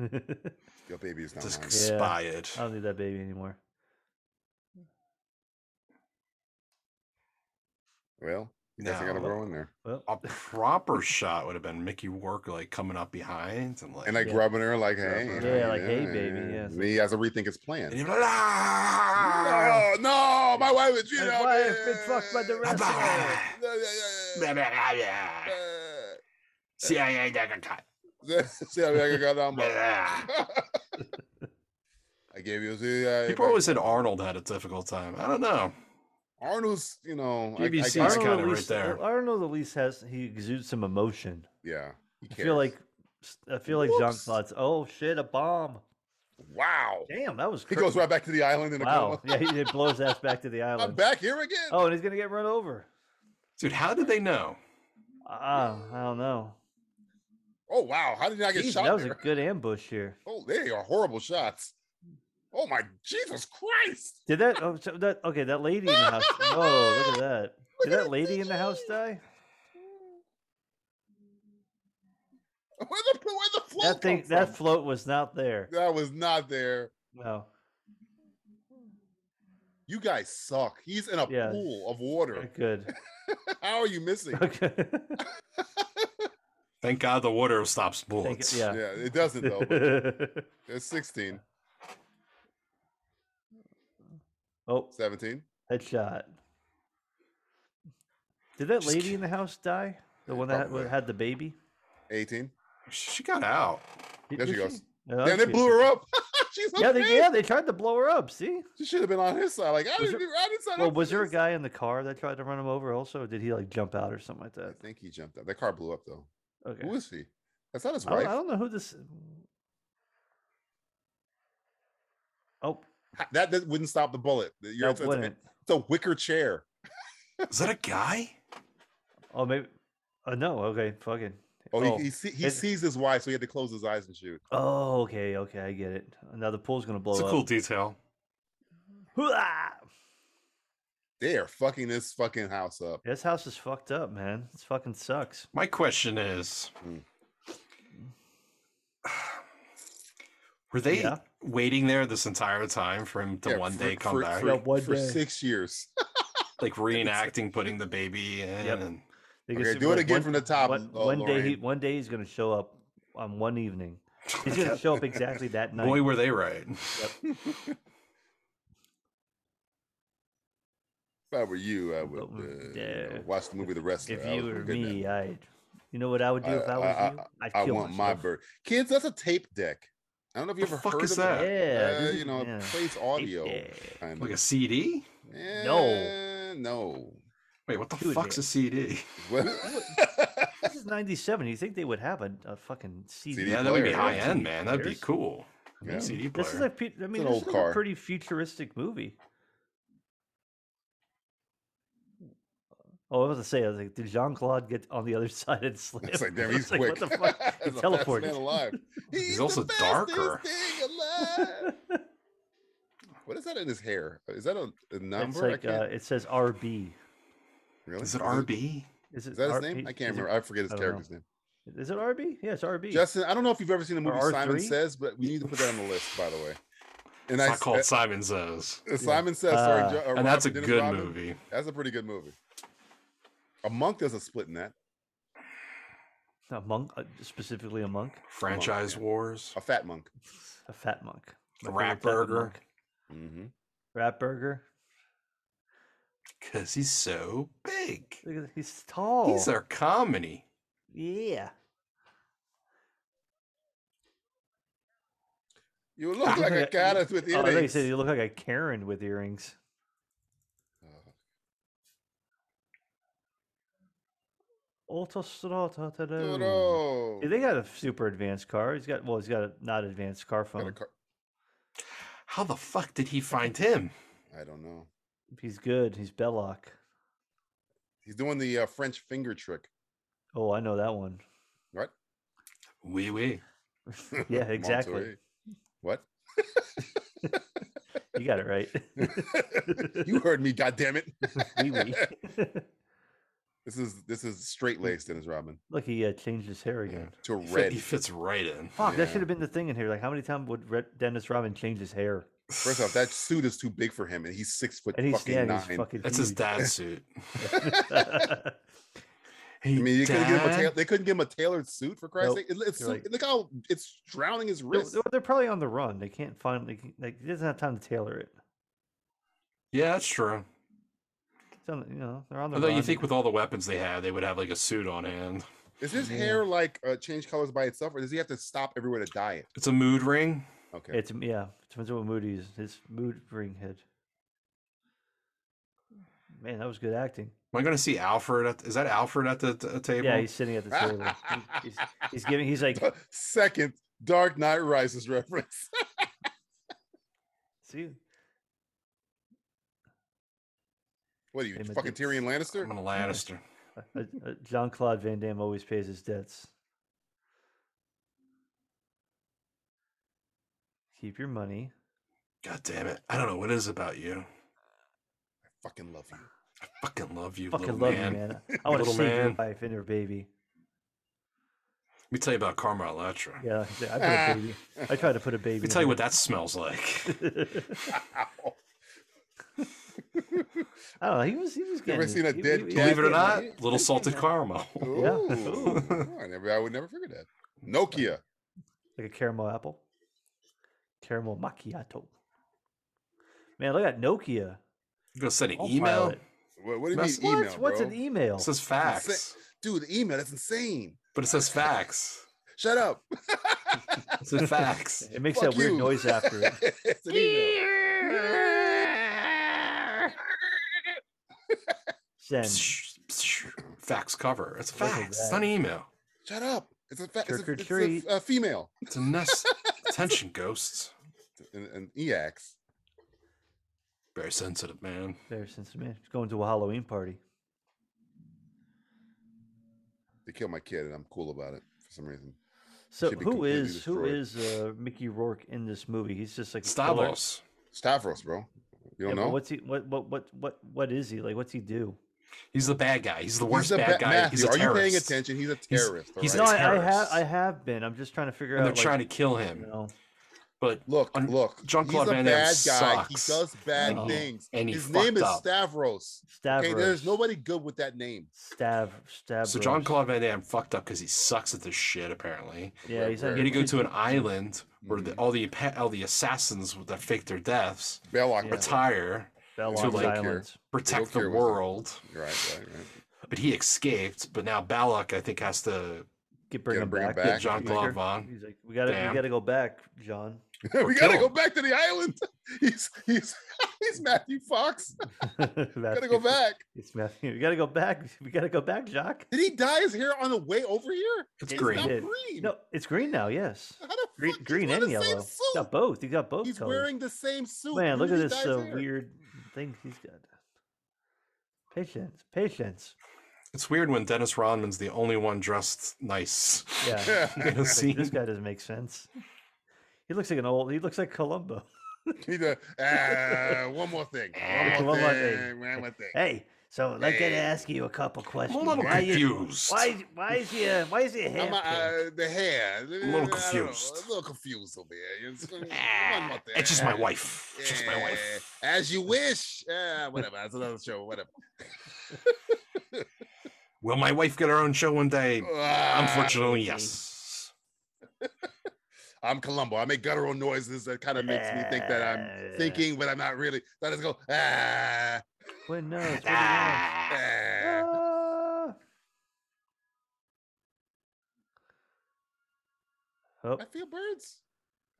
Speaker 10: I
Speaker 8: Your baby is not
Speaker 9: Just
Speaker 8: mine.
Speaker 9: expired.
Speaker 10: don't need that baby anymore.
Speaker 8: Well, I guess I gotta
Speaker 9: No.
Speaker 8: go in there
Speaker 10: Well,
Speaker 9: A proper shot would have been Mickey Work like coming up behind and like,
Speaker 8: and like
Speaker 10: Yeah.
Speaker 8: grabbing her, like, "Hey, how
Speaker 10: Yeah,
Speaker 8: you
Speaker 10: like, "Hey,
Speaker 8: doing?"
Speaker 10: baby, yeah,
Speaker 8: And he has to rethink his
Speaker 9: and
Speaker 8: plan.
Speaker 9: he'd be like, "Ah!"
Speaker 8: No, no, my wife is cheating
Speaker 10: My
Speaker 8: on
Speaker 10: wife
Speaker 8: me.
Speaker 10: been fucked by the
Speaker 8: Yeah,
Speaker 10: rest of
Speaker 8: yeah, yeah,
Speaker 9: Blah,
Speaker 8: yeah,
Speaker 9: blah, blah, blah.
Speaker 8: yeah.
Speaker 9: CIA dagger cut.
Speaker 8: See how I got down, bro.
Speaker 9: Blah.
Speaker 8: I gave you. See, I,
Speaker 9: People always said Arnold had a difficult time. I don't know.
Speaker 8: Arnold's, you know, I- I
Speaker 9: BBC 's
Speaker 8: guess-
Speaker 9: Arnold- kinda right
Speaker 10: least,
Speaker 9: there.
Speaker 10: Arnold at least has he exudes some emotion.
Speaker 8: yeah. he
Speaker 10: I
Speaker 8: cares.
Speaker 10: feel like I feel like Jean
Speaker 8: Whoops.
Speaker 10: Claude's. Oh shit, a bomb!
Speaker 8: wow.
Speaker 10: Damn, that was.
Speaker 8: He
Speaker 10: cra-
Speaker 8: goes right back to the island in a
Speaker 10: Wow,
Speaker 8: coma.
Speaker 10: yeah, he it blows ass back to the
Speaker 8: I'm
Speaker 10: island.
Speaker 8: back here again.
Speaker 10: Oh, and he's gonna get run over.
Speaker 9: Dude, how did they know?
Speaker 10: Ah, I don't know.
Speaker 8: Oh wow, how did I get
Speaker 10: Jeez,
Speaker 8: shot?
Speaker 10: that was
Speaker 8: there?
Speaker 10: a good ambush here.
Speaker 8: Oh, they are horrible shots. Oh my Jesus Christ!
Speaker 10: Did that? Oh, so that okay. That lady in the house. Oh, look at that. Did that lady in the house die?
Speaker 8: Where the where the float
Speaker 10: That thing,
Speaker 8: come
Speaker 10: that
Speaker 8: from?
Speaker 10: float was not there.
Speaker 8: that was not there.
Speaker 10: No.
Speaker 8: You guys suck. He's in a
Speaker 10: Yeah.
Speaker 8: pool of water.
Speaker 10: Not Good.
Speaker 8: How are you missing?
Speaker 10: Okay.
Speaker 9: Thank God the water stops
Speaker 10: Thank
Speaker 9: bullets.
Speaker 10: you- yeah.
Speaker 8: Yeah, it doesn't though. but It's 16,
Speaker 10: oh,
Speaker 8: 17.
Speaker 10: headshot. Did that
Speaker 9: Just
Speaker 10: lady
Speaker 9: ki-
Speaker 10: in the house die? The
Speaker 8: Yeah,
Speaker 10: one that
Speaker 8: probably.
Speaker 10: had, had the baby?
Speaker 8: 18.
Speaker 9: She got out.
Speaker 10: Did-
Speaker 8: There
Speaker 10: did
Speaker 8: she goes.
Speaker 10: Oh,
Speaker 8: Damn, they
Speaker 10: she-
Speaker 8: blew her up. She's
Speaker 10: Yeah,
Speaker 8: okay.
Speaker 10: they, yeah, they tried to blow her up. See?
Speaker 8: She should have been on his side. Like I
Speaker 10: Was
Speaker 8: didn't, do- I didn't sign
Speaker 10: Well,
Speaker 8: up for
Speaker 10: was there a
Speaker 8: this.
Speaker 10: guy in the car that tried to run him over also? Or did he like jump out or something like
Speaker 8: I
Speaker 10: that?
Speaker 8: think he jumped out. That car blew up though.
Speaker 10: Okay.
Speaker 8: Who is he? That's not his
Speaker 10: I don't, I
Speaker 8: wife.
Speaker 10: don't know who this. Oh,
Speaker 8: Ha- That, that wouldn't stop the bullet. The- You're,
Speaker 10: that
Speaker 8: it's, it's,
Speaker 10: wouldn't.
Speaker 8: it's a wicker chair.
Speaker 9: Is that a guy?
Speaker 10: Oh, maybe. Oh no. Okay. Fucking.
Speaker 8: Oh,
Speaker 10: Oh,
Speaker 8: he, he, see, he
Speaker 10: it's-
Speaker 8: sees his wife, so he had to close his eyes and shoot.
Speaker 10: Oh, okay. Okay. I get it. Now the pool's gonna blow
Speaker 9: It's a
Speaker 10: up.
Speaker 9: cool detail.
Speaker 10: Hoo-ah!
Speaker 8: They are fucking this fucking house up.
Speaker 10: This house is fucked up, man. This fucking sucks.
Speaker 9: My question is
Speaker 8: Mm.
Speaker 9: Were they
Speaker 10: Yeah.
Speaker 9: waiting there this entire time for him to
Speaker 8: Yeah,
Speaker 9: one
Speaker 8: for-
Speaker 9: day come
Speaker 8: for,
Speaker 9: back?
Speaker 8: for,
Speaker 10: Yeah, one
Speaker 8: for
Speaker 10: day.
Speaker 8: six years.
Speaker 9: like reenacting putting the baby in
Speaker 10: Yep.
Speaker 9: and
Speaker 10: They
Speaker 8: Okay,
Speaker 10: just-
Speaker 8: do it
Speaker 10: like,
Speaker 8: again from the top,
Speaker 10: One
Speaker 8: uh,
Speaker 10: one day, he,
Speaker 8: Lorraine.
Speaker 10: one day he's gonna show up on one evening. He's gonna show up exactly that night.
Speaker 9: boy were they right.
Speaker 8: If I were you, I would
Speaker 10: But
Speaker 8: uh,
Speaker 10: we're
Speaker 8: you know,
Speaker 10: there.
Speaker 8: watch the movie The Wrestler.
Speaker 10: if
Speaker 8: I
Speaker 10: you
Speaker 8: would
Speaker 10: were
Speaker 8: forget that.
Speaker 10: me, I'd. You know what I would do if I was you? I'd
Speaker 8: I
Speaker 10: kill
Speaker 8: want my
Speaker 10: myself.
Speaker 8: bird. Kids, that's a tape deck. I don't know if you
Speaker 9: The
Speaker 8: ever
Speaker 9: fuck
Speaker 8: heard
Speaker 9: is
Speaker 8: of that.
Speaker 10: Yeah,
Speaker 8: Uh,
Speaker 10: this
Speaker 8: you
Speaker 10: is-
Speaker 8: know,
Speaker 10: yeah.
Speaker 8: it plays
Speaker 10: Tape
Speaker 8: audio.
Speaker 10: deck.
Speaker 8: Kind
Speaker 9: Like a
Speaker 8: of.
Speaker 9: CD?
Speaker 8: Eh, no.
Speaker 9: Wait, what the
Speaker 10: Dude,
Speaker 9: fuck's
Speaker 10: man.
Speaker 9: a CD?
Speaker 8: Well,
Speaker 10: This is '97. You think they would have a, a fucking CD?
Speaker 8: CD
Speaker 9: Yeah, that would be
Speaker 8: player,
Speaker 9: high
Speaker 8: right?
Speaker 9: end, man. That'd be
Speaker 10: players.
Speaker 9: cool.
Speaker 8: Yeah.
Speaker 9: CD player.
Speaker 10: This is a, pe- I mean,
Speaker 8: an
Speaker 10: this
Speaker 8: old
Speaker 10: is
Speaker 8: car.
Speaker 10: a pretty futuristic movie. Oh, I was gonna say, I was like, did Jean Claude get on the other side and slam?
Speaker 8: it's like, damn,
Speaker 10: I
Speaker 8: he's
Speaker 10: was like,
Speaker 8: quick.
Speaker 10: What the fuck?
Speaker 8: That's
Speaker 10: he
Speaker 8: the fastest man
Speaker 10: teleported.
Speaker 8: alive. He's, the
Speaker 9: also
Speaker 8: fastest
Speaker 9: darker.
Speaker 8: Thing alive. what is that in his hair? Is that a, a
Speaker 10: It's
Speaker 8: number?
Speaker 10: like
Speaker 8: I can't
Speaker 10: uh, it says RB.
Speaker 8: really.
Speaker 9: Is it RB?
Speaker 10: Is, it
Speaker 8: Is that his
Speaker 10: R-
Speaker 8: name?
Speaker 10: he-
Speaker 8: I can't
Speaker 10: is it-
Speaker 8: remember. I forget his
Speaker 10: I don't know.
Speaker 8: character's name.
Speaker 10: Is it RB? Yeah, it's RB.
Speaker 8: Justin, I don't know if you've ever seen the
Speaker 10: Or
Speaker 8: movie Simon
Speaker 10: R3?
Speaker 8: Says, but we need to put that on the list, by the way. And
Speaker 9: It's
Speaker 8: I
Speaker 9: not called
Speaker 8: uh,
Speaker 9: Simon Says,
Speaker 8: Simon Says, sorry,
Speaker 10: Uh,
Speaker 8: Jo- uh,
Speaker 9: and that's a
Speaker 8: Robert Dennis
Speaker 9: good
Speaker 8: Robin.
Speaker 9: movie.
Speaker 8: That's a pretty good movie. A monk does a split in that.
Speaker 10: A monk, uh, specifically a monk,
Speaker 9: Franchise Wars,
Speaker 8: A fat monk.
Speaker 10: a fat monk.
Speaker 9: The
Speaker 10: My favorite
Speaker 9: Rat
Speaker 10: type of
Speaker 9: Burger,
Speaker 10: monk.
Speaker 8: Mm-hmm.
Speaker 10: Rat burger.
Speaker 9: because he's so big.
Speaker 10: Look at he's tall.
Speaker 9: He's our comedy.
Speaker 10: yeah.
Speaker 8: You look like a goddess with
Speaker 10: Oh, I thought you
Speaker 8: earrings.
Speaker 10: said you look like a Karen with earrings. Autostrada.
Speaker 8: Oh,
Speaker 10: They got a super advanced car. He's got well, he's got a not advanced car
Speaker 8: Got a
Speaker 9: Oh.
Speaker 10: phone.
Speaker 8: car-
Speaker 9: How the fuck did he find him?
Speaker 8: I don't know.
Speaker 10: He's good. He's Belloc.
Speaker 8: He's doing the uh, French finger trick.
Speaker 10: Oh, I know that one.
Speaker 8: What?
Speaker 9: Wee wee.
Speaker 10: Yeah, exactly.
Speaker 8: Monterey. What?
Speaker 10: You got it right.
Speaker 8: you heard me, goddammit.
Speaker 10: Wee wee.
Speaker 8: This is this is straight laced Dennis Rodman
Speaker 10: Look, he uh, changed his hair again.
Speaker 8: to
Speaker 9: He fit-
Speaker 8: red.
Speaker 9: he fits right in.
Speaker 10: Fuck, that
Speaker 8: Yeah.
Speaker 10: should have been the thing in here. Like, how many times would Red- Dennis Robin change his hair?
Speaker 8: First off, that suit is too big for him, and he's six foot
Speaker 10: And he's
Speaker 8: fucking
Speaker 10: yeah,
Speaker 8: nine.
Speaker 10: he's fucking.
Speaker 9: That's his
Speaker 10: huge.
Speaker 9: dad's suit.
Speaker 8: I mean, you couldn't give him a
Speaker 9: Dad?
Speaker 8: tail- they couldn't give him a tailored suit for Christ's
Speaker 10: Nope.
Speaker 8: sake. It- it's
Speaker 10: You're
Speaker 8: so-
Speaker 10: right.
Speaker 8: look how it's drowning his
Speaker 10: They're,
Speaker 8: wrist.
Speaker 10: they're- they're probably on the run. They can't find like, like he doesn't have time to tailor it.
Speaker 9: Yeah, that's true.
Speaker 10: It's on, the- you know, they're on the
Speaker 9: Although
Speaker 10: run.
Speaker 9: you think with all the weapons they had, they would have like a suit on hand.
Speaker 8: Is his hair like uh, change colors by itself, or does he have to stop everywhere to dye it?
Speaker 9: It's a mood ring.
Speaker 8: Okay,
Speaker 10: it's yeah, it depends on what mood he's his mood ring head. Man, that was good acting.
Speaker 9: Am I going to see Alfred? At, is that Alfred at the t- table?
Speaker 10: Yeah, he's sitting at the table. He- he's, he's giving. He's like,
Speaker 8: Uh, second Dark Knight Rises reference.
Speaker 10: see,
Speaker 8: what are you,
Speaker 10: Hey, my
Speaker 8: fucking
Speaker 10: dude.
Speaker 8: Tyrion
Speaker 9: I'm
Speaker 8: Lannister?
Speaker 9: a Lannister.
Speaker 10: uh, John Claude Van Damme always pays his debts. Keep your money.
Speaker 9: God damn it! I don't know what it is about you.
Speaker 8: Fucking love you.
Speaker 9: I fucking love you,
Speaker 10: Fucking
Speaker 9: little
Speaker 10: love
Speaker 9: man.
Speaker 10: you, man. I want to
Speaker 9: Little
Speaker 10: save your
Speaker 9: man.
Speaker 10: wife and her baby.
Speaker 9: Let me tell you about Karma Electra.
Speaker 10: Yeah, I put a baby. I tried to put a baby.
Speaker 9: Let me tell you what that smells like.
Speaker 8: Ow.
Speaker 10: I don't know. Oh, He was. He was
Speaker 8: You
Speaker 10: getting.
Speaker 8: ever seen a
Speaker 10: he-
Speaker 8: dead
Speaker 10: he- he-
Speaker 8: cat?
Speaker 9: Believe it or not,
Speaker 8: Yeah.
Speaker 9: little salted caramel.
Speaker 10: Yeah.
Speaker 8: Ooh. Oh, I, never, I would never figure that. Nokia.
Speaker 10: Like a caramel apple. Caramel macchiato. Man, look at Nokia.
Speaker 9: You gonna send an
Speaker 10: I'll file
Speaker 9: email?
Speaker 10: it.
Speaker 8: What, what do you mean
Speaker 9: That's-
Speaker 8: email,
Speaker 10: What's, what's
Speaker 8: bro?
Speaker 10: an e email?
Speaker 9: It says
Speaker 8: That's it.
Speaker 9: facts,
Speaker 8: Dude, email, that's insane.
Speaker 9: but it says facts.
Speaker 8: Shut up.
Speaker 9: It says facts.
Speaker 10: It makes
Speaker 8: Fuck
Speaker 10: that weird
Speaker 8: you.
Speaker 10: noise after it.
Speaker 8: it's an email.
Speaker 10: Send.
Speaker 9: Psh, psh, fax cover. It's
Speaker 10: Look at
Speaker 9: facts. It's not an email.
Speaker 8: Shut up. It's a, fa- it's
Speaker 10: Trick
Speaker 8: a,
Speaker 10: or
Speaker 8: it's
Speaker 10: treat.
Speaker 8: a, uh, female.
Speaker 9: It's a nest. Attention, ghosts.
Speaker 8: An, an EX.
Speaker 9: Very sensitive, man.
Speaker 10: There since man, he's going to a Halloween party.
Speaker 8: They killed my kid, and I'm cool about it for some reason.
Speaker 10: So
Speaker 8: Should be
Speaker 10: who
Speaker 8: completely
Speaker 10: is
Speaker 8: destroyed.
Speaker 10: who is uh, Mickey Rourke in this movie? He's just like a killer?
Speaker 9: Stavros.
Speaker 8: Stavros, bro. You
Speaker 10: Yeah,
Speaker 8: don't
Speaker 10: but
Speaker 8: know?
Speaker 10: what's he? What what what what what is he like? What's he do?
Speaker 9: He's the bad guy. He's the
Speaker 8: He's
Speaker 9: worst
Speaker 8: a
Speaker 9: bad
Speaker 8: ba-
Speaker 9: guy.
Speaker 8: Matthew,
Speaker 9: He's a
Speaker 8: are you
Speaker 9: terrorist.
Speaker 8: paying attention? He's a
Speaker 9: He's-
Speaker 8: terrorist. all
Speaker 9: he's
Speaker 8: right?
Speaker 10: No, I, I have
Speaker 9: terrorist.
Speaker 10: I have been. I'm just trying to figure
Speaker 9: And they're
Speaker 10: out.
Speaker 9: trying
Speaker 10: like,
Speaker 9: to kill
Speaker 10: you
Speaker 9: him.
Speaker 10: know,
Speaker 9: But
Speaker 8: Look,
Speaker 9: Un-
Speaker 8: look.
Speaker 9: Jean-Claude
Speaker 8: he's a
Speaker 9: Van Damme
Speaker 8: bad guy. He
Speaker 9: sucks.
Speaker 8: does bad
Speaker 9: And he-
Speaker 8: things.
Speaker 9: and he
Speaker 8: His name
Speaker 9: fucked
Speaker 8: is
Speaker 9: up.
Speaker 8: Stavros.
Speaker 10: Stavros.
Speaker 8: Okay, there's nobody good with that name.
Speaker 10: Stav Stavros.
Speaker 9: so John Claude Van Damme fucked up because he sucks at this shit. Apparently,
Speaker 10: Yeah, he's
Speaker 8: Where-
Speaker 10: like
Speaker 9: he had to go to an island where
Speaker 10: Mm-hmm.
Speaker 9: the, all the pa- all the assassins that fake their deaths
Speaker 8: Belloc. was
Speaker 10: Yeah.
Speaker 8: it.
Speaker 9: retire,
Speaker 10: Belloc
Speaker 9: to, like, your-
Speaker 10: Islands.
Speaker 9: protect
Speaker 8: care
Speaker 9: the
Speaker 8: was it.
Speaker 9: world.
Speaker 8: Right, right, right.
Speaker 9: But he escaped. But now Balak, I think, has to
Speaker 10: Get bring
Speaker 8: Gotta
Speaker 10: him
Speaker 8: bring him
Speaker 10: back.
Speaker 8: back.
Speaker 9: Jean Claude
Speaker 10: Baker.
Speaker 9: Von.
Speaker 10: He's like, we gotta
Speaker 9: Damn.
Speaker 10: we gotta go back, John.
Speaker 8: we
Speaker 9: Or
Speaker 8: gotta
Speaker 9: kill
Speaker 8: go
Speaker 9: him.
Speaker 8: back to the island. He's he's he's Matthew Fox. gotta go back.
Speaker 10: It's Matthew. We gotta go back. We gotta go back, Jock.
Speaker 8: Did he dye his hair on the way over here?
Speaker 9: It's
Speaker 10: Yes,
Speaker 9: green.
Speaker 8: Not
Speaker 10: did.
Speaker 8: green.
Speaker 10: No, it's green now. Yes,
Speaker 8: How the
Speaker 10: green,
Speaker 8: fuck? He's
Speaker 10: green
Speaker 8: wearing
Speaker 10: and
Speaker 8: the same
Speaker 10: yellow. He's got
Speaker 8: suit.
Speaker 10: both. He's got both.
Speaker 8: He's
Speaker 10: colors.
Speaker 8: wearing the same suit.
Speaker 10: Man, look
Speaker 8: Where
Speaker 10: at
Speaker 8: did he
Speaker 10: this
Speaker 8: dye his
Speaker 10: uh,
Speaker 8: hair?
Speaker 10: weird thing he's got. Patience, patience.
Speaker 9: It's weird when Dennis Rodman's the only one dressed nice.
Speaker 10: Yeah,
Speaker 9: in a
Speaker 10: like, this
Speaker 9: scene.
Speaker 10: guy doesn't make sense. He looks like an old. He looks like Columbo.
Speaker 8: He done- ah, one more thing. One more
Speaker 10: One more
Speaker 8: thing.
Speaker 10: thing.
Speaker 8: One more thing.
Speaker 10: Hey, So I'd like to ask you a couple questions.
Speaker 9: little
Speaker 10: why
Speaker 9: confused.
Speaker 10: You, why? Why is he? A, why is he a
Speaker 8: I'm,
Speaker 10: half? pig?
Speaker 8: uh, the hair. I'm
Speaker 9: little confused.
Speaker 8: a little confused over here. It's, come on,
Speaker 9: Ah,
Speaker 8: what the
Speaker 9: it's just my
Speaker 8: heck?
Speaker 9: wife. It's just my
Speaker 8: Yeah,
Speaker 9: wife.
Speaker 8: As you wish. Uh, whatever. That's another show. Whatever.
Speaker 9: Will my wife get her own show one day?
Speaker 10: Oh,
Speaker 8: Ah,
Speaker 9: Unfortunately, yes.
Speaker 8: I'm Columbo. I make guttural noises that kind of makes me think that I'm thinking, but I'm not really. That is go. Ah,
Speaker 10: What knows? What do you know?
Speaker 9: Ah,
Speaker 8: ah.
Speaker 10: Ah. Oh,
Speaker 8: I feel birds.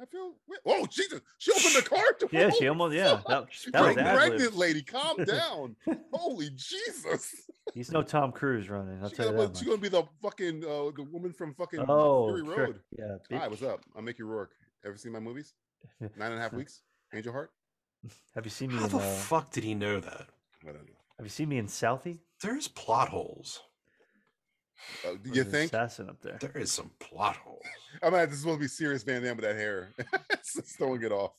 Speaker 8: I feel. wi- Oh Jesus! She opened the cart.
Speaker 10: yeah, she
Speaker 8: Holy
Speaker 10: almost yeah.
Speaker 8: fuck.
Speaker 10: That,
Speaker 8: She
Speaker 10: that was
Speaker 8: pregnant,
Speaker 10: ad-libbed.
Speaker 8: pregnant lady, calm down. Holy Jesus!
Speaker 10: He's no Tom Cruise running. I'll
Speaker 8: She's
Speaker 10: tell you
Speaker 8: gonna,
Speaker 10: that.
Speaker 8: she's
Speaker 10: much.
Speaker 8: gonna be the fucking uh, the woman from fucking
Speaker 10: Oh,
Speaker 8: Fury
Speaker 10: sure.
Speaker 8: Road.
Speaker 10: Yeah.
Speaker 8: Hi,
Speaker 10: bitch.
Speaker 8: what's up? I'm Mickey Rourke. Ever seen my movies? Nine and a half weeks. Angel Heart.
Speaker 10: Have you seen me?
Speaker 9: How
Speaker 10: In,
Speaker 9: the
Speaker 10: uh,
Speaker 9: fuck did he know that?
Speaker 8: I don't know.
Speaker 10: have you seen me in Southie?
Speaker 9: There's plot holes.
Speaker 8: Uh, do
Speaker 10: There's
Speaker 8: you
Speaker 10: an
Speaker 8: think?
Speaker 10: assassin up there?
Speaker 9: There is some plot holes.
Speaker 8: I mean, this is supposed to be serious Van Damme with that hair. It's just throwing it off.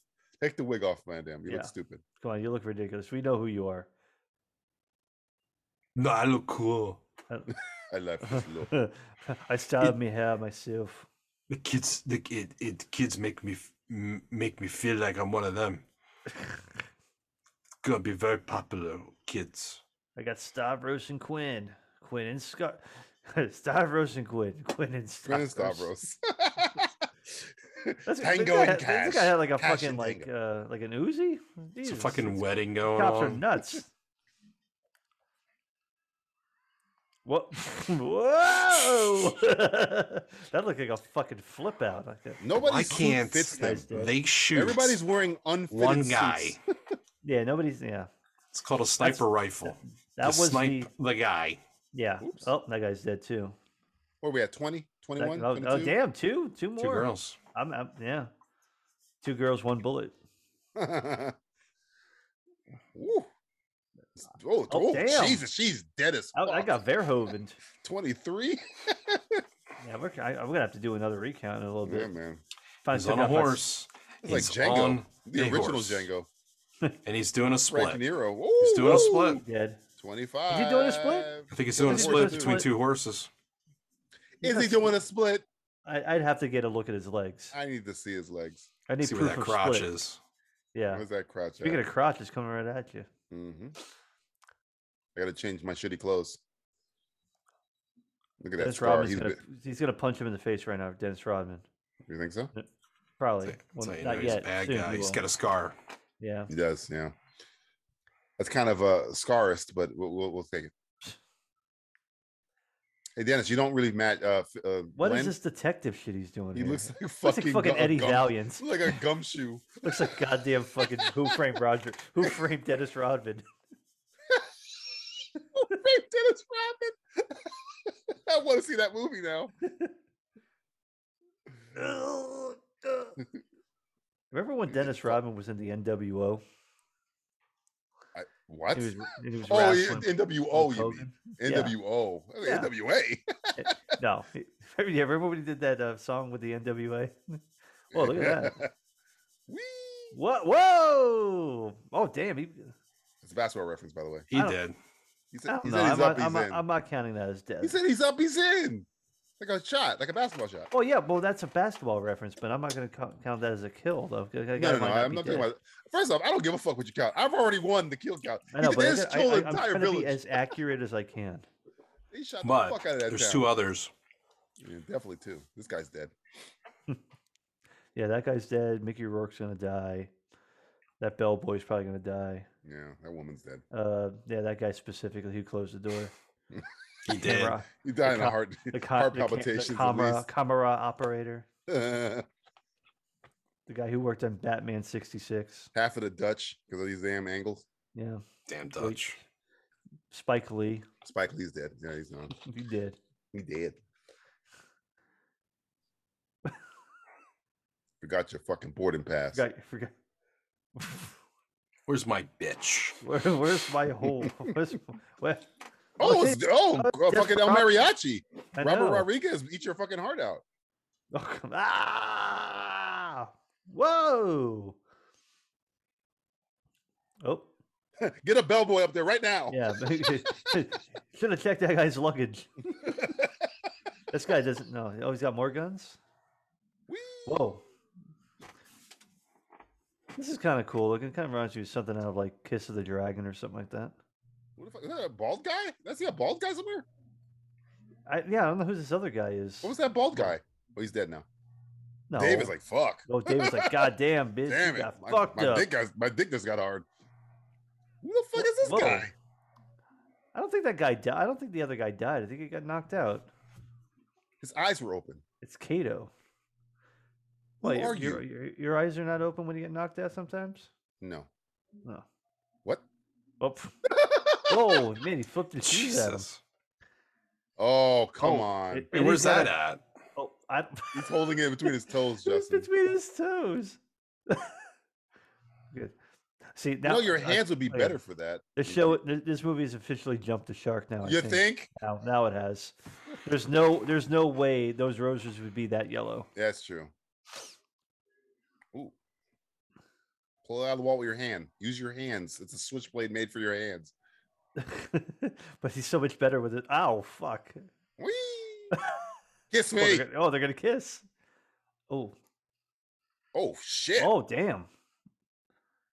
Speaker 8: Take the wig off, Van Damme. You
Speaker 10: Yeah.
Speaker 8: look stupid.
Speaker 10: Come on, you look ridiculous. We know who you are.
Speaker 9: No, I look cool.
Speaker 8: I love this look.
Speaker 10: I stabbed me hair myself.
Speaker 9: The kids, the it, it kids make me f- m- make me feel like I'm one of them. Gonna be very popular, kids.
Speaker 10: I got Stavros and Quinn. Quinn and Scott. Stavros and Quinn. Quinn and Stavros.
Speaker 8: Brandon Stavros.
Speaker 10: That's,
Speaker 8: Tango
Speaker 10: this guy,
Speaker 8: and
Speaker 10: had-
Speaker 8: Cash.
Speaker 10: This guy had like a
Speaker 8: Cash
Speaker 10: fucking
Speaker 8: and
Speaker 10: like
Speaker 8: Tango.
Speaker 10: uh like an Uzi.
Speaker 9: It's a
Speaker 10: Jesus,
Speaker 9: fucking
Speaker 10: these
Speaker 9: wedding going
Speaker 10: Cops
Speaker 9: on.
Speaker 10: are nuts. What? Whoa! that looked like a fucking flip out. Like that.
Speaker 8: Nobody
Speaker 9: I can't.
Speaker 8: fits them.
Speaker 10: Guys do.
Speaker 9: They shoot.
Speaker 8: Everybody's wearing unfitted
Speaker 9: one guy.
Speaker 8: suits.
Speaker 10: Yeah, nobody's. Yeah,
Speaker 9: It's called a sniper rifle.
Speaker 10: that
Speaker 9: You
Speaker 10: was
Speaker 9: snipe
Speaker 10: the.
Speaker 9: the guy.
Speaker 10: Yeah.
Speaker 8: Oops.
Speaker 10: Oh, that guy's dead too.
Speaker 8: What are we at? 20?
Speaker 10: That-
Speaker 8: 21?
Speaker 10: oh, oh,
Speaker 8: 22?
Speaker 10: damn! Two, two more.
Speaker 9: Two girls.
Speaker 10: I'm, I'm. Yeah. Two girls, one bullet.
Speaker 8: Ooh. Oh,
Speaker 10: Oh,
Speaker 8: oh,
Speaker 10: damn.
Speaker 8: Jesus, she's dead as
Speaker 10: I,
Speaker 8: fuck.
Speaker 10: I Oh, got Verhoeven.
Speaker 8: 23.
Speaker 10: Yeah, we're, I, I'm gonna have to do another recount in a little bit.
Speaker 8: Yeah, man.
Speaker 10: Find
Speaker 9: He's on
Speaker 10: something
Speaker 9: a
Speaker 10: out about s-
Speaker 9: horse.
Speaker 8: It's like
Speaker 9: He's
Speaker 8: Django.
Speaker 9: on
Speaker 8: The
Speaker 9: a
Speaker 8: original
Speaker 9: horse,
Speaker 8: Django.
Speaker 9: And he's doing a
Speaker 8: Frank
Speaker 9: split.
Speaker 8: Nero. Ooh,
Speaker 9: He's doing a
Speaker 8: woo.
Speaker 9: split.
Speaker 10: Dead.
Speaker 8: 25.
Speaker 10: doing a split?
Speaker 9: I think he's doing a
Speaker 8: Is he
Speaker 9: split
Speaker 8: doing a
Speaker 9: between
Speaker 10: split?
Speaker 9: two horses.
Speaker 10: He's
Speaker 8: Is he
Speaker 10: not-
Speaker 8: doing a split?
Speaker 10: I, I'd have to get a look at his legs.
Speaker 8: I need to see his legs.
Speaker 10: I need
Speaker 9: See where
Speaker 10: proof
Speaker 9: that
Speaker 10: of
Speaker 9: crotch
Speaker 10: split.
Speaker 9: is.
Speaker 10: Yeah.
Speaker 8: Where's that crotch
Speaker 10: Speaking of crotch, it's coming right at you.
Speaker 8: hmm I got to change my shitty clothes. Look at that
Speaker 10: Dennis
Speaker 8: scar.
Speaker 10: Rodman's
Speaker 8: He's
Speaker 10: gonna,
Speaker 8: bit-
Speaker 10: he's gonna punch him in the face right now. Dennis Rodman,
Speaker 8: You think so?
Speaker 10: probably.
Speaker 9: That's
Speaker 10: Well,
Speaker 9: how you know
Speaker 10: not
Speaker 9: he's a
Speaker 10: yet.
Speaker 9: bad
Speaker 10: Soon
Speaker 9: guy.
Speaker 10: he
Speaker 9: He's
Speaker 10: will.
Speaker 9: got a scar.
Speaker 10: Yeah.
Speaker 8: He does, yeah. That's kind of a uh, scarist, but we'll, we'll, we'll take it. Hey, Dennis, you don't really match. Uh, f- uh,
Speaker 10: What is
Speaker 8: Glenn.
Speaker 10: this detective shit he's doing?
Speaker 8: He
Speaker 10: here?
Speaker 8: looks like
Speaker 10: Looks
Speaker 8: fucking,
Speaker 10: like fucking
Speaker 8: gu- a
Speaker 10: Eddie
Speaker 8: gum-
Speaker 10: Valiant.
Speaker 8: Like a gumshoe.
Speaker 10: looks like goddamn fucking Who Framed Roger? Who Framed Dennis Rodman?
Speaker 8: Dennis Rodman. I want to see that movie now.
Speaker 10: Remember when Dennis Rodman was in the NWO?
Speaker 8: I, what?
Speaker 10: He was, and he was
Speaker 8: oh, yeah,
Speaker 10: wrestling
Speaker 8: NWO,
Speaker 10: Hulk
Speaker 8: you
Speaker 10: Hogan.
Speaker 8: mean? NWO, I mean,
Speaker 10: Yeah.
Speaker 8: NWA.
Speaker 10: No, he- yeah, remember when he did that uh, song with the NWA? Whoa, look at that!
Speaker 8: Whee!
Speaker 10: What? Whoa! Oh, damn! He,
Speaker 8: It's a basketball reference, by the way.
Speaker 9: He
Speaker 10: I don't-
Speaker 9: did.
Speaker 8: He
Speaker 10: I
Speaker 8: said,
Speaker 10: don't
Speaker 8: he
Speaker 10: know.
Speaker 8: said
Speaker 10: I'm,
Speaker 8: he's up,
Speaker 10: not,
Speaker 8: he's
Speaker 10: I'm, not,
Speaker 8: in.
Speaker 10: I'm not counting that as dead.
Speaker 8: He said he's up, he's in. Like a shot, like a basketball shot.
Speaker 10: Oh yeah, well that's a basketball reference, but I'm not going to count that as a kill though. 'cause that
Speaker 8: No,
Speaker 10: guy
Speaker 8: no, no.
Speaker 10: might not
Speaker 8: I'm
Speaker 10: be
Speaker 8: not talking
Speaker 10: dead.
Speaker 8: about. First off, I don't give a fuck what you count. I've already won the kill count.
Speaker 10: I know,
Speaker 8: he
Speaker 10: but I
Speaker 8: did
Speaker 10: gotta- I,
Speaker 8: kill an
Speaker 10: am
Speaker 8: entire
Speaker 10: trying to be
Speaker 8: village.
Speaker 10: as accurate as I can.
Speaker 8: he shot the
Speaker 9: But
Speaker 8: fuck out of that
Speaker 9: there's
Speaker 8: town.
Speaker 9: two others.
Speaker 8: Yeah, definitely two. This guy's dead.
Speaker 10: Yeah, that guy's dead. Mickey Rourke's going to die. That bellboy's probably going to die.
Speaker 8: Yeah, that woman's dead.
Speaker 10: Uh, yeah, that guy specifically who closed the door.
Speaker 9: He did.
Speaker 10: Camera-
Speaker 8: He died in a
Speaker 10: co-
Speaker 8: heart,
Speaker 10: the, co-
Speaker 8: heart
Speaker 10: the ca- the
Speaker 8: palpitations. at
Speaker 10: camera,
Speaker 8: least.
Speaker 10: camera operator.
Speaker 8: Uh,
Speaker 10: The guy who worked on Batman '66.
Speaker 8: half of the Dutch because of these damn angles.
Speaker 10: Yeah,
Speaker 9: Damn Dutch.
Speaker 10: Spike Lee.
Speaker 8: Spike Lee's dead. Yeah, he's not.
Speaker 10: He did.
Speaker 8: He dead. Forgot your fucking boarding pass.
Speaker 10: Forgot, forgot.
Speaker 9: Where's my bitch?
Speaker 10: Where, where's my hole? Where's, where,
Speaker 8: oh,
Speaker 10: hey,
Speaker 8: it's, oh,
Speaker 10: oh,
Speaker 8: uh,
Speaker 10: Jeff
Speaker 8: fucking El
Speaker 10: Rob-
Speaker 8: Mariachi.
Speaker 10: I
Speaker 8: Robert
Speaker 10: know.
Speaker 8: Rodriguez, eat your fucking heart out.
Speaker 10: Oh, come Ah! Whoa! Oh,
Speaker 8: Get a bellboy up there right now.
Speaker 10: Yeah. Should have checked that guy's luggage. this guy doesn't know. Oh, he's got more guns? Whoa. This is kind of cool looking. Kind of reminds you of something out of like Kiss of the Dragon or something like that.
Speaker 8: What the fuck? Is that a bald guy? That's a bald guy somewhere?
Speaker 10: I, yeah, I don't know who this other guy is.
Speaker 8: What was that bald guy? Oh, he's dead now.
Speaker 10: No.
Speaker 8: Dave is like, fuck.
Speaker 10: Oh, David's like, God damn, bitch.
Speaker 8: Damn
Speaker 10: you
Speaker 8: it.
Speaker 10: got
Speaker 8: My,
Speaker 10: fucked
Speaker 8: my
Speaker 10: up.
Speaker 8: dick got, my dick just got hard. Who the fuck is this
Speaker 10: Whoa.
Speaker 8: guy?
Speaker 10: I don't think that guy died. I don't think the other guy died. I think he got knocked out.
Speaker 8: His eyes were open.
Speaker 10: It's Kato. Well,
Speaker 8: Who
Speaker 10: your,
Speaker 8: are you?
Speaker 10: Your, your, your eyes are not open when you get knocked out sometimes?
Speaker 8: No.
Speaker 10: No.
Speaker 8: What?
Speaker 10: Oh, pff. Whoa, man, he flipped his shoes at him.
Speaker 9: Jesus.
Speaker 8: Oh, come
Speaker 10: Oh,
Speaker 8: on.
Speaker 10: it-
Speaker 9: Hey,
Speaker 10: it
Speaker 9: where's
Speaker 10: is not
Speaker 9: that
Speaker 10: a-
Speaker 9: at?
Speaker 10: Oh, I,
Speaker 8: He's holding it between his toes,
Speaker 10: It's
Speaker 8: Justin.
Speaker 10: between his toes. Good. See
Speaker 8: You
Speaker 10: now,
Speaker 8: know, your
Speaker 10: uh,
Speaker 8: hands would be
Speaker 10: okay.
Speaker 8: better for that.
Speaker 10: The show, th- this movie has officially jumped the shark now. Oh, I
Speaker 8: You think?
Speaker 10: now, now it has. There's no, there's no way those roses would be that yellow.
Speaker 8: That's true. Ooh. Pull it out of the wall with your hand. Use your hands. It's a switchblade made for your hands.
Speaker 10: but he's so much better with it. Ow, fuck! Oh,
Speaker 8: Whee! Kiss
Speaker 10: they're
Speaker 8: me.
Speaker 10: gonna- oh, they're gonna kiss. Oh,
Speaker 8: Oh shit.
Speaker 10: oh, damn!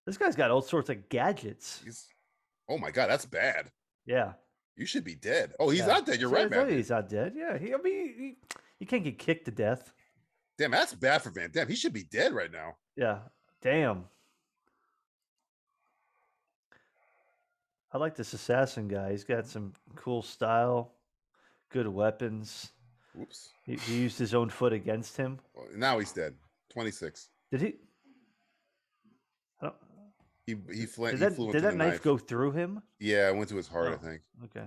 Speaker 10: This guy's got all sorts of gadgets.
Speaker 8: He's- oh my god, that's bad.
Speaker 10: Yeah,
Speaker 8: You should be dead. Oh, he's
Speaker 10: yeah.
Speaker 8: not dead. You're
Speaker 10: See, I
Speaker 8: right,
Speaker 10: tell you
Speaker 8: man.
Speaker 10: He's not dead. Yeah, he, I mean, he, he can't get kicked to death.
Speaker 8: Damn, that's bad for Van Damme. He should be dead right now.
Speaker 10: Yeah. Damn. I like this assassin guy. He's got some cool style, good weapons.
Speaker 8: Oops.
Speaker 10: He, he used his own foot against him.
Speaker 8: Well, now he's dead. 26.
Speaker 10: Did he? I don't,
Speaker 8: He he, fl-
Speaker 10: did
Speaker 8: he
Speaker 10: that,
Speaker 8: flew
Speaker 10: did
Speaker 8: into
Speaker 10: that
Speaker 8: the
Speaker 10: knife, go through him?
Speaker 8: Yeah, it went to his heart,
Speaker 10: Oh.
Speaker 8: I think.
Speaker 10: Okay.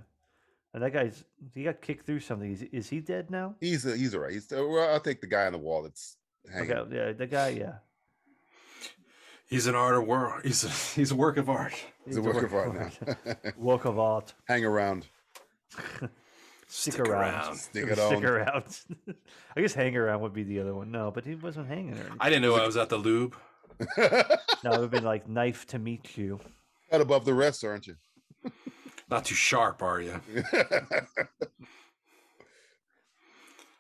Speaker 10: And that guy's he got kicked through something. Is, is he dead now?
Speaker 8: He's a, he's all right. He's, uh, well, I'll take the guy on the wall that's hanging.
Speaker 10: Okay. Yeah. The guy. Yeah.
Speaker 9: He's an art of work. He's a, he's a work of art.
Speaker 8: It's a
Speaker 10: he's
Speaker 8: work of art now.
Speaker 10: Work of art.
Speaker 8: Hang around.
Speaker 10: Stick,
Speaker 9: Stick
Speaker 10: around.
Speaker 9: around.
Speaker 8: Stick
Speaker 10: Or
Speaker 8: it
Speaker 10: stick
Speaker 8: on.
Speaker 10: around. I guess hang around would be the other one. No, but he wasn't hanging or anything.
Speaker 9: I didn't know I was at the lube.
Speaker 10: No, it would have been like knife to meet you.
Speaker 8: Cut above the rest, aren't you?
Speaker 9: Not too sharp, are you? I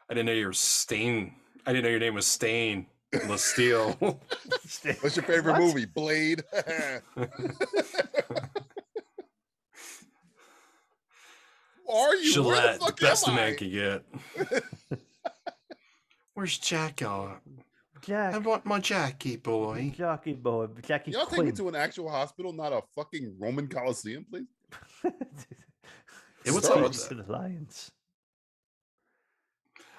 Speaker 9: didn't know you were Stain. I didn't know your name was Stain Lasteel.
Speaker 8: What's your favorite
Speaker 10: What?
Speaker 8: movie? Blade. Who are you? Where the
Speaker 9: Gillette, the
Speaker 8: fuck
Speaker 9: best a
Speaker 8: am
Speaker 9: man
Speaker 8: I?
Speaker 9: can get. Where's Jack at? I
Speaker 10: Jack,
Speaker 9: want my Jackie boy.
Speaker 10: Jockey Boy, Jackie
Speaker 8: Y'all take me
Speaker 10: Quinn.
Speaker 8: to an actual hospital, not a fucking Roman Coliseum, please.
Speaker 9: Hey, what's
Speaker 8: Sorry.
Speaker 9: up with
Speaker 10: Speaks
Speaker 9: that?
Speaker 10: to the Lions.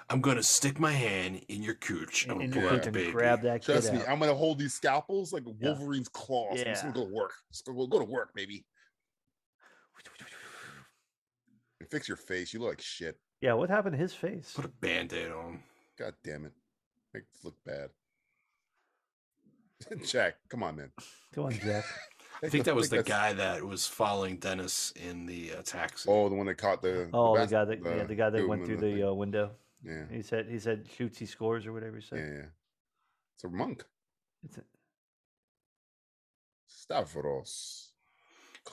Speaker 9: I'm gonna stick my hand in your cooch. I'm
Speaker 10: And
Speaker 9: gonna pull
Speaker 8: your
Speaker 9: out
Speaker 10: you
Speaker 8: cooch
Speaker 9: the
Speaker 10: can
Speaker 9: baby.
Speaker 10: grab that kid
Speaker 8: Trust me,
Speaker 10: out.
Speaker 8: I'm gonna hold these scalpels like Wolverine's claws. I'm just
Speaker 10: Yeah.
Speaker 8: gonna go to work. Just go, go, go to work, baby. And fix your face. You look like shit.
Speaker 10: Yeah, what happened to his face?
Speaker 9: Put a band-aid on.
Speaker 8: God damn it. Makes it look bad. Jack, come on, man.
Speaker 10: Come on, Jack.
Speaker 9: I think that was the
Speaker 8: that's-
Speaker 9: guy that was following Dennis in the uh, taxi.
Speaker 8: Oh, the one that caught the.
Speaker 10: Oh, the
Speaker 8: bas-
Speaker 10: guy that yeah, the guy that
Speaker 8: dude
Speaker 10: went
Speaker 8: in
Speaker 10: through the uh, window.
Speaker 8: thing.
Speaker 10: He said he said shoots, he scores or whatever he
Speaker 8: yeah,
Speaker 10: said.
Speaker 8: yeah, yeah. It's a monk.
Speaker 10: It's a-
Speaker 8: Stavros.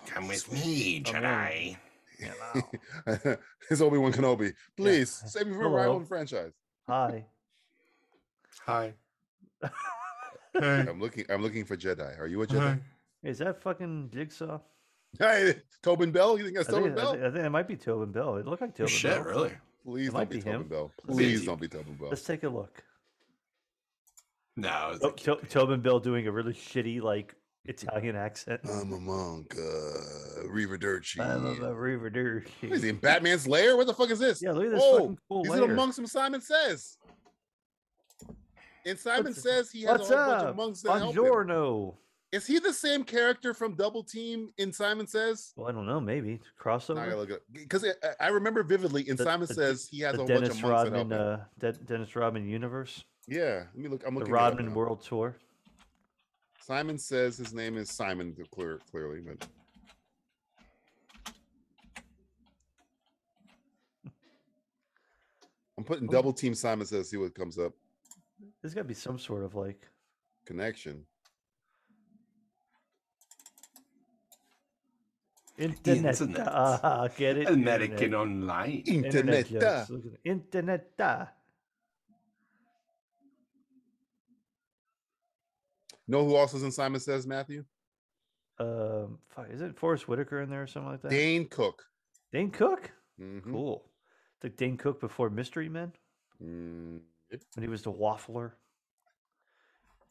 Speaker 9: Come with me,
Speaker 10: Oh,
Speaker 9: Jedi.
Speaker 10: man.
Speaker 8: His Obi Wan Kenobi. Please save me from my
Speaker 10: Hello.
Speaker 8: own franchise.
Speaker 10: Hi.
Speaker 9: Hi.
Speaker 8: I'm looking. I'm looking for Jedi. Are you a
Speaker 10: Uh-huh.
Speaker 8: Jedi?
Speaker 10: Is that fucking Jigsaw?
Speaker 8: Hey, Tobin Bell. You think that's
Speaker 10: I think,
Speaker 8: Tobin
Speaker 10: it- I,
Speaker 8: Bell?
Speaker 10: think, I think it might be Tobin Bell. It looked like Tobin
Speaker 9: Shit,
Speaker 10: Bell.
Speaker 9: really?
Speaker 8: Please
Speaker 10: might
Speaker 8: don't be,
Speaker 10: be
Speaker 8: Tobin
Speaker 10: him.
Speaker 8: Bell.
Speaker 10: be
Speaker 8: Please
Speaker 9: him.
Speaker 8: don't be Tobin Bell.
Speaker 10: Let's take a look.
Speaker 9: No. It's
Speaker 10: Oh,
Speaker 9: like-
Speaker 10: To- Tobin Bell doing a really shitty like Italian accent.
Speaker 8: I'm a monk. Uh, Reaver
Speaker 10: I'm a
Speaker 8: Durchi.
Speaker 10: Reaver
Speaker 8: What is he in Batman's Lair? What the fuck is this?
Speaker 10: Yeah, look at this
Speaker 8: Whoa,
Speaker 10: fucking cool
Speaker 8: He's
Speaker 10: layer.
Speaker 8: in amongst some Simon Says. And Simon
Speaker 10: What's-
Speaker 8: Says he has a
Speaker 10: What's
Speaker 8: whole bunch
Speaker 10: up?
Speaker 8: of monks that help him.
Speaker 10: Buongiorno.
Speaker 8: Is he the same character from Double Team in Simon Says?
Speaker 10: Well, I don't know. Maybe
Speaker 8: Now I gotta
Speaker 10: crossover.
Speaker 8: look Because I remember vividly in
Speaker 10: The-
Speaker 8: Simon
Speaker 10: the-
Speaker 8: Says he has a
Speaker 10: the
Speaker 8: whole bunch
Speaker 10: Dennis
Speaker 8: of monks
Speaker 10: Rodman,
Speaker 8: that help him.
Speaker 10: uh, De- Dennis Rodman universe.
Speaker 8: Yeah, let me look. I'm
Speaker 10: The
Speaker 8: looking. it up
Speaker 10: Rodman
Speaker 8: now.
Speaker 10: World Tour.
Speaker 8: Simon Says his name is Simon. Clear, clearly, but I'm putting Double Team Simon Says. See what comes up.
Speaker 10: There's got to be some sort of like.
Speaker 8: Connection.
Speaker 10: Internet.
Speaker 9: Internet.
Speaker 10: Ah, get it?
Speaker 9: American
Speaker 10: Internet.
Speaker 9: Online.
Speaker 10: Internet.
Speaker 8: Internet.
Speaker 10: jokes. Look at it. Internet. ah.
Speaker 8: Know who else is in Simon Says, Matthew?
Speaker 10: Um, fuck, is it Forrest Whitaker in there or something like that?
Speaker 8: Dane Cook.
Speaker 10: Dane Cook?
Speaker 8: Mhm.
Speaker 10: Cool. Took Dane Cook before Mystery Men
Speaker 8: Mm, it,
Speaker 10: when he was the waffler.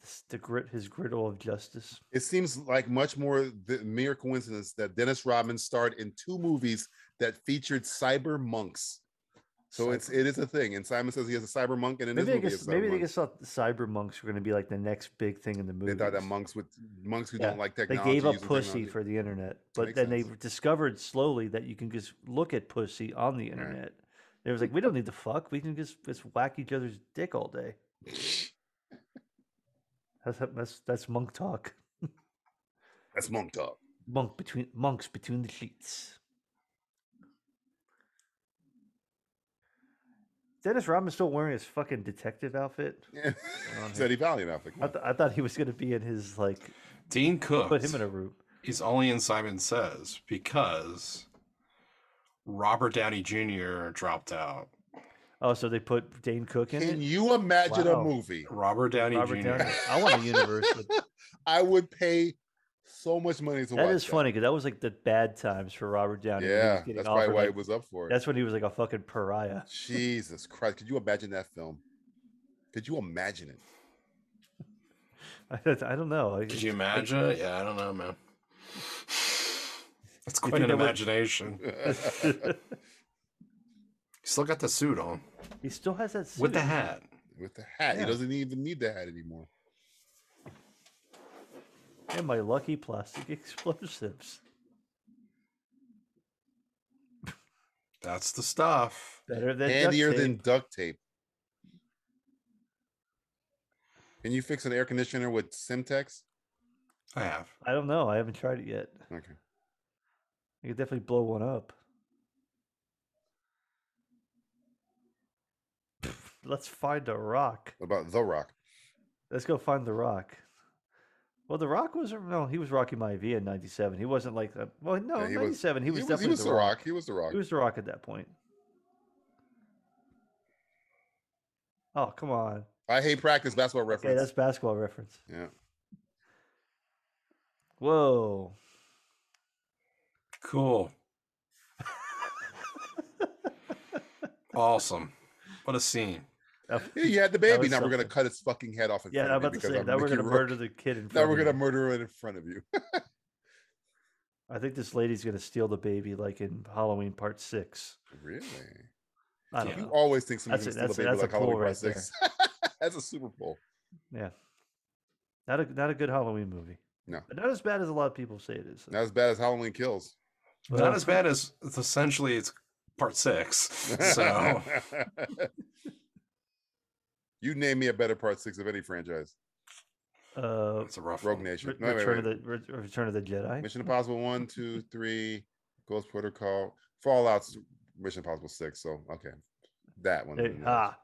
Speaker 10: This- The grit, his griddle of justice.
Speaker 8: it seems like much more the mere coincidence that Dennis Rodman starred in two movies that featured cyber monks. So it's it is a thing, and Simon says he has a cyber monk, and in
Speaker 10: Maybe
Speaker 8: his
Speaker 10: I
Speaker 8: movie,
Speaker 10: guess
Speaker 8: a cyber
Speaker 10: maybe they
Speaker 8: monk.
Speaker 10: just thought the cyber monks were going to be like the next big thing in the
Speaker 8: they
Speaker 10: movie.
Speaker 8: thought that monks with monks who don't like
Speaker 10: They
Speaker 8: technology.
Speaker 10: gave up
Speaker 8: using
Speaker 10: pussy
Speaker 8: technology.
Speaker 10: for the internet, but
Speaker 8: makes
Speaker 10: then they
Speaker 8: sense.
Speaker 10: discovered slowly that you can just look at pussy on the internet. They was like, we don't need to fuck. We can just just whack each other's dick all day. that's that's that's monk talk.
Speaker 8: that's monk talk.
Speaker 10: Monk between monks between the sheets. Dennis Rodman's still wearing his fucking detective outfit.
Speaker 8: It's Eddie Valley in Africa.
Speaker 10: I, th- I thought he was gonna be in his like
Speaker 9: Dean Cook
Speaker 10: put him in a room.
Speaker 9: is only in Simon Says because Robert Downey Jr. dropped out.
Speaker 10: Oh, so they put Dane Cook in
Speaker 8: Can
Speaker 10: it.
Speaker 8: you imagine
Speaker 10: Wow.
Speaker 8: a movie?
Speaker 9: Robert Downey
Speaker 10: Robert
Speaker 9: Jr.
Speaker 10: Downey. I want a universe with
Speaker 8: I would pay so much money to watch.
Speaker 10: That is funny because that was like the bad times for Robert Downey. when he was
Speaker 8: Yeah,
Speaker 10: getting
Speaker 8: that's probably
Speaker 10: offered,
Speaker 8: why
Speaker 10: like-
Speaker 8: it was up for it.
Speaker 10: That's when he was like a fucking pariah.
Speaker 8: Jesus Christ! Could you imagine that film? Could you imagine it?
Speaker 10: I don't I don't know. like,
Speaker 9: Could you imagine? it? Yeah, I don't know, man. That's quite
Speaker 10: think
Speaker 9: an
Speaker 10: that would-
Speaker 9: imagination. Still got the suit on
Speaker 10: He still has that. Suit.
Speaker 9: with the hat.
Speaker 8: With the hat,
Speaker 10: Yeah.
Speaker 8: he doesn't even need the hat anymore.
Speaker 10: And my lucky plastic explosives.
Speaker 9: That's the stuff.
Speaker 10: Better than duct
Speaker 8: Handier than
Speaker 10: tape.
Speaker 8: duct tape. Can you fix an air conditioner with Simtex?
Speaker 9: I have.
Speaker 10: I don't know. I haven't tried it yet.
Speaker 8: Okay.
Speaker 10: I could definitely blow one up. Let's find a rock.
Speaker 8: What about The Rock?
Speaker 10: Let's go find the Rock. Well, the Rock was no, he was Rocky Maivia in '97. He wasn't like, a, well, no,
Speaker 8: Yeah, he was-
Speaker 10: '97. He was definitely
Speaker 8: he was
Speaker 10: the Rock.
Speaker 8: He was The Rock.
Speaker 10: He was the Rock at that point. Oh come on!
Speaker 8: I hate practice basketball
Speaker 10: Okay,
Speaker 8: reference.
Speaker 10: that's basketball reference.
Speaker 8: yeah.
Speaker 10: Whoa!
Speaker 9: Cool. awesome. What a scene.
Speaker 10: Uh,
Speaker 8: Yeah, you had the baby.
Speaker 10: was
Speaker 8: Now we're gonna
Speaker 10: something.
Speaker 8: cut his fucking head off. In
Speaker 10: yeah,
Speaker 8: front
Speaker 10: I'm
Speaker 8: of you
Speaker 10: about to
Speaker 8: because
Speaker 10: say
Speaker 8: I'm
Speaker 10: now we're
Speaker 8: Mickey
Speaker 10: gonna
Speaker 8: Rourke.
Speaker 10: murder the kid in
Speaker 8: Now
Speaker 10: front.
Speaker 8: we're
Speaker 10: of
Speaker 8: gonna
Speaker 10: you.
Speaker 8: murder it in front of you.
Speaker 10: I think this lady's gonna steal the baby, like in Halloween Part Six.
Speaker 8: really?
Speaker 10: I don't
Speaker 9: Yeah.
Speaker 8: You
Speaker 10: know.
Speaker 8: always think somebody's
Speaker 10: That's
Speaker 8: gonna
Speaker 10: a-
Speaker 8: steal a
Speaker 10: that's
Speaker 8: baby
Speaker 10: a-
Speaker 8: like Halloween Part
Speaker 10: that's a
Speaker 8: Six? that's a Super Bowl.
Speaker 10: Yeah, not a not a good Halloween movie.
Speaker 8: No.
Speaker 10: but not as bad as a lot of people say it is.
Speaker 8: Not as bad as Halloween Kills.
Speaker 10: Well,
Speaker 9: Not as bad as it's essentially it's part six. So
Speaker 8: you name me a better Part Six of any franchise.
Speaker 10: uh,
Speaker 9: it's a rough
Speaker 8: Rogue
Speaker 9: one.
Speaker 8: Nation.
Speaker 10: Re-
Speaker 8: No, wait,
Speaker 10: Return
Speaker 8: wait.
Speaker 10: of the Re- Return of the Jedi.
Speaker 8: Mission Impossible one, two, three, Ghost Protocol, Fallout's Mission Impossible six. So okay, that one.
Speaker 10: There-
Speaker 8: and then
Speaker 10: ah,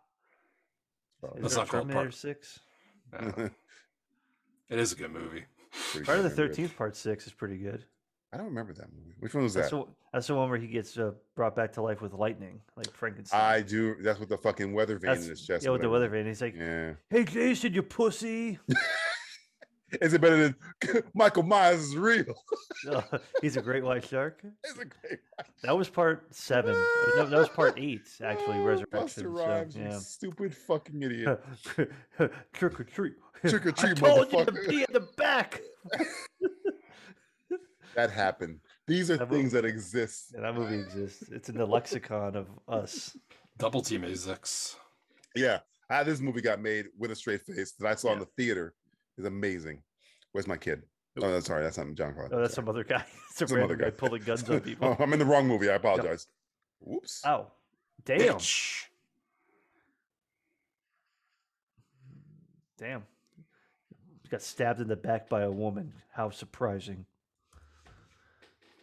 Speaker 8: Fallout.
Speaker 10: is
Speaker 9: Let's
Speaker 10: there
Speaker 9: not call it
Speaker 10: Terminator
Speaker 9: part-
Speaker 10: Six.
Speaker 9: Yeah. it is a good movie.
Speaker 8: Pretty
Speaker 10: Friday
Speaker 8: goddamn
Speaker 10: the
Speaker 8: good.
Speaker 10: Thirteenth Part Six is pretty good.
Speaker 8: I don't remember that movie. Which one was
Speaker 10: That's
Speaker 8: that?
Speaker 10: the, one- that's the one where he gets uh, brought back to life with lightning, like Frankenstein.
Speaker 8: I do. That's with the fucking weather vane
Speaker 10: That's-
Speaker 8: in his chest.
Speaker 10: yeah, with the
Speaker 8: whatever.
Speaker 10: weather vane. He's like, "Hey, Jason, you pussy."
Speaker 8: Yeah. Is it better than Michael Myers is real?
Speaker 10: Uh, he's a great white shark.
Speaker 8: It's a great
Speaker 10: That was part seven. Uh, No, that was part eight, actually.
Speaker 8: Oh, Buster
Speaker 10: Resurrection.
Speaker 8: Rhymes,
Speaker 10: so,
Speaker 8: you
Speaker 10: yeah.
Speaker 8: stupid fucking idiot.
Speaker 10: Trick or treat.
Speaker 8: Trick or treat,
Speaker 10: I told you to
Speaker 8: motherfucker.
Speaker 10: be in the back.
Speaker 8: that happened. These are
Speaker 10: That
Speaker 8: things that exist.
Speaker 10: Yeah, that movie exists. It's in the lexicon of us.
Speaker 9: Double T Musics.
Speaker 8: Yeah. How this movie got made with a straight face that I saw in
Speaker 10: Yeah.
Speaker 8: the theater is amazing. Where's my kid? Oh, that's sorry. That's not John Claude.
Speaker 10: Oh, that's some other guy. It's a
Speaker 8: Some other
Speaker 10: random guy
Speaker 8: guy.
Speaker 10: pulling guns on people.
Speaker 8: oh, I'm in the wrong movie. I apologize. Whoops.
Speaker 10: Oh, damn.
Speaker 9: Bitch.
Speaker 10: Damn. Got stabbed in the back by a woman. How surprising.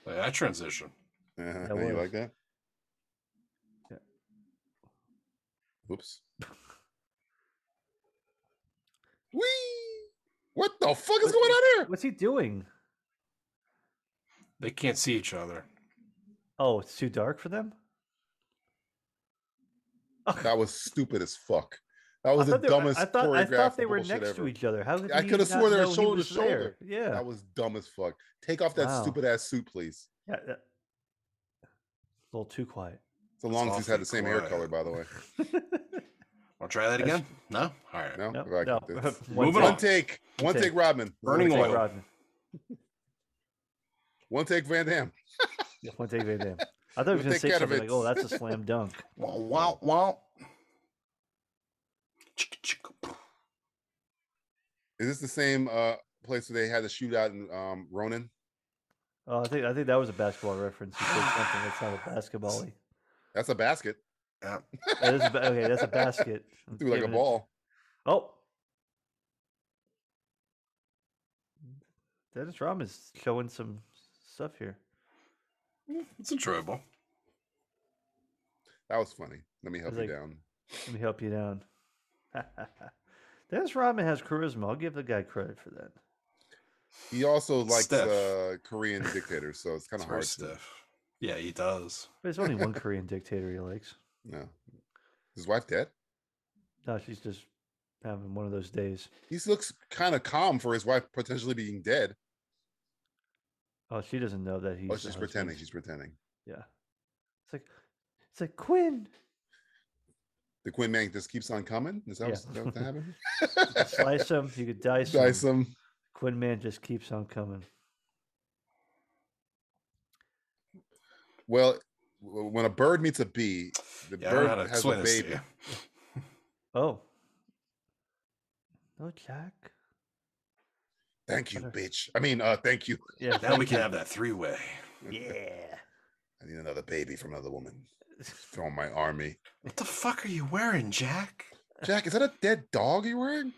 Speaker 9: Like, that transition.
Speaker 8: Uh, you
Speaker 10: That was.
Speaker 8: like that?
Speaker 10: Yeah.
Speaker 8: Whoops. Whee! What the fuck is going on here?
Speaker 10: What's he doing?
Speaker 9: They can't see each other.
Speaker 10: Oh, it's too dark for them.
Speaker 8: That was stupid as fuck. That was the
Speaker 10: they were-
Speaker 8: dumbest
Speaker 10: I thought, I
Speaker 8: choreographed
Speaker 10: thought they were
Speaker 8: bullshit
Speaker 10: next
Speaker 8: ever.
Speaker 10: to each other. How could
Speaker 8: I
Speaker 10: he
Speaker 8: could have
Speaker 10: not
Speaker 8: sworn they were
Speaker 10: know he
Speaker 8: shoulder to
Speaker 10: was
Speaker 8: shoulder.
Speaker 10: there? Yeah.
Speaker 8: That was dumb as fuck. Take off that
Speaker 10: Wow.
Speaker 8: stupid ass suit, please.
Speaker 10: yeah, that- a little too quiet.
Speaker 8: So long as he's had
Speaker 9: awfully
Speaker 8: the same hair
Speaker 9: quiet.
Speaker 8: color, by the way.
Speaker 9: I'll try that again. No. All right.
Speaker 8: No,
Speaker 10: Nope,
Speaker 8: Right,
Speaker 10: no.
Speaker 8: that's-
Speaker 10: One
Speaker 8: One
Speaker 10: take.
Speaker 9: Moving
Speaker 8: take, one
Speaker 10: take.
Speaker 8: take, Rodman,
Speaker 9: Burning
Speaker 10: One take
Speaker 9: oil.
Speaker 10: Rodman.
Speaker 8: one take Van Dam.
Speaker 10: One take Van Dam. I thought he
Speaker 8: One
Speaker 10: was going to
Speaker 8: take
Speaker 10: say something like, "Oh,
Speaker 8: Katowice.
Speaker 10: that's a slam dunk."
Speaker 9: Wow, wow, wow.
Speaker 8: Is this the same uh place where they had the shootout in um Ronin?
Speaker 10: Oh, I think I think that was a basketball reference. You said something that's not a basketball.
Speaker 8: That's a basket.
Speaker 10: That is a ba- okay, that's a basket. I'm
Speaker 8: Threw like a
Speaker 10: giving it-
Speaker 8: ball.
Speaker 10: Oh. Dennis Rahm is showing some stuff here.
Speaker 9: It's enjoyable.
Speaker 8: That was funny. Let me help
Speaker 10: was
Speaker 8: you
Speaker 10: like-
Speaker 8: down.
Speaker 10: Let me help you down. Dennis Rodman has charisma. I'll give the guy credit for that.
Speaker 8: He also likes
Speaker 9: Steph.
Speaker 8: uh Korean dictators, so it's kind
Speaker 9: It's
Speaker 8: of hard.
Speaker 9: very
Speaker 8: To,
Speaker 9: stiff. Yeah, he does.
Speaker 10: But it's only one Korean dictator he likes.
Speaker 8: no. His wife dead.
Speaker 10: No, she's just having one of those days.
Speaker 8: He looks kind of calm for his wife potentially being dead.
Speaker 10: Oh, she doesn't know that he's.
Speaker 8: oh,
Speaker 10: the
Speaker 8: she's
Speaker 10: husband.
Speaker 8: pretending. She's pretending.
Speaker 10: Yeah. It's like, it's like Quinn.
Speaker 8: The Quinn man just keeps on coming. Is that,
Speaker 10: Yeah.
Speaker 8: what's, that what happened?
Speaker 10: Slice him. You could dice,
Speaker 8: Dice
Speaker 10: him.
Speaker 8: him.
Speaker 10: Quinn man just keeps on coming.
Speaker 8: Well, w- when a bird meets a bee, the
Speaker 9: Yeah, I don't know how
Speaker 8: bird
Speaker 9: to
Speaker 8: has a
Speaker 9: explain this to
Speaker 8: baby.
Speaker 9: you.
Speaker 10: Oh. No, Jack.
Speaker 8: Thank you,
Speaker 10: Better.
Speaker 8: bitch. I mean, uh, thank you.
Speaker 10: Yeah.
Speaker 9: Now we can have that three way.
Speaker 10: Yeah.
Speaker 8: I need another baby from another woman. Throw in my army.
Speaker 9: What the fuck are you wearing, Jack?
Speaker 8: Jack, is that a dead dog you're wearing?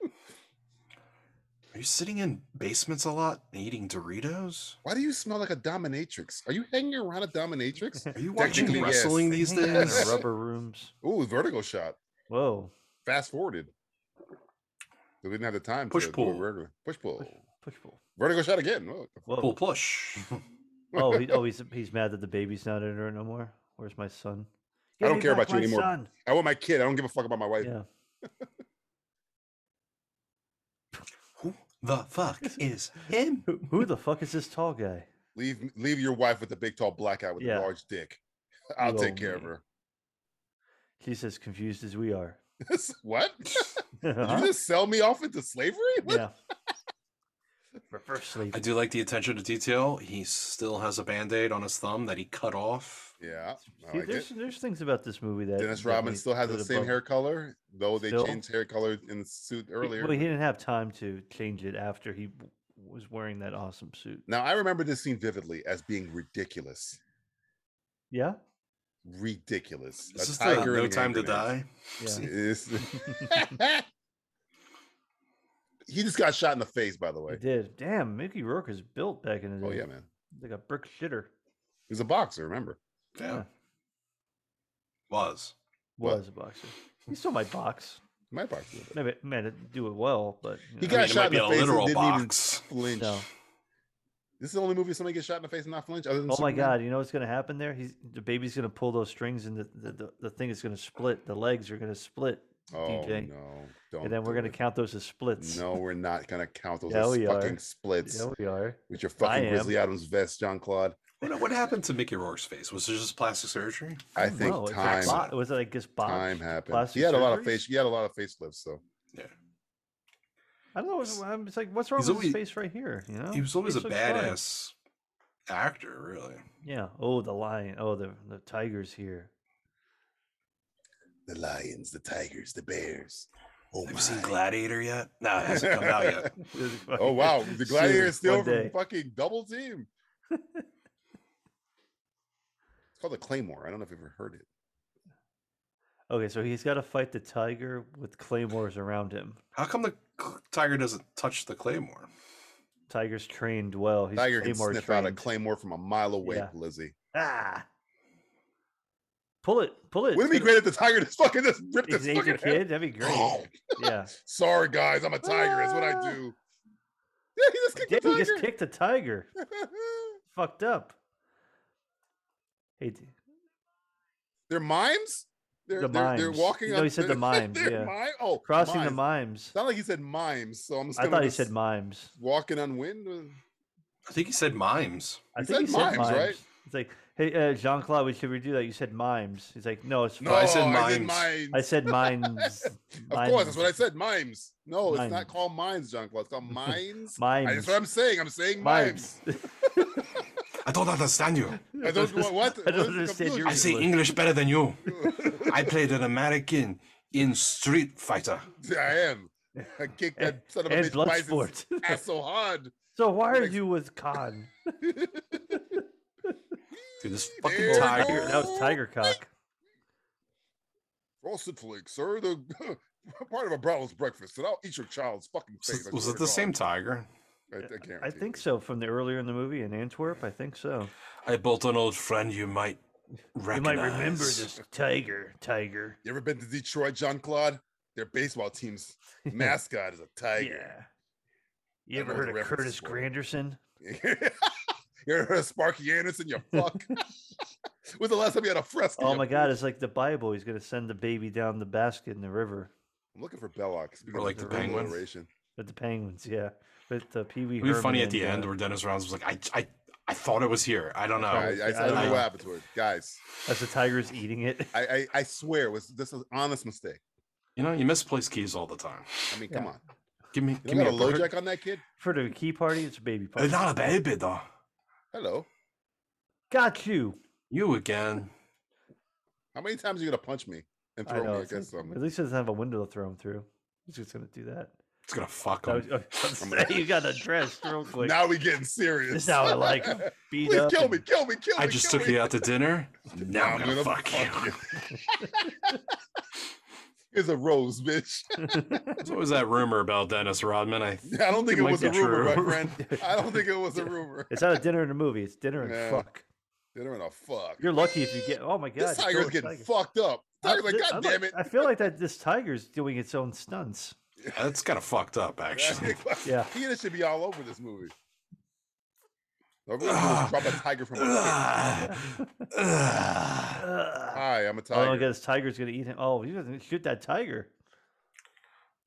Speaker 9: Are you sitting in basements a lot and eating Doritos?
Speaker 8: Why do you smell like a dominatrix? Are you hanging around a dominatrix?
Speaker 9: Are you watching
Speaker 8: Technically, yes.
Speaker 9: wrestling these
Speaker 10: Hang out in
Speaker 9: days?
Speaker 10: rubber rooms.
Speaker 8: Ooh, vertical shot.
Speaker 10: Whoa.
Speaker 8: Fast forwarded. 'Cause We didn't have the time.
Speaker 9: Push
Speaker 8: to do it
Speaker 9: pull.
Speaker 8: regular- Push pull.
Speaker 10: Push, push pull.
Speaker 8: Vertical shot again. Whoa.
Speaker 10: Whoa.
Speaker 9: Pull push.
Speaker 10: Oh, he, oh, he's he's mad that the baby's not in her no more. Where's my son?
Speaker 8: I
Speaker 10: Give
Speaker 8: don't
Speaker 10: me
Speaker 8: care
Speaker 10: back
Speaker 8: about you
Speaker 10: my
Speaker 8: anymore.
Speaker 10: son.
Speaker 8: I want my kid. I don't give a fuck about my wife.
Speaker 10: Yeah.
Speaker 9: Who the fuck is him?
Speaker 10: Who, who the fuck is this tall guy?
Speaker 8: Leave leave your wife with the big tall black guy with
Speaker 10: Yeah.
Speaker 8: a large dick. I'll
Speaker 10: You
Speaker 8: take
Speaker 10: owe
Speaker 8: care of
Speaker 10: me.
Speaker 8: her.
Speaker 10: She's as confused as we are.
Speaker 8: what? Did
Speaker 10: Huh?
Speaker 8: you just sell me off into slavery? What?
Speaker 10: Uh-huh. Yeah. Reverse sleep.
Speaker 9: I do like the attention to detail. He still has a band aid on his thumb that he cut off.
Speaker 8: Yeah, I
Speaker 10: See,
Speaker 8: like
Speaker 10: there's
Speaker 8: it.
Speaker 10: there's things about this movie that
Speaker 8: Dennis
Speaker 10: that
Speaker 8: Rodman
Speaker 10: we
Speaker 8: still has
Speaker 10: could
Speaker 8: the
Speaker 10: have
Speaker 8: same
Speaker 10: bumped-
Speaker 8: hair color, though they
Speaker 10: Still?
Speaker 8: changed hair color in the suit
Speaker 10: He-
Speaker 8: earlier.
Speaker 10: Well, he didn't have time to change it after he w- was wearing that awesome suit.
Speaker 8: Now I remember this scene vividly as being ridiculous,
Speaker 10: Yeah.
Speaker 8: ridiculous.
Speaker 9: Is this
Speaker 8: A
Speaker 9: the
Speaker 8: tiger
Speaker 9: No
Speaker 8: and an
Speaker 9: Time to
Speaker 8: angry man.
Speaker 9: Die?
Speaker 10: Yeah.
Speaker 8: It's- he just got shot in the face, by the
Speaker 10: He
Speaker 8: way.
Speaker 10: did. Damn, Mickey Rourke is built back in the
Speaker 8: Oh
Speaker 10: day.
Speaker 8: yeah, man.
Speaker 10: Like a brick shitter.
Speaker 8: He was a boxer. Remember?
Speaker 9: Yeah. Was.
Speaker 8: What?
Speaker 10: Was a boxer. He still might box.
Speaker 8: My boxer. a little bit.
Speaker 10: Maybe man didn't do it well, but you
Speaker 8: He
Speaker 10: know.
Speaker 8: got
Speaker 9: I mean, it
Speaker 8: shot
Speaker 9: might
Speaker 8: in
Speaker 9: be
Speaker 8: the
Speaker 9: a
Speaker 8: face and
Speaker 9: literal
Speaker 8: didn't even
Speaker 9: box.
Speaker 8: Flinch.
Speaker 10: No.
Speaker 8: This is the only movie somebody gets shot in the face and not flinch. Other than
Speaker 10: Oh my
Speaker 8: Superman?
Speaker 10: god, you know what's gonna happen there? He's the baby's gonna pull those strings and the, the, the, the thing is gonna split. The legs are gonna split.
Speaker 8: Oh
Speaker 10: DJ.
Speaker 8: no! Don't.
Speaker 10: and then we're
Speaker 8: do
Speaker 10: gonna
Speaker 8: it.
Speaker 10: count those as splits.
Speaker 8: No, we're not gonna count those
Speaker 10: Yeah,
Speaker 8: as
Speaker 10: we are.
Speaker 8: fucking splits.
Speaker 10: Yeah, we are.
Speaker 8: with your
Speaker 10: I
Speaker 8: fucking
Speaker 10: am.
Speaker 8: Grizzly Adams vest, John Claude.
Speaker 9: What, what happened to Mickey Rourke's face? Was it just plastic surgery?
Speaker 8: I,
Speaker 10: don't
Speaker 8: think
Speaker 10: know, it's like
Speaker 8: time
Speaker 10: bo- was it like just box?
Speaker 8: time happened. He
Speaker 10: plastic
Speaker 8: had a lot of
Speaker 10: surgery?
Speaker 8: face. He had a lot of facelifts. So
Speaker 9: Yeah.
Speaker 10: I don't know. It's, I'm- it's like what's wrong
Speaker 9: He's
Speaker 10: with
Speaker 9: always-
Speaker 10: his face right here? You know,
Speaker 9: He was always a
Speaker 10: Face looks fine.
Speaker 9: badass actor, really.
Speaker 10: Yeah. Oh, the lion. Oh, the the tiger's here.
Speaker 8: the lions, the tigers, the bears. Oh
Speaker 9: Have you seen
Speaker 8: my.
Speaker 9: Gladiator yet? No, it hasn't come out yet.
Speaker 8: Oh wow, the gladiator is
Speaker 10: Soon,
Speaker 8: still
Speaker 10: one
Speaker 8: from
Speaker 10: day.
Speaker 8: fucking double team. it's called the Claymore. I don't know if you've ever heard it.
Speaker 10: Okay, so he's got to fight the tiger with claymores around him.
Speaker 9: How come the cl- tiger doesn't touch the claymore?
Speaker 10: Tiger's trained well. He's
Speaker 8: Tiger can
Speaker 10: claymore
Speaker 8: sniff
Speaker 10: trained.
Speaker 8: out a claymore from a mile away,
Speaker 10: Yeah.
Speaker 8: Lizzie.
Speaker 10: Ah. Pull it, pull it.
Speaker 8: Wouldn't it be great if the tiger just fucking just ripped
Speaker 10: He's
Speaker 8: his
Speaker 10: an Asian
Speaker 8: fucking Oh. head?
Speaker 10: kid. That'd be great. yeah.
Speaker 8: Sorry guys, I'm a tiger. That's what I do. Yeah, he just kicked
Speaker 10: Did
Speaker 8: the
Speaker 10: Ah. he
Speaker 8: tiger.
Speaker 10: just kicked a tiger? Fucked up. Hey, d-
Speaker 8: they're mimes. They're,
Speaker 10: The
Speaker 8: they're, they're
Speaker 10: mimes.
Speaker 8: walking.
Speaker 10: You know,
Speaker 8: up-
Speaker 10: he said the mimes,
Speaker 8: they're
Speaker 10: yeah.
Speaker 8: mime- Oh,
Speaker 10: crossing
Speaker 8: mimes.
Speaker 10: the mimes.
Speaker 8: Sound like he said mimes. So I'm. Just
Speaker 10: I
Speaker 8: gonna
Speaker 10: thought he
Speaker 8: just
Speaker 10: said mimes.
Speaker 8: walking on wind.
Speaker 9: I think he said mimes.
Speaker 10: I
Speaker 8: He
Speaker 10: think
Speaker 8: said
Speaker 10: he said mimes,
Speaker 8: mimes, right?
Speaker 10: It's like, hey, uh, Jean Claude, we should redo that. You said mimes. He's like, no, it's
Speaker 8: No,
Speaker 9: I
Speaker 8: I
Speaker 10: fine.
Speaker 9: said
Speaker 8: said mimes.
Speaker 9: mimes.
Speaker 10: I said mimes.
Speaker 8: Of course, that's what I
Speaker 10: mimes.
Speaker 8: said. Mimes. No, it's not
Speaker 10: Mimes.
Speaker 8: called mines, John Claude. It's called mines.
Speaker 10: Mimes.
Speaker 8: I- That's what I'm saying. I'm saying mimes.
Speaker 10: Mimes.
Speaker 9: I don't understand you.
Speaker 8: I don't what. what?
Speaker 10: I don't
Speaker 8: What's the
Speaker 10: understand your
Speaker 9: I
Speaker 8: confusion?
Speaker 9: say English better than you. I played an American in Street Fighter.
Speaker 8: I am. I kicked that son of a
Speaker 10: and
Speaker 8: bitch Bison's
Speaker 10: Bloodsport.
Speaker 8: ass so hard.
Speaker 10: So why are
Speaker 8: Next-
Speaker 10: you with Khan?
Speaker 9: Dude, this fucking
Speaker 8: There we
Speaker 9: tiger.
Speaker 10: That was Tiger Cock.
Speaker 8: Frosted flakes, sir. The part of a brawler's breakfast, and I'll eat your child's fucking face.
Speaker 9: Was,
Speaker 8: I
Speaker 9: was
Speaker 8: swear
Speaker 9: it
Speaker 8: to
Speaker 9: the same
Speaker 8: God.
Speaker 9: tiger?
Speaker 8: I, I, can't
Speaker 10: I think so. From the earlier in the movie in Antwerp, I think so.
Speaker 9: I built an old friend you might
Speaker 10: You
Speaker 9: recognize.
Speaker 10: might remember this tiger, tiger.
Speaker 8: You ever been to Detroit, John Claude? Their baseball team's mascot is a tiger.
Speaker 10: Yeah. You
Speaker 8: I
Speaker 10: ever
Speaker 8: know what
Speaker 10: heard
Speaker 8: the
Speaker 10: of
Speaker 8: references
Speaker 10: Curtis
Speaker 8: were.
Speaker 10: Granderson?
Speaker 8: You're a Sparky Anderson, you fuck. When's the last time you had a fresco?
Speaker 10: Oh
Speaker 8: you
Speaker 10: my God!
Speaker 8: bitch?
Speaker 10: It's like the Bible. He's gonna send the baby down the basket in the river
Speaker 8: I'm looking for Belloc. Speaking of
Speaker 9: like the
Speaker 8: verbal
Speaker 9: penguin.
Speaker 8: alliteration.
Speaker 10: with the penguins. Yeah, with the Pee Wee.
Speaker 9: It'd be
Speaker 10: Herman
Speaker 9: funny at the
Speaker 10: and,
Speaker 9: end
Speaker 10: uh,
Speaker 9: where Dennis Rounds was like, I, I, I thought it was here. Oh, I don't know.
Speaker 8: I, I, I
Speaker 10: I
Speaker 8: don't know
Speaker 9: don't-
Speaker 8: what happened to it, guys.
Speaker 10: as the tiger's eating it.
Speaker 8: I, I, I swear, it was this is an honest mistake?
Speaker 9: You know, you misplace keys all the time.
Speaker 8: I mean, come on.
Speaker 9: Give me,
Speaker 8: You
Speaker 9: give
Speaker 8: got
Speaker 9: me
Speaker 8: a
Speaker 9: a
Speaker 8: low
Speaker 9: bird.
Speaker 8: jack on that kid?
Speaker 10: For the key party, it's a baby
Speaker 9: Uh,
Speaker 10: party.
Speaker 9: Not a baby, though.
Speaker 8: Hello.
Speaker 10: Got you.
Speaker 9: You again.
Speaker 8: How many times are you gonna punch me and
Speaker 10: I
Speaker 8: throw
Speaker 10: know.
Speaker 8: me
Speaker 10: it's
Speaker 8: against
Speaker 10: like-
Speaker 8: something?
Speaker 10: At least it doesn't have a window to throw him through. He's just gonna do that.
Speaker 9: It's gonna fuck
Speaker 10: That was-
Speaker 9: him.
Speaker 10: I was gonna say, you got addressed real quick.
Speaker 8: now we getting serious.
Speaker 10: This is how I like 'em. Beat
Speaker 8: Please
Speaker 10: up
Speaker 8: kill
Speaker 10: and-
Speaker 8: me, kill me, kill me.
Speaker 9: I just
Speaker 8: kill
Speaker 9: took
Speaker 8: me.
Speaker 9: you out to dinner. Now I'm gonna, fuck, you.
Speaker 8: Here's a rose, bitch.
Speaker 9: There's always that rumor about Dennis Rodman. I
Speaker 8: I don't think it
Speaker 9: might
Speaker 8: was
Speaker 9: be
Speaker 8: a rumor,
Speaker 9: true.
Speaker 8: my friend. I don't think it was a rumor.
Speaker 10: It's not a dinner and a movie. It's dinner and
Speaker 8: Yeah.
Speaker 10: fuck.
Speaker 8: They don't know fuck.
Speaker 10: You're lucky if you get. Oh my god!
Speaker 8: this
Speaker 10: it's
Speaker 8: tiger's
Speaker 10: still a
Speaker 8: getting
Speaker 10: tiger.
Speaker 8: fucked up.
Speaker 10: I-
Speaker 8: Tiger's like,
Speaker 10: th-
Speaker 8: God
Speaker 10: I'm
Speaker 8: damn
Speaker 10: like-
Speaker 8: it.
Speaker 10: I feel like that this tiger's doing its own stunts.
Speaker 9: that's kind of fucked up, actually.
Speaker 10: Yeah.
Speaker 8: Peter should be all over this movie. Over this movie, drop a tiger from a pit.
Speaker 9: Ugh.
Speaker 10: Ugh.
Speaker 8: Hi, I'm a
Speaker 10: Oh my
Speaker 8: tiger.
Speaker 10: god! This tiger's gonna eat him. Oh, he's gonna shoot that tiger.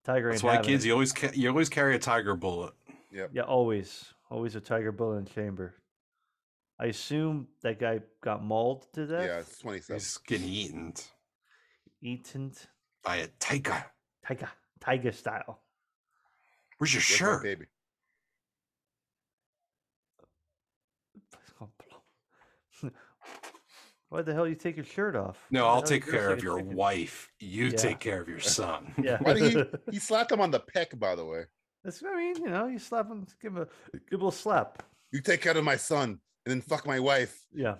Speaker 10: Tiger.
Speaker 9: That's
Speaker 10: ain't
Speaker 9: why,
Speaker 10: having
Speaker 9: kids,
Speaker 10: it.
Speaker 9: you always ca- you always carry a tiger bullet.
Speaker 10: Yeah, always, always a tiger bullet in the chamber. I assume that guy got mauled to death,
Speaker 8: yeah, it's 27.
Speaker 9: He's getting eaten
Speaker 10: eaten, t-
Speaker 9: by a tiger.
Speaker 10: tiger, tiger style.
Speaker 9: Where's your
Speaker 8: Where's my
Speaker 9: shirt?
Speaker 8: Baby.
Speaker 10: It's gonna blow. Why the hell you take your shirt off? Why
Speaker 9: No,
Speaker 10: the
Speaker 9: I'll
Speaker 10: hell you
Speaker 9: take
Speaker 10: dress
Speaker 9: care
Speaker 10: like
Speaker 9: of
Speaker 10: a
Speaker 9: your
Speaker 10: chicken?
Speaker 9: wife. You
Speaker 10: Yeah.
Speaker 9: take care of your son.
Speaker 10: Yeah,
Speaker 8: Why did he, he slapped him on the peck, by the way.
Speaker 10: That's what I mean, you know, you slap him, give him a give him a slap.
Speaker 8: You take care of my son and then fuck my wife.
Speaker 10: Yeah.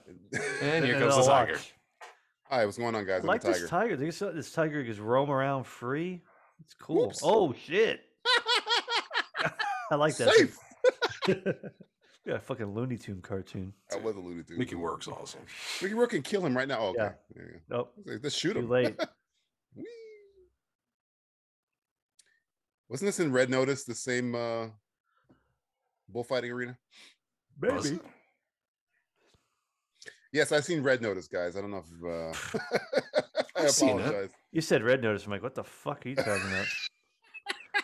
Speaker 9: And here
Speaker 10: then
Speaker 9: comes the
Speaker 10: they'll
Speaker 9: tiger.
Speaker 10: watch.
Speaker 8: Hi, what's going on, guys?
Speaker 10: I
Speaker 8: I'm
Speaker 10: like
Speaker 8: a
Speaker 10: this
Speaker 8: tiger.
Speaker 10: tiger. This, this tiger just roam around free. It's cool.
Speaker 8: Whoops.
Speaker 10: Oh shit! I like that.
Speaker 8: Safe.
Speaker 10: Yeah, fucking Looney Tune cartoon.
Speaker 8: I was alluded to.
Speaker 9: Mickey works awesome.
Speaker 8: Mickey Rourke can kill him right now. Oh, okay.
Speaker 10: Yeah.
Speaker 8: There you go.
Speaker 10: Oh,
Speaker 8: I was like, Let's shoot
Speaker 10: too
Speaker 8: him.
Speaker 10: late.
Speaker 8: Whee! Wasn't this in Red Notice, the same uh, bullfighting arena?
Speaker 9: Was
Speaker 10: Maybe.
Speaker 9: it?
Speaker 8: Yes, I've seen Red Notice, guys. I don't know if uh, I
Speaker 9: I've seen it.
Speaker 8: apologize.
Speaker 10: You said Red Notice. I'm like, what the fuck are you talking about?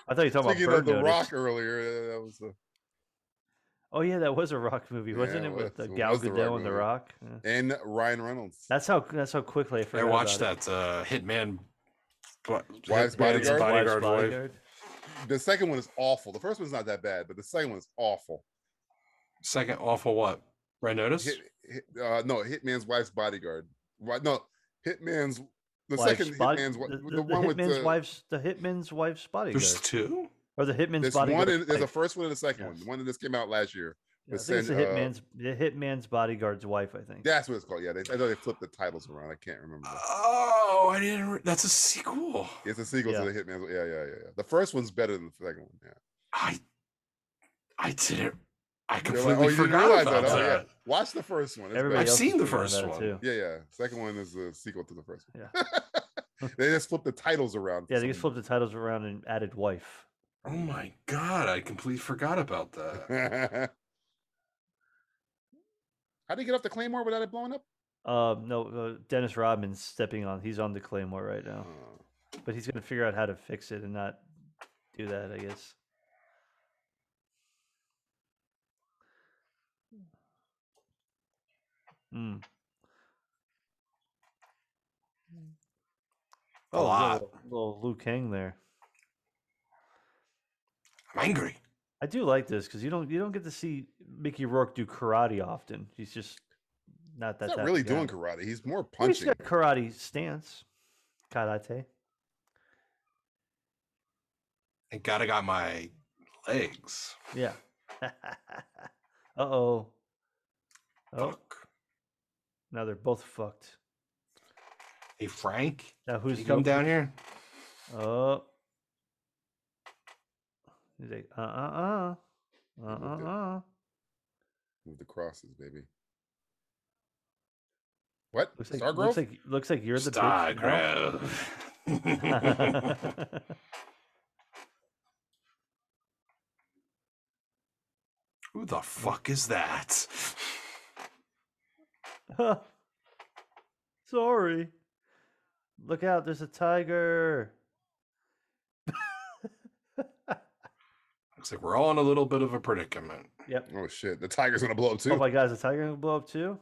Speaker 10: I thought you were talking
Speaker 8: Speaking of
Speaker 10: about Bird
Speaker 8: The
Speaker 10: Notice.
Speaker 8: Rock earlier, uh, that was uh,
Speaker 10: Oh yeah, that was a rock movie, wasn't
Speaker 8: Yeah,
Speaker 10: it?
Speaker 8: it
Speaker 10: With
Speaker 8: was-
Speaker 10: the
Speaker 8: it
Speaker 10: Gal
Speaker 8: was the Rock
Speaker 10: Gadot and the
Speaker 8: movie.
Speaker 10: Rock. Yeah.
Speaker 8: and Ryan Reynolds.
Speaker 10: That's how. That's how quickly I
Speaker 9: I
Speaker 10: forgot.
Speaker 9: watched
Speaker 10: about it.
Speaker 9: that uh, Hitman. Bo- Hit-
Speaker 8: Wives
Speaker 9: Man's
Speaker 8: Bodyguard?
Speaker 10: Wife's
Speaker 9: bodyguard wife.
Speaker 10: Bodyguard.
Speaker 8: The second one is awful. The first one's not that bad, but the second one is awful.
Speaker 9: Second awful what? Red notice?
Speaker 8: Hit, hit, uh, no, Hitman's Wife's Bodyguard. Why no, Hitman's the
Speaker 10: Wife's
Speaker 8: second
Speaker 10: body-
Speaker 8: Hitman's wi-
Speaker 10: the,
Speaker 8: the,
Speaker 10: the- the
Speaker 8: one with uh,
Speaker 10: hitman's
Speaker 8: the,
Speaker 10: wife's the hitman's wife's bodyguard
Speaker 9: There's two?
Speaker 10: or the hitman's
Speaker 8: There's one.
Speaker 10: bodyguard.
Speaker 8: In, there's a
Speaker 10: wife.
Speaker 8: first one and a second one. The
Speaker 10: Yes.
Speaker 8: one that just came out last year.
Speaker 10: Yeah, I
Speaker 8: with
Speaker 10: think it's the
Speaker 8: Sen- uh,
Speaker 10: hitman's the hitman's bodyguard's wife. I think.
Speaker 8: That's what it's called. Yeah, they, I know they flipped the titles around. I can't remember.
Speaker 9: Oh, I didn't. Re- that's a sequel.
Speaker 8: It's a sequel
Speaker 10: Yeah.
Speaker 8: to the Hitman's. Yeah, yeah, yeah, yeah. The first one's better than the second one. Yeah.
Speaker 9: I I didn't. I
Speaker 8: They're
Speaker 9: completely
Speaker 8: like, oh, you didn't
Speaker 9: forgot
Speaker 8: realize
Speaker 9: about
Speaker 8: that.
Speaker 9: that.
Speaker 8: Oh, yeah. Watch the first one. It's
Speaker 10: Everybody
Speaker 9: I've
Speaker 8: better.
Speaker 10: else
Speaker 9: seen
Speaker 10: is
Speaker 9: the
Speaker 10: thinking about
Speaker 9: first
Speaker 10: it,
Speaker 9: one.
Speaker 10: Too.
Speaker 8: Yeah, yeah. Second one is a sequel to the first one.
Speaker 10: Yeah.
Speaker 8: they just flipped the titles around. for
Speaker 10: Yeah, they
Speaker 8: some
Speaker 10: just flipped the titles around and added wife.
Speaker 9: Oh my god, I completely forgot about that.
Speaker 8: How do you get off the claymore without it blowing up?
Speaker 10: Um, no, uh, Dennis Rodman's stepping on. He's on the claymore right now,
Speaker 8: Oh.
Speaker 10: but he's going to figure out how to fix it and not do that. I guess. Mm.
Speaker 8: Oh,
Speaker 9: A lot.
Speaker 10: Little, little Liu Kang there.
Speaker 9: I'm angry.
Speaker 10: I do like this because you don't you don't get to see Mickey Rourke do karate often. He's just not that.
Speaker 8: He's not
Speaker 10: type
Speaker 8: really
Speaker 10: of guy.
Speaker 8: doing karate. He's more
Speaker 10: Well, He's
Speaker 8: punching.
Speaker 10: got karate stance, karate.
Speaker 9: I gotta got my legs.
Speaker 10: Yeah. uh oh. Oh,
Speaker 9: Fuck.
Speaker 10: now they're both fucked.
Speaker 9: Hey Frank,
Speaker 10: Now
Speaker 9: can
Speaker 10: who's
Speaker 9: you
Speaker 10: the
Speaker 9: come
Speaker 10: op-
Speaker 9: down here?
Speaker 10: Oh. He's like, uh uh uh. Uh
Speaker 8: moved it.
Speaker 10: uh uh.
Speaker 8: Move the crosses, baby. What?
Speaker 10: Looks like,
Speaker 8: Stargrove?
Speaker 10: looks like looks like you're the bitch.
Speaker 9: Stargrove.
Speaker 10: no?
Speaker 9: Who the fuck is that?
Speaker 10: Huh. Sorry. Look out, there's a tiger.
Speaker 9: Looks like we're all in a little bit of a predicament.
Speaker 10: Yep.
Speaker 8: oh shit! The tiger's gonna blow up too.
Speaker 10: Oh my god, is the tiger gonna blow up too?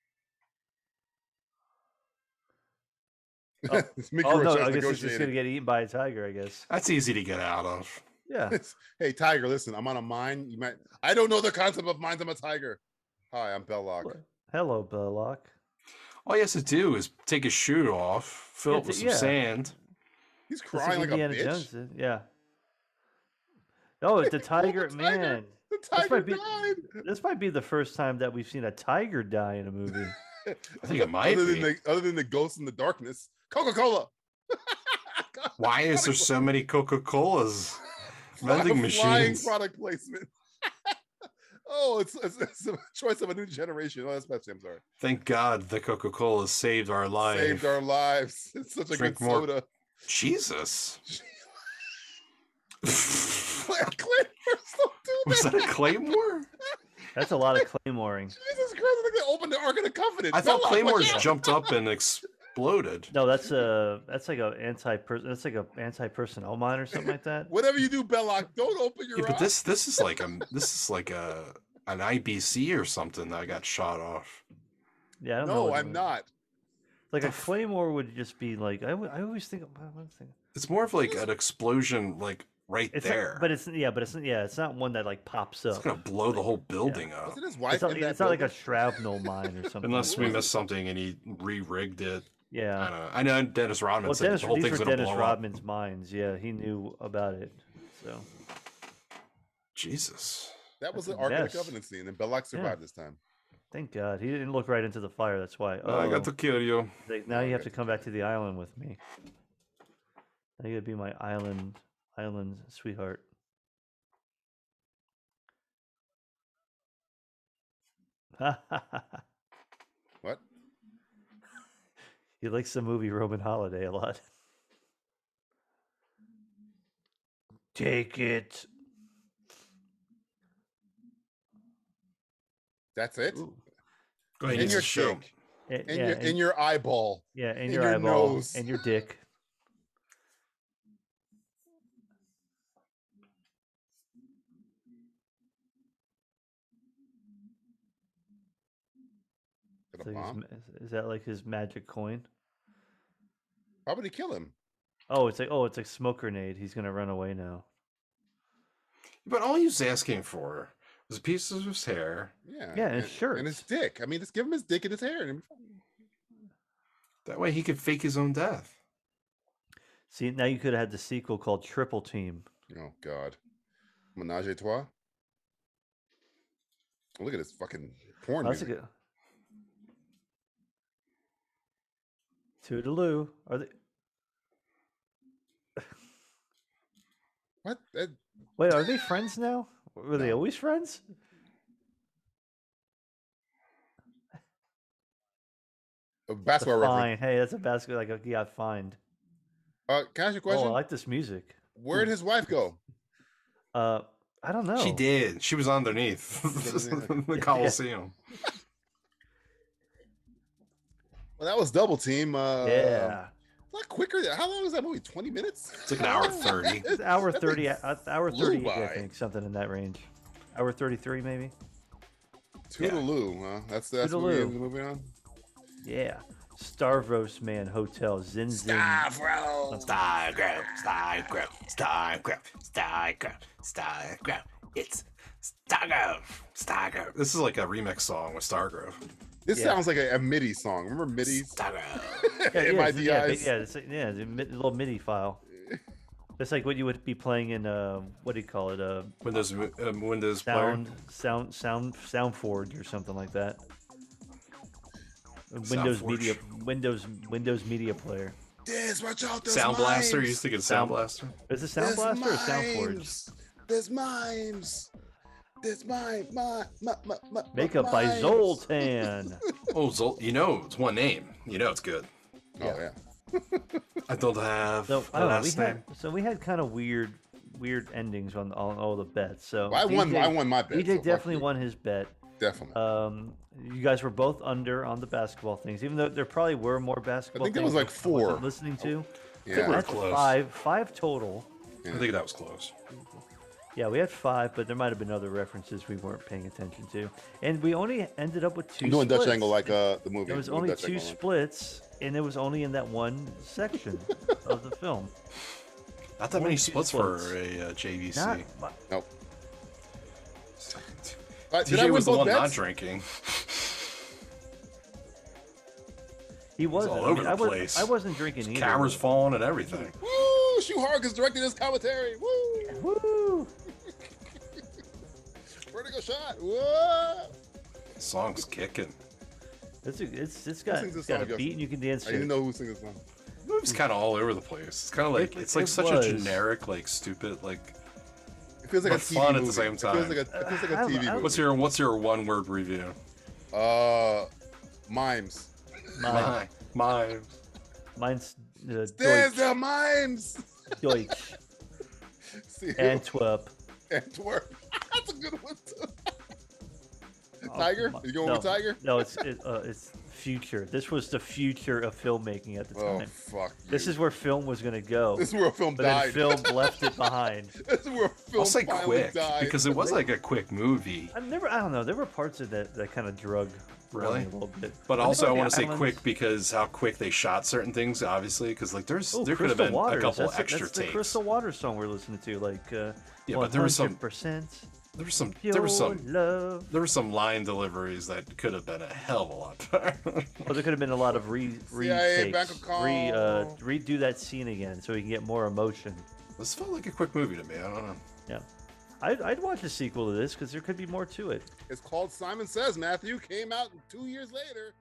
Speaker 10: oh.
Speaker 8: Mickey
Speaker 10: oh
Speaker 8: Rourke
Speaker 10: no,
Speaker 8: starts
Speaker 10: I guess he's just
Speaker 8: negotiating.
Speaker 10: gonna get eaten by a tiger, I guess.
Speaker 9: That's easy to get out of.
Speaker 10: Yeah.
Speaker 8: It's, hey Tiger, listen, I'm on a mine. You might I don't know the concept of mines, I'm a tiger. Hi, I'm Belloc.
Speaker 10: What? Hello, Belloc.
Speaker 9: All he has to do is take his shoe off, fill
Speaker 10: Yeah,
Speaker 9: it with
Speaker 10: t-
Speaker 9: some
Speaker 10: yeah.
Speaker 9: sand.
Speaker 8: He's
Speaker 10: Just
Speaker 8: crying like
Speaker 10: Indiana
Speaker 8: a bitch.
Speaker 10: Jones did, Yeah. Oh, it's a
Speaker 8: He pulled the
Speaker 10: tiger,
Speaker 8: tiger.
Speaker 10: man.
Speaker 8: The
Speaker 10: might
Speaker 8: tiger
Speaker 10: be-
Speaker 8: died.
Speaker 10: This might be the first time that we've seen a tiger die in a movie.
Speaker 9: I think it might
Speaker 8: other
Speaker 9: be.
Speaker 8: than the other than the ghost in the darkness. Coca-Cola.
Speaker 9: Why is there so many Coca Colas? Vending
Speaker 8: Flying
Speaker 9: machines.
Speaker 8: product placement. oh, it's, it's it's a choice of a new generation. Oh, that's Pepsi. I'm sorry.
Speaker 9: Thank God the Coca Cola saved our life.
Speaker 8: Saved our lives. It's such a
Speaker 9: Drink
Speaker 8: good
Speaker 9: more.
Speaker 8: soda.
Speaker 9: Jesus. Was
Speaker 8: Clint, first don't
Speaker 9: that
Speaker 8: do
Speaker 9: a
Speaker 8: that.
Speaker 9: Claymore?
Speaker 10: That's a lot of claymoring.
Speaker 8: Jesus Christ! I think they opened the Ark of the Covenant.
Speaker 9: I thought
Speaker 8: Belloc, watch
Speaker 9: Claymores
Speaker 8: out.
Speaker 9: jumped up and exploded.
Speaker 10: No, that's a that's like a anti person that's like a anti personnel mine or something like that.
Speaker 8: Whatever you do, Belloc, don't open your
Speaker 9: Yeah, but
Speaker 8: eyes.
Speaker 9: this this is like a this is like a an IBC or something that got shot off.
Speaker 10: Yeah, I don't know.
Speaker 8: no,
Speaker 10: what it
Speaker 8: I'm
Speaker 10: was.
Speaker 8: not.
Speaker 10: Like
Speaker 9: The
Speaker 10: a
Speaker 9: f-
Speaker 10: claymore would just be like I would- I always think. I always think-
Speaker 9: It's more of like an explosion, like right
Speaker 10: It's not-
Speaker 9: there.
Speaker 10: but it's yeah, but it's yeah, it's not one that like pops
Speaker 9: it's
Speaker 10: up.
Speaker 9: gonna blow the whole building up.
Speaker 8: Wasn't his wife
Speaker 10: Oh. It's not,
Speaker 8: in that
Speaker 10: it's not like a
Speaker 8: building?
Speaker 10: shrapnel mine or something.
Speaker 9: Unless we
Speaker 10: like that.
Speaker 9: missed something and he re-rigged it. I
Speaker 10: Yeah.
Speaker 9: don't know. I know Dennis Rodman
Speaker 10: Well,
Speaker 9: said
Speaker 10: Dennis,
Speaker 9: the whole
Speaker 10: these
Speaker 9: thing's
Speaker 10: were
Speaker 9: gonna
Speaker 10: Dennis
Speaker 9: blow up.
Speaker 10: Rodman's mines. Yeah, he knew about it. So
Speaker 9: Jesus.
Speaker 8: That was
Speaker 10: That's
Speaker 8: the
Speaker 10: a
Speaker 8: Ark of
Speaker 10: mess.
Speaker 8: the Covenant scene, and Belloc survived this time.
Speaker 10: thank God he didn't look right into the fire. That's why. Oh,
Speaker 9: I got to kill you.
Speaker 10: they- now you have
Speaker 8: okay.
Speaker 10: to come back to the island with me. Now you gotta be my island, island sweetheart.
Speaker 8: What?
Speaker 10: He likes the movie Roman Holiday a lot. Take it.
Speaker 8: That's it.
Speaker 10: Ooh.
Speaker 9: Go ahead
Speaker 8: In
Speaker 9: and
Speaker 8: your
Speaker 9: show.
Speaker 8: dick,
Speaker 10: A-
Speaker 8: in
Speaker 10: yeah,
Speaker 8: your
Speaker 10: and,
Speaker 8: in your eyeball.
Speaker 10: yeah, and
Speaker 8: in
Speaker 10: your,
Speaker 8: your
Speaker 10: eyeball
Speaker 8: nose.
Speaker 10: and your dick.
Speaker 8: Is it
Speaker 10: It's
Speaker 8: a
Speaker 10: like his
Speaker 8: bomb?
Speaker 10: ma- is that like his magic coin?
Speaker 8: How would he kill him?
Speaker 10: Oh, it's like oh, it's a smoke grenade. He's gonna run away now.
Speaker 9: But all he was asking for was pieces of his hair.
Speaker 8: Yeah.
Speaker 10: Yeah, and his
Speaker 8: and, and his
Speaker 10: shirt.
Speaker 8: dick. I mean, just give him his dick and his hair. And
Speaker 9: That way he could fake his own death.
Speaker 10: See, now you could have had the sequel called Triple Team.
Speaker 8: oh God, menage a trois. Look at this fucking porn
Speaker 10: Oh, That's a
Speaker 8: music.
Speaker 10: good. Toodaloo. Are they?
Speaker 8: What? That- uh,
Speaker 10: Wait, are they friends now? Were they always friends?
Speaker 8: a
Speaker 10: That's a
Speaker 8: basketball reference.
Speaker 10: fine. Hey, that's a basket like a got fined.
Speaker 8: Uh, can I ask you a question?
Speaker 10: Oh, I Oh, like this music.
Speaker 8: Where'd his wife go?
Speaker 10: Uh, I don't know.
Speaker 9: She did. She was underneath the Coliseum.
Speaker 8: Well, that was double team. Uh,
Speaker 10: Yeah,
Speaker 8: a lot quicker. than- How long is that movie? Twenty minutes?
Speaker 9: It's like an hour 30.
Speaker 10: It's hour thirty, uh, hour
Speaker 8: flew
Speaker 10: thirty, I
Speaker 8: by.
Speaker 10: think, something in that range. Hour thirty-three, maybe.
Speaker 8: Toodaloo, huh? That's that's what we're
Speaker 10: Toodaloo.
Speaker 8: moving on.
Speaker 10: Yeah, Starvos Man Hotel Zin Zin.
Speaker 8: Stavro.
Speaker 9: Star grab, star grab, star grab, star grab, star grab. It's Stargrove, Stargrove. This is like a remix song with Stargrove.
Speaker 8: This
Speaker 10: Yeah.
Speaker 8: sounds like a, a MIDI song. Remember MIDI's?
Speaker 9: Stargrove.
Speaker 10: Yeah, yeah, it's- yeah,
Speaker 8: MIDI's.
Speaker 10: big- yeah, it's, yeah, it's a mi- little MIDI file. It's like what you would be playing in uh, what do you call it? Uh,
Speaker 9: Windows, um, Windows player.
Speaker 10: sound, sound, sound, sound forge or something like that. A Windows Media, Windows, Windows Media Player.
Speaker 8: This, watch out, there's
Speaker 9: Sound Blaster. You
Speaker 8: mimes.
Speaker 9: used to get Sound Blaster.
Speaker 10: Is it Sound
Speaker 8: There's
Speaker 10: Blaster or Sound Forge?
Speaker 8: mimes. There's mimes. There's mime, mime, mime, mime, mime,
Speaker 10: Makeup by
Speaker 8: mimes.
Speaker 10: Zoltan.
Speaker 9: Oh, Zol- you know, it's one name. You know, it's good.
Speaker 8: Oh yeah.
Speaker 9: I don't have
Speaker 10: So
Speaker 9: the
Speaker 10: I don't know. Oh, We
Speaker 9: last name.
Speaker 10: had, so we had kind of weird, weird endings on all, all the bets. So
Speaker 8: Well, I won. I won my bet.
Speaker 10: DJ
Speaker 8: so fuck
Speaker 10: definitely
Speaker 8: you.
Speaker 10: won his bet.
Speaker 8: Definitely.
Speaker 10: Um, you guys were both under on the basketball things, even though there probably were more basketball.
Speaker 8: think there was
Speaker 10: things
Speaker 8: like
Speaker 10: I wasn't
Speaker 8: four.
Speaker 10: Listening to
Speaker 9: We're
Speaker 8: yeah.
Speaker 10: that's
Speaker 9: close.
Speaker 10: five, five total.
Speaker 9: I think that was close.
Speaker 10: Yeah, we had five, but there might have been other references we weren't paying attention to, and we only ended up with 2
Speaker 8: I'm doing Dutch
Speaker 10: splits.
Speaker 8: angle like uh the movie.
Speaker 10: There was
Speaker 8: Doing
Speaker 10: only
Speaker 8: Dutch
Speaker 10: two
Speaker 8: angle.
Speaker 10: splits, and it was only in that one section of the film.
Speaker 9: Not that many
Speaker 10: two
Speaker 9: splits
Speaker 10: splits.
Speaker 9: for a uh, JVC.
Speaker 10: Not mu-
Speaker 8: Nope. Uh, did I
Speaker 9: DJ
Speaker 8: win
Speaker 9: was the
Speaker 8: both
Speaker 9: one not
Speaker 8: bets?
Speaker 9: drinking.
Speaker 10: He wasn't.
Speaker 9: all
Speaker 10: I, mean,
Speaker 9: over the
Speaker 10: I wasn't,
Speaker 9: place.
Speaker 10: I wasn't drinking either.
Speaker 9: Cameras falling and everything.
Speaker 8: Woo! Shoe Harkins directed his commentary. Woo!
Speaker 10: Woo!
Speaker 8: Vertigo shot. Whoa!
Speaker 9: Song's kicking.
Speaker 10: It's, a, it's, it's
Speaker 8: Who
Speaker 10: got,
Speaker 8: sings this
Speaker 10: it's got a
Speaker 8: song, Justin?
Speaker 10: beat and you can dance
Speaker 8: I
Speaker 10: to
Speaker 8: didn't
Speaker 10: it.
Speaker 8: know who sings this song.
Speaker 9: Movie's kind of all over the place. It's kind of like
Speaker 10: It-
Speaker 9: it's like
Speaker 10: it
Speaker 9: such
Speaker 10: was.
Speaker 9: a generic, like stupid, like
Speaker 8: It feels like
Speaker 9: But
Speaker 8: a TV
Speaker 9: fun at the
Speaker 8: movie.
Speaker 9: same
Speaker 8: It
Speaker 9: time.
Speaker 8: feels like a, it feels like a
Speaker 10: Uh, I-
Speaker 8: TV
Speaker 10: I-
Speaker 8: movie.
Speaker 9: what's your what's your one word review?
Speaker 8: uh mimes?
Speaker 10: Mine,
Speaker 9: my
Speaker 10: mine's uh,
Speaker 8: There's
Speaker 10: Deutsch,
Speaker 8: the mimes.
Speaker 10: Deutsch,
Speaker 8: See,
Speaker 10: Antwerp.
Speaker 8: Antwerp. That's a good one too.
Speaker 10: Oh,
Speaker 8: Tiger?
Speaker 10: my-
Speaker 8: You going
Speaker 10: no,
Speaker 8: with Tiger?
Speaker 10: No, it's it, uh, it's future. This was the future of filmmaking at the
Speaker 8: Oh
Speaker 10: time.
Speaker 8: fuck.
Speaker 10: this
Speaker 8: you.
Speaker 10: is where film was going to go,
Speaker 8: this is where film
Speaker 10: but
Speaker 8: died.
Speaker 10: then film left it behind.
Speaker 8: this is where film
Speaker 9: I'll say
Speaker 8: finally
Speaker 9: quick
Speaker 8: died.
Speaker 9: because it was like a quick movie,
Speaker 10: I never, I don't know. There were parts of that that kind of drug
Speaker 9: Really?
Speaker 10: a little bit.
Speaker 9: but
Speaker 10: Remember
Speaker 9: also I
Speaker 10: the
Speaker 9: want to say
Speaker 10: islands?
Speaker 9: quick because how quick they shot certain things, obviously, because like there's
Speaker 10: Oh,
Speaker 9: there could have
Speaker 10: Crystal
Speaker 9: been
Speaker 10: Waters.
Speaker 9: a couple
Speaker 10: that's the-
Speaker 9: extra
Speaker 10: that's the
Speaker 9: takes.
Speaker 10: Crystal Waters song we're listening to, like uh,
Speaker 9: Yeah, but there was some-
Speaker 10: 100%
Speaker 9: There was some
Speaker 10: Pure
Speaker 9: there was some
Speaker 10: love.
Speaker 9: there were some line deliveries that could have been a hell of a lot better.
Speaker 10: Well, Oh, there could have been a lot of re re
Speaker 8: CIA back
Speaker 10: takes,
Speaker 8: a call.
Speaker 10: re uh, redo that scene again so we can get more emotion.
Speaker 9: this felt like a quick movie to me. I don't know.
Speaker 10: Yeah, I'd, I'd watch a sequel to this because there could be more to it.
Speaker 8: It's called Simon Says. Matthew came out two years later.